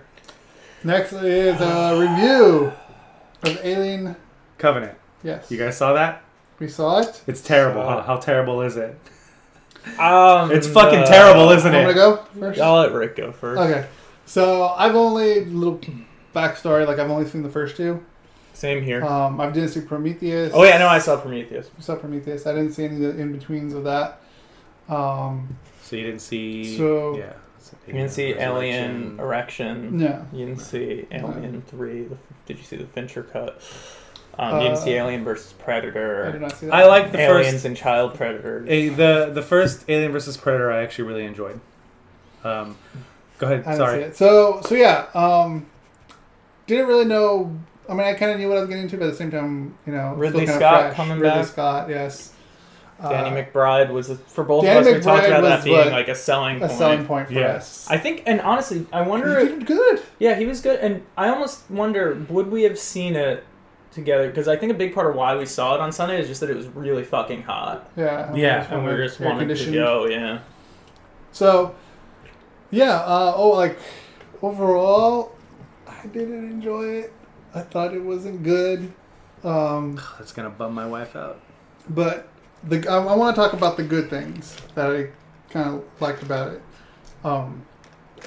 [SPEAKER 2] next is a review of Alien.
[SPEAKER 1] Covenant.
[SPEAKER 2] Yes,
[SPEAKER 1] You guys saw that?
[SPEAKER 2] we saw it.
[SPEAKER 1] It's terrible.
[SPEAKER 3] Saw
[SPEAKER 1] How,
[SPEAKER 3] it.
[SPEAKER 1] how terrible is it?
[SPEAKER 3] Um,
[SPEAKER 1] It's fucking
[SPEAKER 3] uh,
[SPEAKER 1] terrible, isn't
[SPEAKER 2] I'm gonna
[SPEAKER 1] it?
[SPEAKER 2] go first.
[SPEAKER 3] I'll let Rick go first.
[SPEAKER 2] Okay, so I've only little backstory. Like I've only seen the first two.
[SPEAKER 3] Same here.
[SPEAKER 2] Um, I didn't see Prometheus.
[SPEAKER 3] oh yeah, no, I saw Prometheus.
[SPEAKER 2] I saw Prometheus. I didn't see any of the in betweens of that. Um,
[SPEAKER 1] So you didn't see.
[SPEAKER 2] So-
[SPEAKER 1] yeah.
[SPEAKER 3] You didn't see Alien Erection.
[SPEAKER 2] no.
[SPEAKER 3] You didn't see Alien Three. The, did you see the Fincher cut? Um, you didn't see
[SPEAKER 2] Uh,
[SPEAKER 3] Alien versus
[SPEAKER 2] I did
[SPEAKER 3] Predator.
[SPEAKER 2] not see that.
[SPEAKER 1] I like the
[SPEAKER 3] Aliens
[SPEAKER 1] first.
[SPEAKER 3] and Child Predators.
[SPEAKER 1] A, the the first Alien versus Predator. I actually really enjoyed. Um, go ahead.
[SPEAKER 2] I didn't see
[SPEAKER 1] Sorry.
[SPEAKER 2] it. So so yeah, um, didn't really know. I mean, I kind of knew what I was getting into, but at the same time, you know,
[SPEAKER 3] Ridley
[SPEAKER 2] still kinda
[SPEAKER 3] Scott
[SPEAKER 2] fresh.
[SPEAKER 3] coming
[SPEAKER 2] Ridley
[SPEAKER 3] back.
[SPEAKER 2] Scott, yes. uh,
[SPEAKER 3] Danny McBride was a, for both
[SPEAKER 2] Danny
[SPEAKER 3] of us. We talked
[SPEAKER 2] McBride
[SPEAKER 3] about that
[SPEAKER 2] was
[SPEAKER 3] being
[SPEAKER 2] what-
[SPEAKER 3] like a selling
[SPEAKER 2] a
[SPEAKER 3] point.
[SPEAKER 2] selling point for
[SPEAKER 1] Yeah.
[SPEAKER 2] us.
[SPEAKER 3] I think, and honestly, I
[SPEAKER 2] You
[SPEAKER 3] wonder. if,
[SPEAKER 2] did good.
[SPEAKER 3] yeah, he was good, and I almost wonder would we have seen it together? Because I think a big part of why we saw it on Sunday is just that it was really fucking hot,
[SPEAKER 2] Yeah.
[SPEAKER 1] Yeah,
[SPEAKER 2] Just
[SPEAKER 3] and we
[SPEAKER 2] wanted
[SPEAKER 3] just
[SPEAKER 2] air
[SPEAKER 3] wanted to
[SPEAKER 2] conditioned.
[SPEAKER 3] go. Yeah,
[SPEAKER 2] So, yeah. Uh, oh, like overall, I didn't enjoy it. I thought it wasn't good. Um,
[SPEAKER 1] That's gonna bum my wife out.
[SPEAKER 2] but the I, I want to talk about the good things that I kind of liked about it. Um,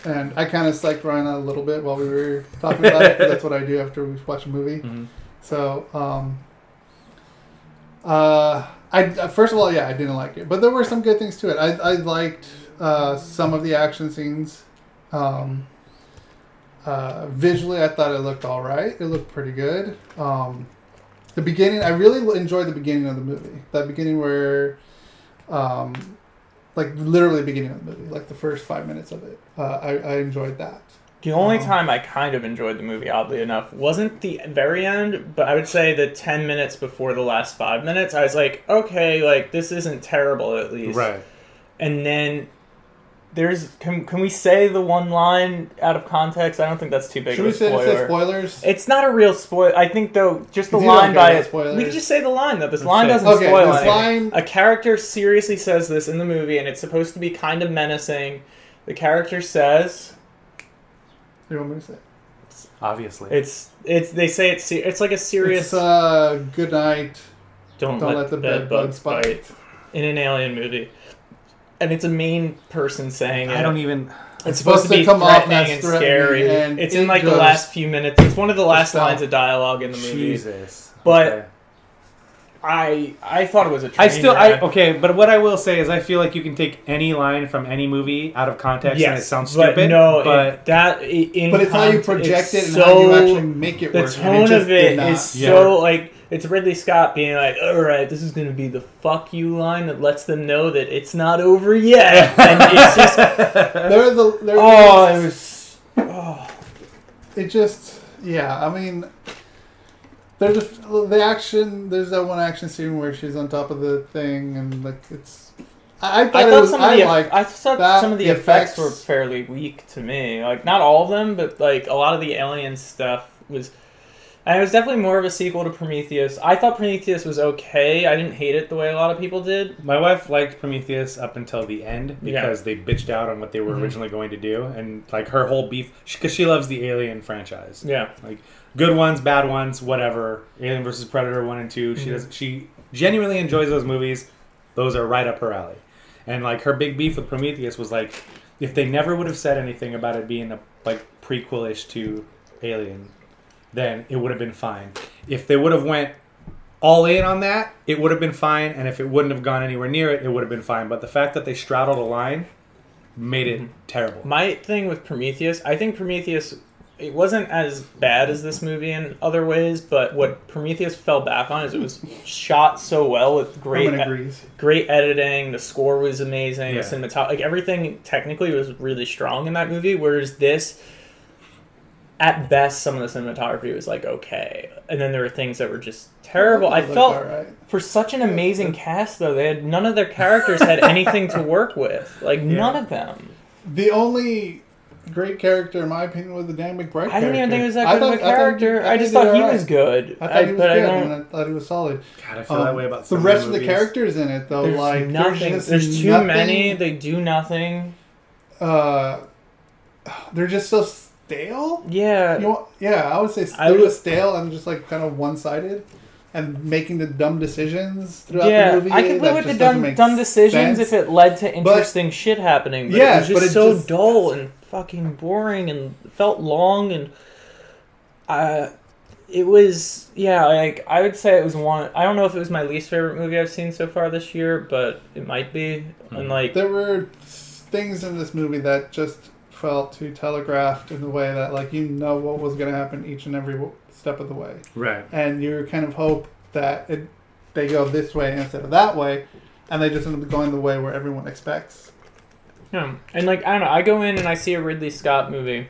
[SPEAKER 2] and I kind of psyched Ryan out a little bit while we were talking about it. 'cause That's what I do after we watch a movie.
[SPEAKER 1] Mhm.
[SPEAKER 2] So, um, uh, I first of all, yeah, I didn't like it, but there were some good things to it. I, I liked uh, some of the action scenes. Um, uh, visually, I thought it looked all right. It looked pretty good. Um, the beginning, I really enjoyed the beginning of the movie. That beginning where, um, like literally the beginning of the movie, like the first five minutes of it. Uh, I, I enjoyed that.
[SPEAKER 3] the only
[SPEAKER 2] Um,
[SPEAKER 3] time I kind of enjoyed the movie, oddly enough, wasn't the very end, but I would say the ten minutes before the last five minutes, I was like, okay, like this isn't terrible at least,
[SPEAKER 1] Right.
[SPEAKER 3] and then there's can, can we say the one line out of context? I don't think that's too big
[SPEAKER 2] Should
[SPEAKER 3] of
[SPEAKER 2] we
[SPEAKER 3] a
[SPEAKER 2] say,
[SPEAKER 3] spoiler.
[SPEAKER 2] say spoilers?
[SPEAKER 3] It's not a real spoil. I think though, just the
[SPEAKER 2] Because you don't
[SPEAKER 3] line
[SPEAKER 2] care
[SPEAKER 3] by
[SPEAKER 2] about
[SPEAKER 3] it.
[SPEAKER 2] spoilers. Oh,
[SPEAKER 3] We could just say the line though. This line
[SPEAKER 1] Okay.
[SPEAKER 3] doesn't
[SPEAKER 2] Okay,
[SPEAKER 3] spoil
[SPEAKER 2] this line-
[SPEAKER 3] anything. A character seriously says this in the movie, and it's supposed to be kind of menacing. The character says,
[SPEAKER 2] You want me to say? it?
[SPEAKER 1] Obviously.
[SPEAKER 3] "It's it's." They say it's se- it's like a serious.
[SPEAKER 2] It's uh, good night.
[SPEAKER 3] don't,
[SPEAKER 2] Don't let the bed bugs bite.
[SPEAKER 3] in an alien movie, and it's a mean person saying it.
[SPEAKER 1] I don't even.
[SPEAKER 3] It's supposed, to, be
[SPEAKER 2] come off
[SPEAKER 3] threatening
[SPEAKER 2] as
[SPEAKER 3] and
[SPEAKER 2] threatening,
[SPEAKER 3] scary.
[SPEAKER 2] and
[SPEAKER 3] it's
[SPEAKER 2] it
[SPEAKER 3] in like the
[SPEAKER 2] just-
[SPEAKER 3] last few minutes. It's one of the last
[SPEAKER 2] Just out.
[SPEAKER 3] lines of dialogue in the movie.
[SPEAKER 1] Jesus.
[SPEAKER 3] But-
[SPEAKER 1] Okay.
[SPEAKER 3] I I thought it was a train
[SPEAKER 1] I still, I
[SPEAKER 3] wreck.
[SPEAKER 1] okay, but what I will say is, I feel like you can take any line from any movie out of context, and it sounds stupid.
[SPEAKER 3] But no,
[SPEAKER 1] but
[SPEAKER 3] it, that i- in
[SPEAKER 2] But it's how you
[SPEAKER 3] context-
[SPEAKER 2] project it
[SPEAKER 3] it's
[SPEAKER 2] and
[SPEAKER 3] so,
[SPEAKER 2] how you actually make it
[SPEAKER 3] the
[SPEAKER 2] work. and
[SPEAKER 3] tone
[SPEAKER 2] just
[SPEAKER 3] of it
[SPEAKER 2] did not.
[SPEAKER 3] is
[SPEAKER 1] Yeah.
[SPEAKER 3] so like it's Ridley Scott being like, "All right, this is going to be the fuck you line that lets them know that it's not over yet," and it's just
[SPEAKER 2] There are the there
[SPEAKER 3] oh,
[SPEAKER 2] are
[SPEAKER 3] it
[SPEAKER 2] the-
[SPEAKER 3] was oh,
[SPEAKER 2] it just yeah. I mean, there's a, the action. There's that one action scene where she's on top of the thing and like it's. I, I thought,
[SPEAKER 3] I
[SPEAKER 2] it
[SPEAKER 3] thought
[SPEAKER 2] was.
[SPEAKER 3] some
[SPEAKER 2] I
[SPEAKER 3] of the
[SPEAKER 2] like.
[SPEAKER 3] I thought
[SPEAKER 2] that,
[SPEAKER 3] some of the,
[SPEAKER 2] the
[SPEAKER 3] effects,
[SPEAKER 2] effects-
[SPEAKER 3] were fairly weak to me. Like not all of them, but like a lot of the alien stuff was. And it was definitely more of a sequel to Prometheus. I thought Prometheus was okay. I didn't hate it the way a lot of people did.
[SPEAKER 1] My wife liked Prometheus up until the end because they bitched out on what they were originally going to do, and like her whole beef because she loves the Alien franchise.
[SPEAKER 3] Yeah.
[SPEAKER 1] like good ones, bad ones, whatever. Alien versus Predator one and 2 She does. She genuinely enjoys those movies. Those are right up her alley. And like her big beef with Prometheus was like, if they never would have said anything about it being a like prequelish to Alien, then it would have been fine. If they would have went all in on that, it would have been fine. And if it wouldn't have gone anywhere near it, it would have been fine. But the fact that they straddled a line made it terrible.
[SPEAKER 3] My thing with Prometheus, I think Prometheus it wasn't as bad as this movie in other ways, but what Prometheus fell back on is it was shot so well with great
[SPEAKER 2] Herman agrees.
[SPEAKER 3] great editing, the score was amazing,
[SPEAKER 1] Yeah.
[SPEAKER 3] the cinematography, like everything technically was really strong in that movie, whereas this at best some of the cinematography was like okay. And then there were things that were just terrible. I
[SPEAKER 2] It looked
[SPEAKER 3] felt
[SPEAKER 2] alright.
[SPEAKER 3] for such an amazing cast though, they had none of their characters had anything to work with. Like none of them.
[SPEAKER 2] The only great character, in my opinion, was the Dan McBride.
[SPEAKER 3] I didn't even think it was that
[SPEAKER 2] I
[SPEAKER 3] good of a
[SPEAKER 2] thought- I thought-
[SPEAKER 3] character. I,
[SPEAKER 2] I
[SPEAKER 3] just
[SPEAKER 2] think
[SPEAKER 3] thought
[SPEAKER 2] he
[SPEAKER 3] he
[SPEAKER 2] did
[SPEAKER 3] was good.
[SPEAKER 2] I thought he was
[SPEAKER 3] but uh,
[SPEAKER 2] good,
[SPEAKER 3] I don't.
[SPEAKER 2] and I thought he was solid.
[SPEAKER 1] God, I feel
[SPEAKER 2] Um,
[SPEAKER 1] that way about
[SPEAKER 2] the
[SPEAKER 1] so many
[SPEAKER 2] rest of the
[SPEAKER 1] movies.
[SPEAKER 2] characters in it, though.
[SPEAKER 3] there's
[SPEAKER 2] like
[SPEAKER 3] nothing.
[SPEAKER 2] just
[SPEAKER 3] There's, too
[SPEAKER 2] nothing,
[SPEAKER 3] many. They do nothing.
[SPEAKER 2] uh, they're just so stale.
[SPEAKER 3] Yeah.
[SPEAKER 2] You know, yeah, I would say
[SPEAKER 3] I
[SPEAKER 2] they were
[SPEAKER 3] would-
[SPEAKER 2] stale and just like kind of one sided, and making the dumb decisions throughout
[SPEAKER 3] yeah,
[SPEAKER 2] the movie.
[SPEAKER 3] I
[SPEAKER 2] that
[SPEAKER 3] could live with the
[SPEAKER 2] just doesn't
[SPEAKER 3] dumb,
[SPEAKER 2] make
[SPEAKER 3] dumb decisions
[SPEAKER 2] sense.
[SPEAKER 3] if it led to interesting shit happening. But
[SPEAKER 2] Yes,
[SPEAKER 3] it was
[SPEAKER 2] but
[SPEAKER 3] just
[SPEAKER 2] it
[SPEAKER 3] so
[SPEAKER 2] just-
[SPEAKER 3] dull and fucking boring and felt long and uh, it was yeah. Like I would say it was one. I don't know if it was my least favorite movie I've seen so far this year, but it might be.
[SPEAKER 2] Hmm.
[SPEAKER 3] And like
[SPEAKER 2] there were things in this movie that just felt too telegraphed in the way that like you know what was going to happen each and every w- step of the way.
[SPEAKER 1] Right.
[SPEAKER 2] and you kind of hope that it, they go this way instead of that way, and they just end up going the way where everyone expects.
[SPEAKER 3] Yeah. Hmm. And like I don't know, I go in and I see a Ridley Scott movie.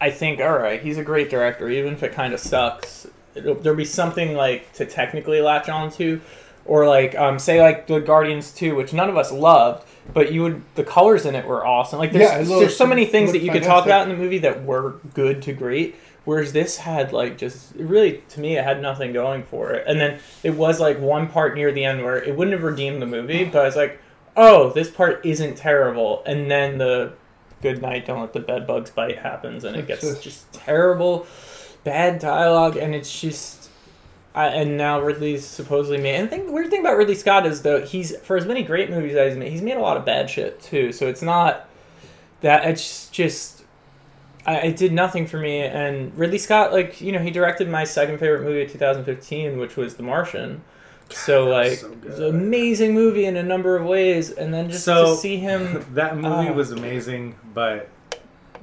[SPEAKER 3] I think, all right, he's a great director, even if it kind of sucks. It'll, there'll be something like to technically latch on to, or like um, say like the Guardians Two, which none of us loved, but you would the colors in it were awesome. Like there's
[SPEAKER 2] Yeah, it
[SPEAKER 3] there's
[SPEAKER 2] looked-
[SPEAKER 3] so many things that
[SPEAKER 2] looked
[SPEAKER 3] you could talk
[SPEAKER 2] fantastic.
[SPEAKER 3] about in the movie that were good to great. Whereas this had like just it really to me it had nothing going for it, and then it was like one part near the end where it wouldn't have redeemed the movie, but I was like, oh, this part isn't terrible, and then the good night, don't let the bed bugs bite happens, and it gets just terrible, bad dialogue, and it's just. I, and now Ridley's supposedly made. And the thing, the weird thing about Ridley Scott is though he's for as many great movies as he's made, he's made a lot of bad shit too. So it's not that it's just. I, it did nothing for me. And Ridley Scott, like you know, he directed my second favorite movie of 2015, which was The Martian. So like,
[SPEAKER 1] so
[SPEAKER 3] it's
[SPEAKER 1] good.
[SPEAKER 3] an amazing movie in a number of ways. And then just
[SPEAKER 1] So-
[SPEAKER 3] to see him
[SPEAKER 1] That movie
[SPEAKER 3] Oh.
[SPEAKER 1] was amazing, but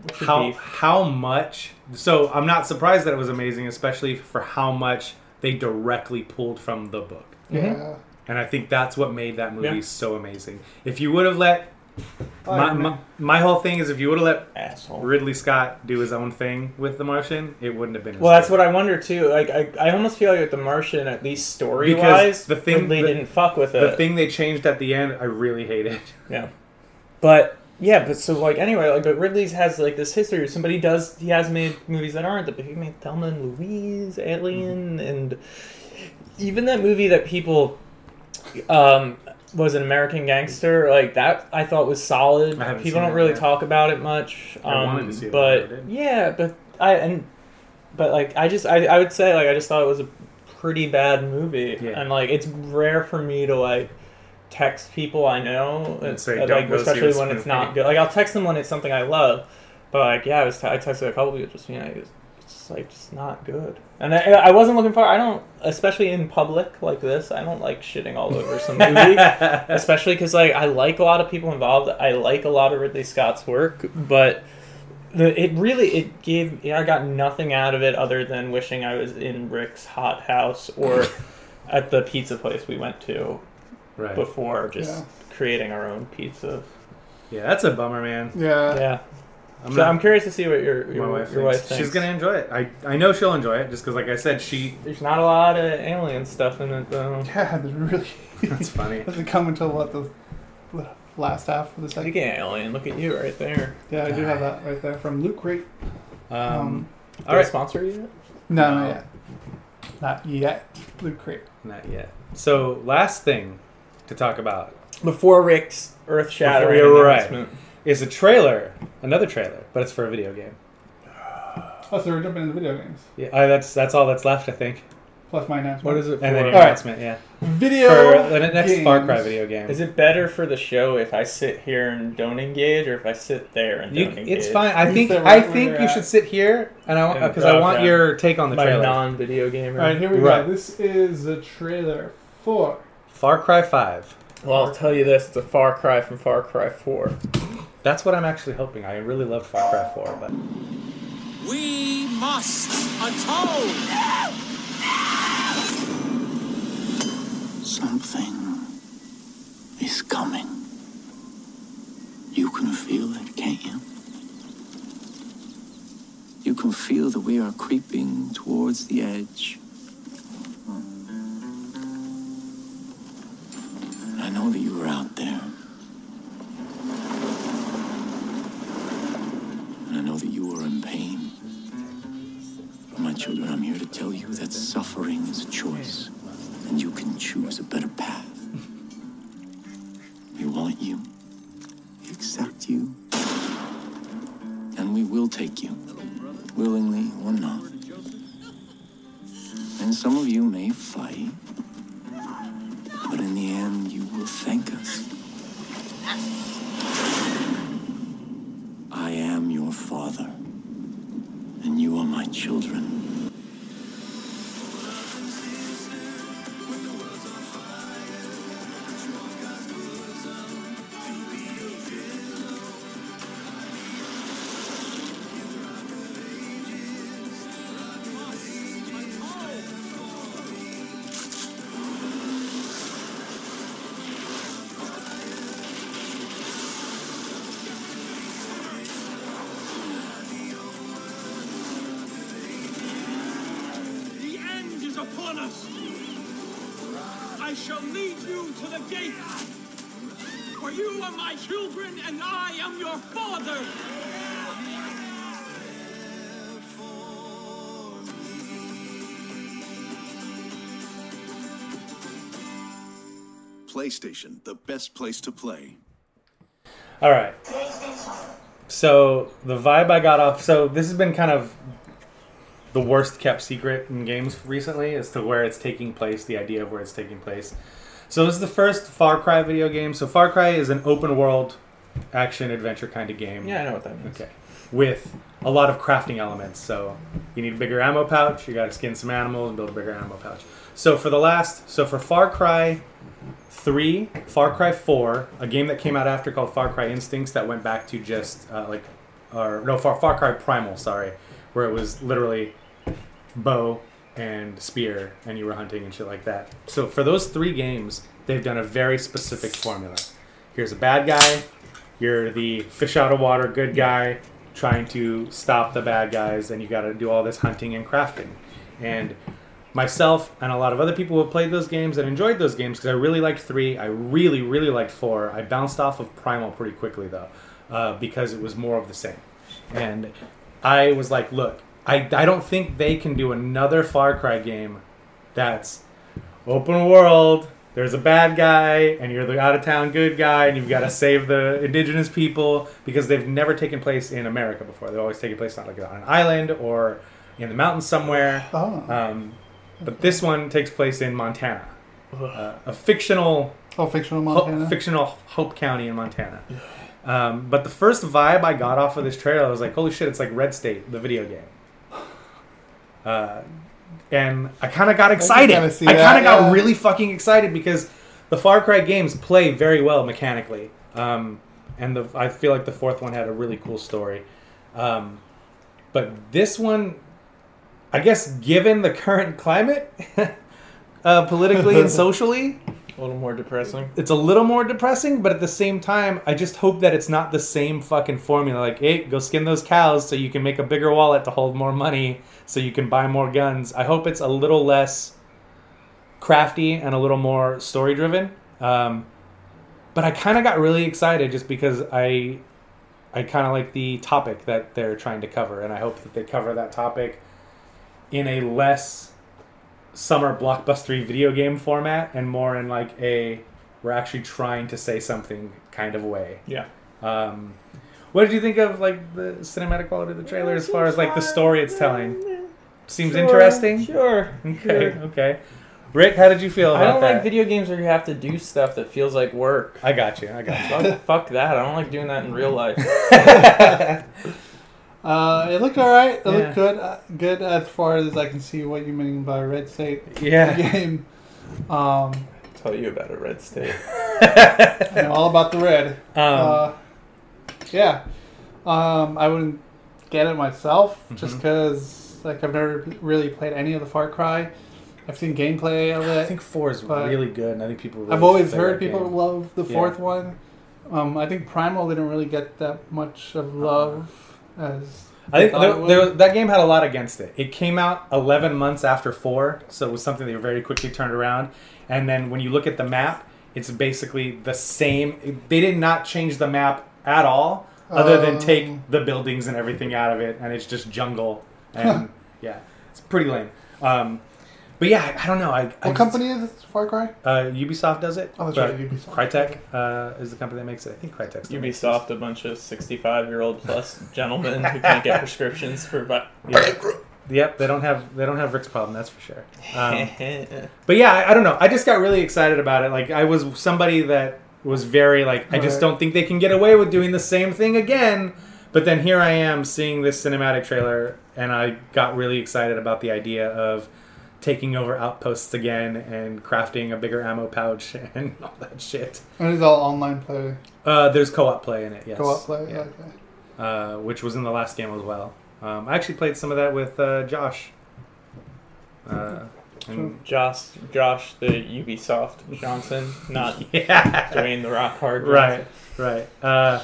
[SPEAKER 3] What's your
[SPEAKER 1] how
[SPEAKER 3] beef?
[SPEAKER 1] how much? So I'm not surprised that it was amazing, especially for how much they directly pulled from the book.
[SPEAKER 3] Mm-hmm.
[SPEAKER 2] Yeah.
[SPEAKER 1] And I think that's what made that movie
[SPEAKER 3] Yeah. Oh,
[SPEAKER 1] so amazing. If you would have let my,
[SPEAKER 2] Iron Man.
[SPEAKER 1] my, my whole thing is if you would have let
[SPEAKER 3] asshole.
[SPEAKER 1] Ridley Scott do his own thing with The Martian, it wouldn't have been. As
[SPEAKER 3] Well, that's
[SPEAKER 1] good.
[SPEAKER 3] what I wonder too. Like, I, I almost feel like with the Martian, at least story
[SPEAKER 1] Because
[SPEAKER 3] wise,
[SPEAKER 1] the thing-
[SPEAKER 3] Ridley
[SPEAKER 1] the-
[SPEAKER 3] didn't fuck with
[SPEAKER 1] The
[SPEAKER 3] it.
[SPEAKER 1] thing they changed at the end, I really hated.
[SPEAKER 3] yeah, but yeah, but so like anyway, like but Ridley's has like this history. Somebody does he has made movies that aren't the but he made Thelma and Louise,
[SPEAKER 1] Mm-hmm.
[SPEAKER 3] Alien, and even that movie that people um was an American Gangster like that I thought was solid.
[SPEAKER 1] I haven't
[SPEAKER 3] People
[SPEAKER 1] seen
[SPEAKER 3] don't
[SPEAKER 1] that
[SPEAKER 3] really
[SPEAKER 1] yet.
[SPEAKER 3] talk about it much. Um,
[SPEAKER 1] I wanted to see it, but I
[SPEAKER 3] but
[SPEAKER 1] never did.
[SPEAKER 3] yeah, but I and but like I just I, I would say like I just thought it was a pretty bad movie,
[SPEAKER 1] Yeah.
[SPEAKER 3] and like it's rare for me to like text people I know, and
[SPEAKER 1] say,
[SPEAKER 3] like
[SPEAKER 1] "Don't go see
[SPEAKER 3] especially
[SPEAKER 1] this
[SPEAKER 3] when it's not
[SPEAKER 1] movie."
[SPEAKER 3] good. Like I'll text them when it's something I love, but like yeah, I was t- I texted a couple people just you know it's, it's like just not good, and I, I wasn't looking for I don't especially in public like this I don't like shitting all over some movie especially because like I like a lot of people involved. I like a lot of Ridley Scott's work, but the, it really it gave yeah, I got nothing out of it other than wishing I was in Rick's hot house or at the pizza place we went to
[SPEAKER 1] right.
[SPEAKER 3] before, just creating our own pizza.
[SPEAKER 1] Yeah, that's a bummer, man.
[SPEAKER 2] Yeah.
[SPEAKER 3] Yeah,
[SPEAKER 1] Uh, I'm
[SPEAKER 3] so
[SPEAKER 1] not-
[SPEAKER 3] I'm curious to see what your your,
[SPEAKER 1] my wife,
[SPEAKER 3] your
[SPEAKER 1] thinks.
[SPEAKER 3] wife thinks.
[SPEAKER 1] She's gonna enjoy it. I I know she'll enjoy it just because, like I said, she.
[SPEAKER 3] There's not a lot of alien stuff in it though.
[SPEAKER 2] Yeah, there's really
[SPEAKER 1] That's funny.
[SPEAKER 2] doesn't come until what the the last half of the second.
[SPEAKER 3] Speaking of alien, look at you right there.
[SPEAKER 2] Yeah, I do have that right there from Loot Crate.
[SPEAKER 1] Um,
[SPEAKER 2] Um,
[SPEAKER 3] Did
[SPEAKER 1] all
[SPEAKER 3] I
[SPEAKER 1] right,
[SPEAKER 3] sponsor you?
[SPEAKER 2] no, not yet. Not yet. Loot Crate.
[SPEAKER 1] not yet. So last thing to talk about
[SPEAKER 3] Before Rick's Earth shattering
[SPEAKER 1] Before- right.
[SPEAKER 3] announcement.
[SPEAKER 1] is a trailer, another trailer, but it's for a video game.
[SPEAKER 2] Oh, so we're jumping into video games.
[SPEAKER 1] Yeah, I, that's that's all that's left, I think.
[SPEAKER 2] Plus my announcement.
[SPEAKER 3] What is it for?
[SPEAKER 1] And then your
[SPEAKER 2] All right.
[SPEAKER 1] announcement, yeah,
[SPEAKER 2] Video.
[SPEAKER 1] for the next Far
[SPEAKER 2] games.
[SPEAKER 1] Cry video game.
[SPEAKER 3] Is it better for the show if I sit here and don't engage, or if I sit there and
[SPEAKER 1] You,
[SPEAKER 3] don't engage?
[SPEAKER 1] it's fine. I
[SPEAKER 2] You
[SPEAKER 1] think
[SPEAKER 2] sit
[SPEAKER 1] I
[SPEAKER 2] right where
[SPEAKER 1] think
[SPEAKER 2] you're
[SPEAKER 1] you
[SPEAKER 2] at.
[SPEAKER 1] should sit here, and I want
[SPEAKER 3] And
[SPEAKER 1] because I
[SPEAKER 3] drop
[SPEAKER 1] want
[SPEAKER 3] down.
[SPEAKER 1] your take on the
[SPEAKER 3] My
[SPEAKER 1] trailer.
[SPEAKER 3] non-video gamer.
[SPEAKER 2] All right, here we
[SPEAKER 1] Right.
[SPEAKER 2] go. This is the trailer for.
[SPEAKER 1] Far Cry Five.
[SPEAKER 3] Well, I'll tell you this: it's a Far Cry from Far Cry Four.
[SPEAKER 1] That's what I'm actually hoping. I really loved Far Cry Four, but
[SPEAKER 6] We must atone.
[SPEAKER 4] Something is coming. You can feel it, can't you? You can feel that we are creeping towards the edge. I know that you were out there. And I know that you were in pain. But my children, I'm here to tell you that suffering is a choice and you can choose a better path. We want you. We accept you. And we will take you, willingly or not. And some of you may fight, but in the end, you will thank us. I am your father, and you are my children.
[SPEAKER 6] The end is upon us. I I shall lead you to the gate. For you are my children, and I am your father.
[SPEAKER 7] PlayStation, the best place to play.
[SPEAKER 1] All right. So the vibe I got off. So this has been kind of the worst kept secret in games recently as to where it's taking place, the idea of where it's taking place. So this is the first Far Cry video game. So Far Cry is an open world action adventure kind of game.
[SPEAKER 3] Yeah, I know what that means.
[SPEAKER 1] Okay. With a lot of crafting elements. So you need a bigger ammo pouch, you gotta skin some animals and build a bigger ammo pouch. So for the last so for Far Cry three, Far Cry four, a game that came out after called Far Cry Instincts that went back to just uh, like or no Far Far Cry Primal, sorry, where it was literally bow and spear and you were hunting and shit like that. So for those three games, they've done a very specific formula. Here's a bad guy, you're the fish out of water good guy trying to stop the bad guys and you got to do all this hunting and crafting. And myself and a lot of other people who have played those games and enjoyed those games because I really liked three. I really, really liked four. I bounced off of Primal pretty quickly though uh, because it was more of the same. And I was like, look, I, I don't think they can do another Far Cry game that's open world. There's a bad guy, and you're the out of town good guy, and you've got to save the indigenous people because they've never taken place in America before. They've always taken place on like on an island or in the mountains somewhere.
[SPEAKER 2] Oh.
[SPEAKER 1] Um, but this one takes place in Montana, uh, a fictional
[SPEAKER 2] Oh, fictional
[SPEAKER 1] Ho-
[SPEAKER 2] Montana.
[SPEAKER 1] fictional Hope County in Montana. Um, but the first vibe I got off of this trailer, I was like, "Holy shit! It's like Red State, the video game." Uh, and I kind of got excited. I
[SPEAKER 2] kinda see that,
[SPEAKER 1] kind of got
[SPEAKER 2] yeah.
[SPEAKER 1] really fucking excited because the Far Cry games play very well mechanically, um, and the, I feel like the fourth one had a really cool story. Um, but this one, I guess, given the current climate, uh, politically and socially,
[SPEAKER 3] A little more depressing.
[SPEAKER 1] it's a little more depressing, but at the same time, I just hope that it's not the same fucking formula. Like, hey, go skin those cows so you can make a bigger wallet to hold more money, so you can buy more guns. I hope it's a little less crafty and a little more story driven. Um, but I kind of got really excited just because I, I kind of like the topic that they're trying to cover, and I hope that they cover that topic in a less summer blockbustery video game format and more in like a we're actually trying to say something kind of way.
[SPEAKER 3] Yeah.
[SPEAKER 1] Um, what did you think of like the cinematic quality of the trailer as far as like the story it's telling? Seems
[SPEAKER 3] Sure,
[SPEAKER 1] interesting.
[SPEAKER 3] Sure.
[SPEAKER 1] Okay.
[SPEAKER 3] sure.
[SPEAKER 1] Okay. Rick, how did you feel
[SPEAKER 3] I
[SPEAKER 1] about
[SPEAKER 3] don't
[SPEAKER 1] that?
[SPEAKER 3] like video games where you have to do stuff that feels like work.
[SPEAKER 1] I got you. I got you.
[SPEAKER 3] Fuck, fuck that. I don't like doing that in real life.
[SPEAKER 2] Uh, it looked all right. It
[SPEAKER 1] Yeah.
[SPEAKER 2] looked good. Uh, good as far as I can see what you mean by red state
[SPEAKER 1] yeah.
[SPEAKER 2] game. Um,
[SPEAKER 3] tell you about a red state.
[SPEAKER 2] I know all about the red.
[SPEAKER 1] Um,
[SPEAKER 2] uh, yeah, um, I wouldn't get it myself
[SPEAKER 1] Mm-hmm.
[SPEAKER 2] just because like I've never really played any of the Far Cry. I've seen gameplay of
[SPEAKER 1] I
[SPEAKER 2] it.
[SPEAKER 1] think four is
[SPEAKER 2] but-
[SPEAKER 1] really good, and I think people. Really
[SPEAKER 2] I've always
[SPEAKER 1] play
[SPEAKER 2] heard
[SPEAKER 1] that
[SPEAKER 2] people
[SPEAKER 1] game.
[SPEAKER 2] love the
[SPEAKER 1] Yeah.
[SPEAKER 2] fourth one. Um, I think Primal didn't really get that much of
[SPEAKER 1] Uh-huh.
[SPEAKER 2] love as
[SPEAKER 1] I think
[SPEAKER 2] thought
[SPEAKER 1] there,
[SPEAKER 2] it would.
[SPEAKER 1] there was, that game had a lot against it. It came out 11 months after 4, so it was something they very quickly turned around. And then when you look at the map, it's basically the same. They did not change the map at all, other than
[SPEAKER 2] Um.
[SPEAKER 1] take the buildings and everything out of it, and it's just jungle. And yeah, it's pretty lame. Um, but yeah, I, I don't know. I, I
[SPEAKER 2] what company is this Far Cry?
[SPEAKER 1] Uh, Ubisoft does it.
[SPEAKER 2] Oh, that's
[SPEAKER 1] but
[SPEAKER 2] right, Ubisoft.
[SPEAKER 1] Crytek uh, is the company that makes it. I think Crytek's the
[SPEAKER 3] Ubisoft, a bunch of 65 year old plus gentlemen who can't get prescriptions for. Vi-
[SPEAKER 1] Yeah. Yep, they don't have they don't have Rick's problem. That's for sure. Um, but yeah, I, I don't know. I just got really excited about it. Like I was somebody that was very like I just
[SPEAKER 2] Right.
[SPEAKER 1] don't think they can get away with doing the same thing again. But then here I am seeing this cinematic trailer, and I got really excited about the idea of taking over outposts again and crafting a bigger ammo pouch and all that shit.
[SPEAKER 2] It is all online play,
[SPEAKER 1] Uh, there's co-op play in it. Yes,
[SPEAKER 2] co-op play.
[SPEAKER 1] Yeah.
[SPEAKER 2] okay.
[SPEAKER 1] Uh, which was in the last game as well. Um, I actually played some of that with uh, Josh. Uh, and-
[SPEAKER 3] Josh, Josh, the Ubisoft Johnson, not
[SPEAKER 1] yeah.
[SPEAKER 3] Dwayne the Rock Hard.
[SPEAKER 1] right right uh,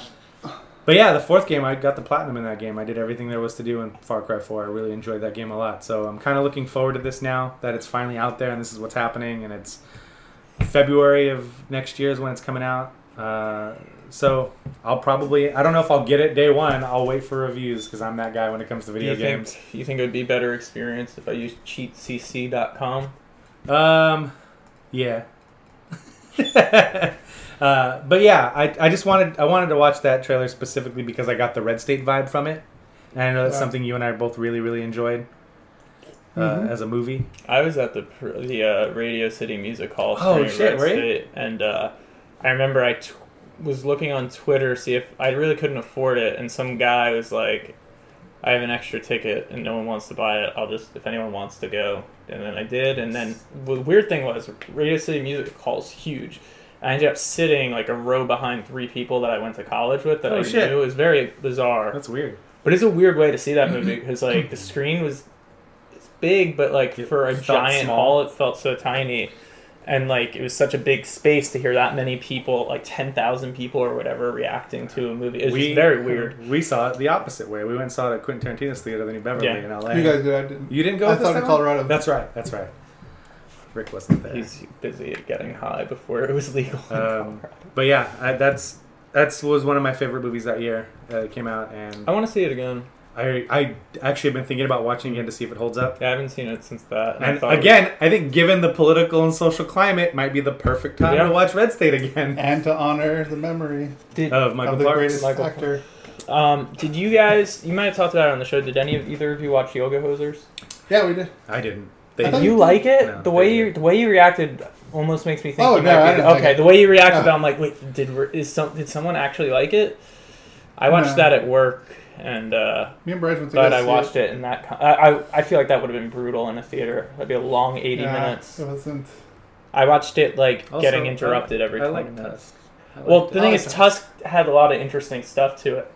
[SPEAKER 1] but yeah the fourth game i got the platinum in that game i did everything there was to do in far cry 4 i really enjoyed that game a lot so i'm kind of looking forward to this now that it's finally out there and this is what's happening and it's February of next year is when it's coming out. Uh, so I'll probably I don't know if I'll get it day one. I'll wait for reviews because I'm that guy when it comes to
[SPEAKER 3] Do
[SPEAKER 1] video
[SPEAKER 3] you
[SPEAKER 1] games.
[SPEAKER 3] think you think it would be better experience if I used cheatcc.com?
[SPEAKER 1] Um, yeah. uh, but yeah, I, I just wanted I wanted to watch that trailer specifically because I got the Red State vibe from it, and I know that's
[SPEAKER 2] Wow.
[SPEAKER 1] something you and I both really really enjoyed uh,
[SPEAKER 2] Mhm.
[SPEAKER 1] as a movie.
[SPEAKER 3] I was at the pr- the uh, Radio City Music Hall.
[SPEAKER 1] Oh,
[SPEAKER 3] during
[SPEAKER 1] shit,
[SPEAKER 3] Red
[SPEAKER 1] were you?
[SPEAKER 3] State, and uh, I remember I t- was looking on Twitter to see if I really couldn't afford it, and some guy was like, "I have an extra ticket, and no one wants to buy it. I'll just if anyone wants to go." And then I did, and then the weird thing was Radio City Music Hall is huge. I ended up sitting like a row behind three people that I went to college with that
[SPEAKER 1] Oh,
[SPEAKER 3] I
[SPEAKER 1] shit.
[SPEAKER 3] knew. It was very bizarre.
[SPEAKER 1] That's weird.
[SPEAKER 3] But it's a weird way to see that movie because like the screen was it's big, but like
[SPEAKER 1] It
[SPEAKER 3] for a
[SPEAKER 1] felt
[SPEAKER 3] giant
[SPEAKER 1] small.
[SPEAKER 3] hall, it felt so tiny, and like it was such a big space to hear that many people, like ten thousand people or whatever, reacting to a movie. It was just very weird.
[SPEAKER 1] We saw it the opposite way. We went and saw it at Quentin Tarantino's theater, then in Beverly
[SPEAKER 3] Yeah.
[SPEAKER 1] in L.A.
[SPEAKER 2] You guys did. I didn't.
[SPEAKER 1] You didn't go.
[SPEAKER 2] I
[SPEAKER 1] with us
[SPEAKER 2] thought in
[SPEAKER 1] that one?
[SPEAKER 2] Colorado.
[SPEAKER 1] That's right. That's right. Rick wasn't there.
[SPEAKER 3] He's busy getting high before it was legal. in
[SPEAKER 1] Um,
[SPEAKER 3] Colorado.
[SPEAKER 1] but yeah, I, that's that's was one of my favorite movies that year. Uh, it came out, and
[SPEAKER 3] I want to see it again.
[SPEAKER 1] I I actually have been thinking about watching again to see if it holds up.
[SPEAKER 3] Yeah, I haven't seen it since that. I
[SPEAKER 1] And
[SPEAKER 3] thought it was-
[SPEAKER 1] again, I think given the political and social climate, might be the perfect time
[SPEAKER 3] Yeah.
[SPEAKER 1] to watch Red State again
[SPEAKER 2] And to honor the memory
[SPEAKER 3] did,
[SPEAKER 1] of Michael
[SPEAKER 2] of the
[SPEAKER 1] Clark.
[SPEAKER 2] greatest
[SPEAKER 3] Michael
[SPEAKER 2] actor.
[SPEAKER 3] um, did you guys? You might have talked about it on the show. Did any of either of you watch Yoga Hosers?
[SPEAKER 2] Yeah, we did.
[SPEAKER 1] I didn't. They,
[SPEAKER 2] I thought
[SPEAKER 3] You like it?
[SPEAKER 1] No,
[SPEAKER 3] the way
[SPEAKER 1] they
[SPEAKER 3] you
[SPEAKER 1] didn't.
[SPEAKER 3] the way you reacted almost makes me think.
[SPEAKER 2] Oh,
[SPEAKER 3] you
[SPEAKER 2] no,
[SPEAKER 3] might be-
[SPEAKER 2] I didn't like
[SPEAKER 3] okay.
[SPEAKER 2] it.
[SPEAKER 3] The way you reacted,
[SPEAKER 2] No.
[SPEAKER 3] I'm like, wait, did we- is some did someone actually like it? I watched
[SPEAKER 2] No.
[SPEAKER 3] that at work, and uh,
[SPEAKER 2] Me and Bryce went to
[SPEAKER 3] but
[SPEAKER 2] go
[SPEAKER 3] I
[SPEAKER 2] see
[SPEAKER 3] watched it, in that. Con- I, I I feel like that would have been brutal in a theater. That'd be a long eighty
[SPEAKER 2] Yeah,
[SPEAKER 3] minutes.
[SPEAKER 2] It wasn't.
[SPEAKER 3] I watched it like
[SPEAKER 1] Also,
[SPEAKER 3] getting interrupted every
[SPEAKER 1] I
[SPEAKER 3] time.
[SPEAKER 1] like Tusk. I like
[SPEAKER 3] Well,
[SPEAKER 1] Tusk.
[SPEAKER 3] the thing
[SPEAKER 2] I
[SPEAKER 3] is,
[SPEAKER 2] like
[SPEAKER 3] Tusk had a lot of interesting stuff to it.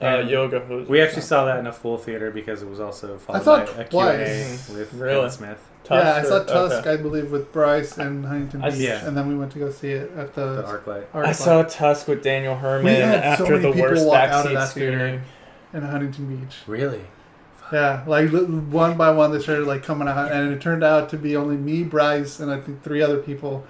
[SPEAKER 3] Uh,
[SPEAKER 1] And
[SPEAKER 3] yoga hosers.
[SPEAKER 1] we actually saw that in a full theater because it was also followed
[SPEAKER 2] saw it
[SPEAKER 1] by a
[SPEAKER 2] twice.
[SPEAKER 1] Q&A with
[SPEAKER 3] Really?
[SPEAKER 1] Kevin Smith.
[SPEAKER 3] Tusk
[SPEAKER 2] yeah, I saw
[SPEAKER 3] or-
[SPEAKER 2] Tusk,
[SPEAKER 3] okay.
[SPEAKER 2] I believe, with Bryce and Huntington
[SPEAKER 3] I
[SPEAKER 2] Beach,
[SPEAKER 1] see.
[SPEAKER 2] and then we went to go see it at
[SPEAKER 1] The
[SPEAKER 2] the,
[SPEAKER 1] ArcLight.
[SPEAKER 2] Art
[SPEAKER 3] I
[SPEAKER 2] Club
[SPEAKER 3] saw Tusk with Daniel
[SPEAKER 2] We
[SPEAKER 3] Herman
[SPEAKER 2] had so
[SPEAKER 3] after
[SPEAKER 2] many
[SPEAKER 3] the
[SPEAKER 2] people
[SPEAKER 3] worst
[SPEAKER 2] walk out of
[SPEAKER 3] backseat
[SPEAKER 2] that theater.
[SPEAKER 3] screening.
[SPEAKER 2] in Huntington Beach.
[SPEAKER 1] Really?
[SPEAKER 2] Yeah, like li- one by one they started like coming out, and it turned out to be only me, Bryce, and I think three other people.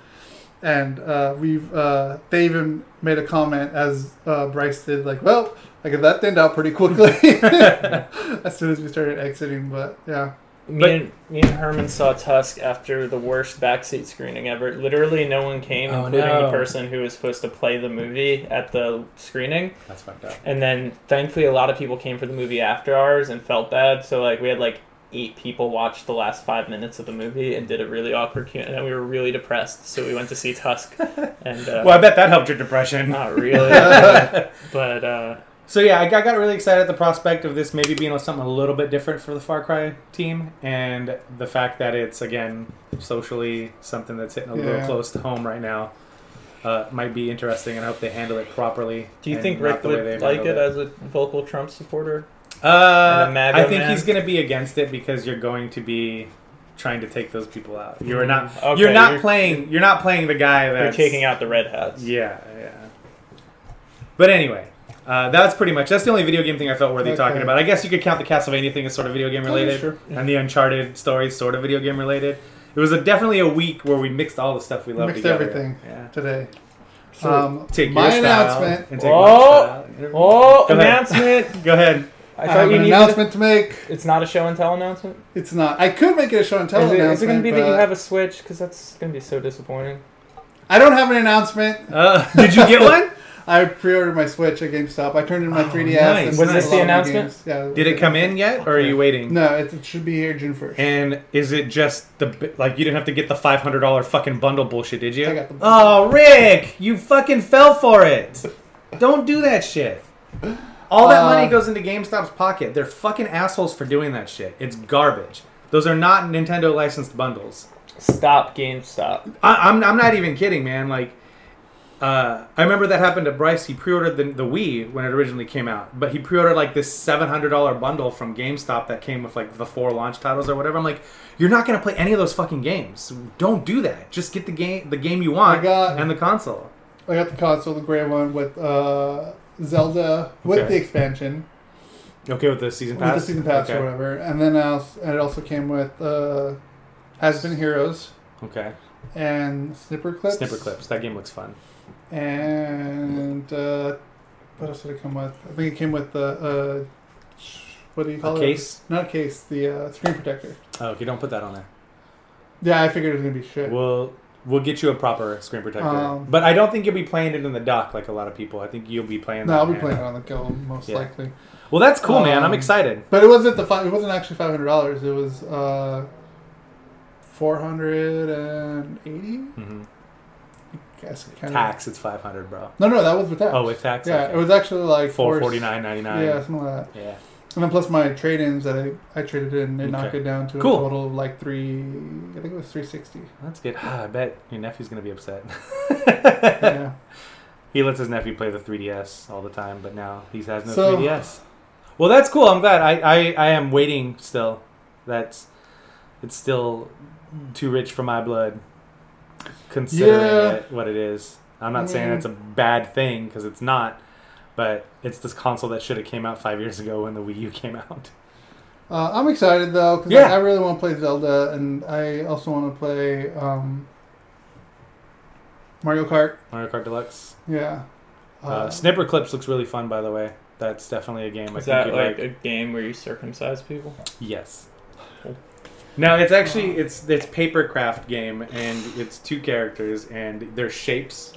[SPEAKER 2] And uh, we've uh, they even made a comment as uh, Bryce did, like, "Well, I got that thinned out pretty quickly as soon as we started exiting." But yeah,
[SPEAKER 3] Me,
[SPEAKER 1] But-
[SPEAKER 3] and, me and Herman saw Tusk after the worst backseat screening ever. Literally, no one came,
[SPEAKER 1] Oh,
[SPEAKER 3] including
[SPEAKER 1] no.
[SPEAKER 3] the person who was supposed to play the movie at the screening.
[SPEAKER 1] That's fucked up.
[SPEAKER 3] And then, thankfully, a lot of people came for the movie after ours and felt bad. So, like, we had like eight people watch the last five minutes of the movie and did a really awkward Q, and then we were really depressed. So we went to see Tusk, and uh,
[SPEAKER 1] Well, I bet that helped your depression.
[SPEAKER 3] not really, but, but uh,
[SPEAKER 1] So yeah, I got, I got really excited at the prospect of this maybe being something a little bit different for the Far Cry team, and the fact that it's again socially something that's hitting a little
[SPEAKER 2] Yeah.
[SPEAKER 1] close to home right now uh, might be interesting, and I hope they handle it properly.
[SPEAKER 3] do you
[SPEAKER 1] and
[SPEAKER 3] think
[SPEAKER 1] not
[SPEAKER 3] Rick
[SPEAKER 1] the way
[SPEAKER 3] would
[SPEAKER 1] they've
[SPEAKER 3] like
[SPEAKER 1] handled
[SPEAKER 3] it as a vocal Trump supporter?
[SPEAKER 1] Uh,
[SPEAKER 3] And a MAGA
[SPEAKER 1] I think
[SPEAKER 3] man?
[SPEAKER 1] he's going to be against it because you're going to be trying to take those people out. You are not.
[SPEAKER 3] Mm, okay,
[SPEAKER 1] you're not
[SPEAKER 3] you're-
[SPEAKER 1] playing. You're not playing the guy
[SPEAKER 3] They're
[SPEAKER 1] that's
[SPEAKER 3] taking out the red hats.
[SPEAKER 1] Yeah, yeah. But anyway, uh, that's pretty much that's the only video game thing I felt worthy
[SPEAKER 2] Okay.
[SPEAKER 1] talking about. I guess you could count the Castlevania thing as sort of video game
[SPEAKER 2] yeah,
[SPEAKER 1] related,
[SPEAKER 2] sure.
[SPEAKER 1] and the Uncharted story sort of video game related. It was a, definitely a week where we mixed all the stuff we love
[SPEAKER 2] mixed
[SPEAKER 1] together.
[SPEAKER 2] everything
[SPEAKER 1] Yeah.
[SPEAKER 2] today.
[SPEAKER 1] So
[SPEAKER 2] um,
[SPEAKER 1] take
[SPEAKER 2] my
[SPEAKER 1] your style
[SPEAKER 2] announcement.
[SPEAKER 1] and take
[SPEAKER 3] Oh!
[SPEAKER 1] my style.
[SPEAKER 3] Oh,
[SPEAKER 1] Go ahead.
[SPEAKER 3] announcement!
[SPEAKER 1] Go ahead.
[SPEAKER 3] I
[SPEAKER 2] I have
[SPEAKER 3] thought you
[SPEAKER 2] an
[SPEAKER 3] needed.
[SPEAKER 2] announcement to make.
[SPEAKER 3] It's not a show and tell announcement.
[SPEAKER 2] It's not. I could make it a show and tell
[SPEAKER 3] Is it,
[SPEAKER 2] announcement.
[SPEAKER 3] is it going to be that you
[SPEAKER 2] but
[SPEAKER 3] have a switch? Because that's going to be so disappointing.
[SPEAKER 2] I don't have an announcement.
[SPEAKER 1] Uh, did you get one?
[SPEAKER 2] I pre-ordered my Switch at GameStop. I turned in my
[SPEAKER 1] Oh,
[SPEAKER 2] 3DS.
[SPEAKER 1] nice.
[SPEAKER 2] and
[SPEAKER 1] Was
[SPEAKER 2] a
[SPEAKER 1] this
[SPEAKER 2] lot
[SPEAKER 3] the
[SPEAKER 2] of my
[SPEAKER 3] announcement?
[SPEAKER 2] games. Yeah.
[SPEAKER 1] Did it come in yet, or are you waiting?
[SPEAKER 2] No, it, it should be here June first.
[SPEAKER 1] And is it just the bi- like you didn't have to get the five hundred dollar fucking bundle bullshit, did you?
[SPEAKER 2] I got the-
[SPEAKER 1] oh, Rick, you fucking fell for it. Don't do that shit. All that
[SPEAKER 2] Uh,
[SPEAKER 1] money goes into GameStop's pocket. They're fucking assholes for doing that shit. It's garbage. Those are not Nintendo licensed bundles.
[SPEAKER 3] Stop GameStop.
[SPEAKER 1] I, I'm I'm not even kidding, man. Like, uh, I remember that happened to Bryce. He pre-ordered the, the Wii when it originally came out, but he pre-ordered like this seven hundred dollar bundle from GameStop that came with like the four launch titles or whatever. I'm like, you're not gonna play any of those fucking games. Don't do that. Just get the game the game you want
[SPEAKER 2] got-
[SPEAKER 1] and the console.
[SPEAKER 2] I got the console, the gray one with uh, Zelda with
[SPEAKER 1] Okay.
[SPEAKER 2] the expansion,
[SPEAKER 1] Okay with the season
[SPEAKER 2] with the season pass or whatever, and then I also, and it also came with uh, Has Been Heroes,
[SPEAKER 1] Okay.
[SPEAKER 2] and snipper clips.
[SPEAKER 1] Snipper clips. That game looks fun.
[SPEAKER 2] And uh, what else did it come with? I think it came with the uh, what do you call it?
[SPEAKER 1] case?
[SPEAKER 2] Not a case. The uh, screen protector.
[SPEAKER 1] Oh, okay, don't put that on there.
[SPEAKER 2] Yeah, I figured it was gonna be shit.
[SPEAKER 1] We'll we'll get you a proper screen protector.
[SPEAKER 2] Um,
[SPEAKER 1] but I don't think you'll be playing it in the dock like a lot of people. I think you'll be playing.
[SPEAKER 2] no,
[SPEAKER 1] that
[SPEAKER 2] I'll be
[SPEAKER 1] hand.
[SPEAKER 2] playing it on the go most
[SPEAKER 1] Yeah.
[SPEAKER 2] likely.
[SPEAKER 1] Well, that's cool, man. I'm
[SPEAKER 2] Um,
[SPEAKER 1] excited.
[SPEAKER 2] But it wasn't the five. It wasn't actually five hundred dollars. It was uh, four hundred and eighty.
[SPEAKER 1] Mhm.
[SPEAKER 2] I guess it kind
[SPEAKER 1] Tax, it's 500, bro.
[SPEAKER 2] No, no, that was with tax.
[SPEAKER 1] Oh, with tax.
[SPEAKER 2] Yeah,
[SPEAKER 1] okay.
[SPEAKER 2] it was actually like
[SPEAKER 1] four
[SPEAKER 2] four-
[SPEAKER 1] forty nine ninety nine.
[SPEAKER 2] Yeah, something like that.
[SPEAKER 1] Yeah.
[SPEAKER 2] And then plus my trade-ins that I, I traded in, it knocked
[SPEAKER 1] Okay.
[SPEAKER 2] it down to
[SPEAKER 1] Cool.
[SPEAKER 2] a total of like three. I think it was three sixty.
[SPEAKER 1] That's good. Ah, I bet your nephew's gonna be upset.
[SPEAKER 2] Yeah.
[SPEAKER 1] He lets his nephew play the 3DS all the time, but now he has no
[SPEAKER 2] So-
[SPEAKER 1] 3DS. Well, that's cool. I'm glad. I, I, I am waiting still. That's it's still too rich for my blood, considering
[SPEAKER 2] Yeah.
[SPEAKER 1] it, what it is. I'm not
[SPEAKER 2] I
[SPEAKER 1] saying
[SPEAKER 2] mean-
[SPEAKER 1] it's a bad thing because it's not, but it's this console that should have came out five years ago when the Wii U came out.
[SPEAKER 2] Uh, I'm excited though because
[SPEAKER 1] Yeah.
[SPEAKER 2] I really want to play Zelda, and I also want to play um, Mario Kart.
[SPEAKER 1] Mario Kart Deluxe.
[SPEAKER 2] Yeah.
[SPEAKER 1] Uh, Snipper Clips looks really fun, by the way. That's definitely a game.
[SPEAKER 3] Is
[SPEAKER 1] I think
[SPEAKER 3] that
[SPEAKER 1] you'd
[SPEAKER 3] like a game where you circumcise people?
[SPEAKER 1] Yes. No, it's actually it's it's paper craft game and it's two characters and they're shapes.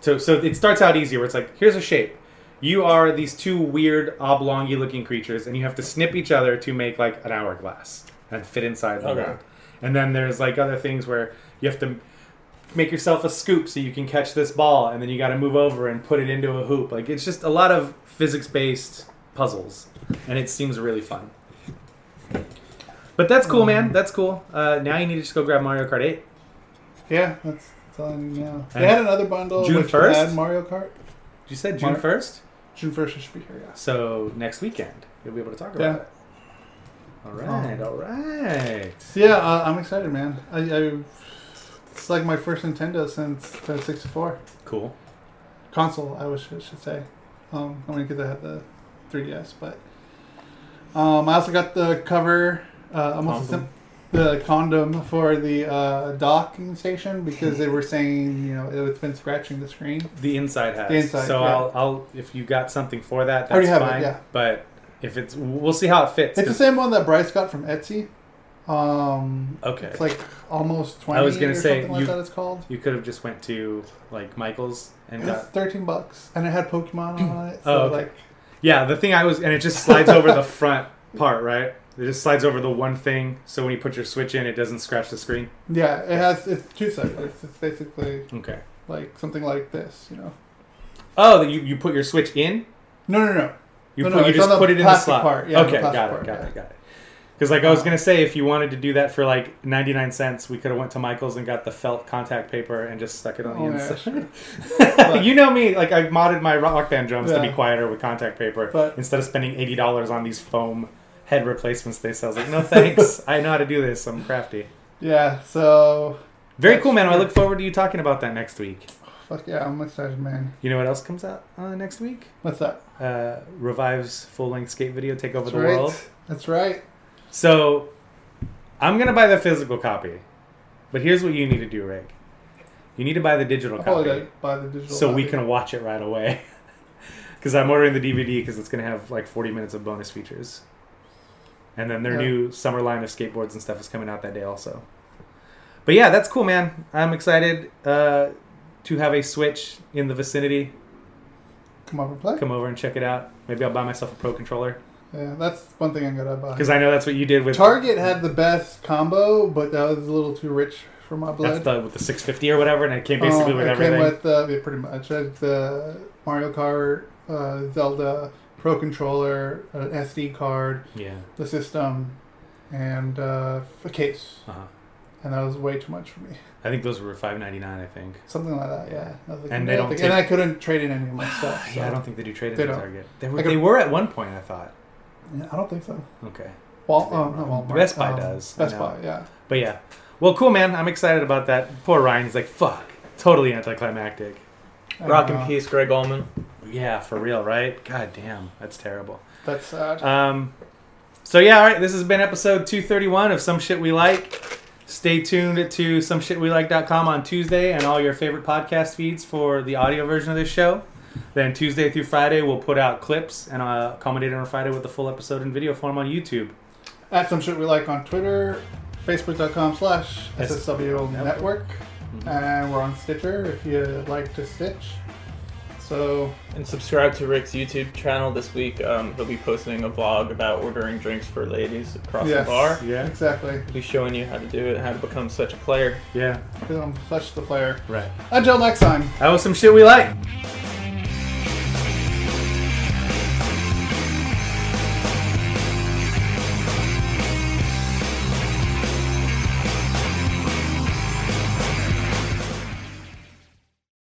[SPEAKER 1] So so it starts out easy where it's like here's a shape. You are these two weird oblongy looking creatures and you have to snip each other to make like an hourglass and fit inside the
[SPEAKER 3] Okay.
[SPEAKER 1] mold. And then there's like other things where you have to make yourself a scoop so you can catch this ball and then you got to move over and put it into a hoop. Like it's just a lot of physics based puzzles and it seems really fun. But that's cool,
[SPEAKER 2] Mm.
[SPEAKER 1] man. That's cool. Uh, now you need to just go grab Mario Kart 8.
[SPEAKER 2] yeah, that's, that's all I need now. They
[SPEAKER 1] And
[SPEAKER 2] had another bundle.
[SPEAKER 1] June
[SPEAKER 2] which
[SPEAKER 1] 1st?
[SPEAKER 2] Had Mario Kart.
[SPEAKER 1] You said June
[SPEAKER 2] Mar-
[SPEAKER 1] 1st?
[SPEAKER 2] June first, I should be here. Yes.
[SPEAKER 1] So next weekend, you'll be able to talk about
[SPEAKER 2] Yeah. Oh.
[SPEAKER 1] it. All right, all right.
[SPEAKER 2] So yeah, uh, I'm excited, man. I, I it's like my first Nintendo since the 64
[SPEAKER 1] Cool.
[SPEAKER 2] console. I wish I should say. Um, I mean, because I had the 3DS, but um, I also got the cover. Uh, almost
[SPEAKER 1] Condom.
[SPEAKER 2] the condom for the uh, docking station because they were saying you know it's been scratching the screen.
[SPEAKER 1] The inside has.
[SPEAKER 2] The inside,
[SPEAKER 1] so
[SPEAKER 2] yeah.
[SPEAKER 1] I'll, I'll, if you got something for that, that's
[SPEAKER 2] I already have it,
[SPEAKER 1] fine.
[SPEAKER 2] yeah.
[SPEAKER 1] But if it's, we'll see how it fits.
[SPEAKER 2] It's the
[SPEAKER 1] 'cause-
[SPEAKER 2] same one that Bryce got from Etsy. Um,
[SPEAKER 1] Okay.
[SPEAKER 2] It's like almost twenty.
[SPEAKER 1] I was gonna
[SPEAKER 2] or
[SPEAKER 1] say,
[SPEAKER 2] something like
[SPEAKER 1] you-
[SPEAKER 2] that. It's called.
[SPEAKER 1] You could have just went to like Michael's and
[SPEAKER 2] It's
[SPEAKER 1] got.
[SPEAKER 2] thirteen bucks, and it had Pokemon on it. So
[SPEAKER 1] Oh, okay.
[SPEAKER 2] like,
[SPEAKER 1] Yeah, the thing I was, and it just slides over the front part, right? It just slides over the one thing, so when you put your Switch in, it doesn't scratch the screen.
[SPEAKER 2] yeah, it has. It's two sides. It's basically
[SPEAKER 1] Okay.
[SPEAKER 2] like something like this, you know.
[SPEAKER 1] Oh, that you, you put your Switch in?
[SPEAKER 2] No, no, no.
[SPEAKER 1] You,
[SPEAKER 2] No,
[SPEAKER 1] put,
[SPEAKER 2] no,
[SPEAKER 1] you
[SPEAKER 2] it's
[SPEAKER 1] just
[SPEAKER 2] on the
[SPEAKER 1] put it in the
[SPEAKER 2] plastic
[SPEAKER 1] slot.
[SPEAKER 2] part. Yeah, on the
[SPEAKER 1] okay, got it,
[SPEAKER 2] plastic
[SPEAKER 1] got
[SPEAKER 2] part,
[SPEAKER 1] it, got
[SPEAKER 2] yeah. Uh-huh.
[SPEAKER 1] it, Because like I was gonna say, if you wanted to do that for like ninety nine cents, we could have went to Michaels and got the felt contact paper and just stuck it on
[SPEAKER 2] Oh,
[SPEAKER 1] the
[SPEAKER 2] yeah,
[SPEAKER 1] inside. you know me, like I modded my rock band drums to
[SPEAKER 2] Yeah.
[SPEAKER 1] be quieter with contact paper
[SPEAKER 2] But-
[SPEAKER 1] instead of spending eighty dollars on these foam head replacements. They sell. I was like, no thanks, I know how to do this. I'm crafty.
[SPEAKER 2] Yeah. So,
[SPEAKER 1] Very
[SPEAKER 2] That's
[SPEAKER 1] cool, man. I
[SPEAKER 2] true.
[SPEAKER 1] look forward to you talking about that next week.
[SPEAKER 2] fuck yeah, I'm excited, man.
[SPEAKER 1] You know what else comes out uh, next week?
[SPEAKER 2] What's that?
[SPEAKER 1] Uh, Revive's full length skate video take over
[SPEAKER 2] That's
[SPEAKER 1] the
[SPEAKER 2] right.
[SPEAKER 1] world.
[SPEAKER 2] That's right.
[SPEAKER 1] So I'm gonna buy the physical copy, but here's what you need to do, Rick. You need to buy the digital
[SPEAKER 2] I'll
[SPEAKER 1] copy
[SPEAKER 2] probably like, buy the digital.
[SPEAKER 1] so we
[SPEAKER 2] copy.
[SPEAKER 1] can watch it right away. Because I'm ordering the DVD because it's gonna have like 40 minutes of bonus features, and then their
[SPEAKER 2] Yeah.
[SPEAKER 1] new summer line of skateboards and stuff is coming out that day also. But yeah, that's cool, man. I'm excited uh, to have a Switch in the vicinity.
[SPEAKER 2] come over and play.
[SPEAKER 1] Come over and check it out. Maybe I'll buy myself a Pro controller
[SPEAKER 2] Yeah, that's one thing I'm gonna buy.
[SPEAKER 1] because I know that's what you did with
[SPEAKER 2] Target had the best combo, but that was a little too rich for my blood.
[SPEAKER 1] That's the with the 650 or whatever, and it came basically
[SPEAKER 2] Um,
[SPEAKER 1] with
[SPEAKER 2] it
[SPEAKER 1] everything.
[SPEAKER 2] Came with uh, yeah, pretty much uh, the Mario Kart, uh, Zelda, Pro Controller, an SD card,
[SPEAKER 1] Yeah.
[SPEAKER 2] the system, and uh, a case.
[SPEAKER 1] Uh-huh.
[SPEAKER 2] And that was way too much for me.
[SPEAKER 1] I think those were 5.99. I think.
[SPEAKER 2] Something like that, yeah. I was like,
[SPEAKER 1] And
[SPEAKER 2] no,
[SPEAKER 1] they don't
[SPEAKER 2] thank-
[SPEAKER 1] take-
[SPEAKER 2] and I couldn't trade in any of my stuff. So.
[SPEAKER 1] yeah, I don't think they do trade
[SPEAKER 2] They
[SPEAKER 1] at
[SPEAKER 2] don't.
[SPEAKER 1] Target. They were,
[SPEAKER 2] Like a-
[SPEAKER 1] they were at one point. I thought.
[SPEAKER 2] I don't think so.
[SPEAKER 1] Okay.
[SPEAKER 2] Wal- um, not Walmart.
[SPEAKER 1] Best Buy
[SPEAKER 2] um,
[SPEAKER 1] does, I
[SPEAKER 2] Best
[SPEAKER 1] know.
[SPEAKER 2] Buy, yeah.
[SPEAKER 1] But yeah. Well, cool, man. I'm excited about that. Poor Ryan. He's like, fuck. Totally anticlimactic.
[SPEAKER 2] I
[SPEAKER 3] Rock
[SPEAKER 2] don't
[SPEAKER 3] and
[SPEAKER 2] know.
[SPEAKER 3] peace, Greg Allman.
[SPEAKER 1] Yeah, for real, right? God damn, that's terrible.
[SPEAKER 2] That's uh, sad.
[SPEAKER 1] Um, so yeah, all right. This has been episode 231 of Some Shit We Like. Stay tuned to someshitwelike.com on Tuesday and all your favorite podcast feeds for the audio version of this show. Then Tuesday through Friday, we'll put out clips and uh, accommodate it on Friday with the full episode in video form on YouTube.
[SPEAKER 2] At some shit we like on Twitter, facebook.com slash
[SPEAKER 1] Yes.
[SPEAKER 2] SSW network.
[SPEAKER 1] Mm-hmm.
[SPEAKER 2] And we're on Stitcher if you like to stitch. So
[SPEAKER 3] And subscribe to Rick's YouTube channel this week. Um, he'll be posting a vlog about ordering drinks for ladies across
[SPEAKER 2] Yes.
[SPEAKER 3] the bar.
[SPEAKER 1] Yeah,
[SPEAKER 2] exactly.
[SPEAKER 3] He'll be showing you how to do it, how to become such a player.
[SPEAKER 1] yeah,
[SPEAKER 2] Because I'm such the player.
[SPEAKER 1] right.
[SPEAKER 2] Until next time.
[SPEAKER 1] That was some shit we like.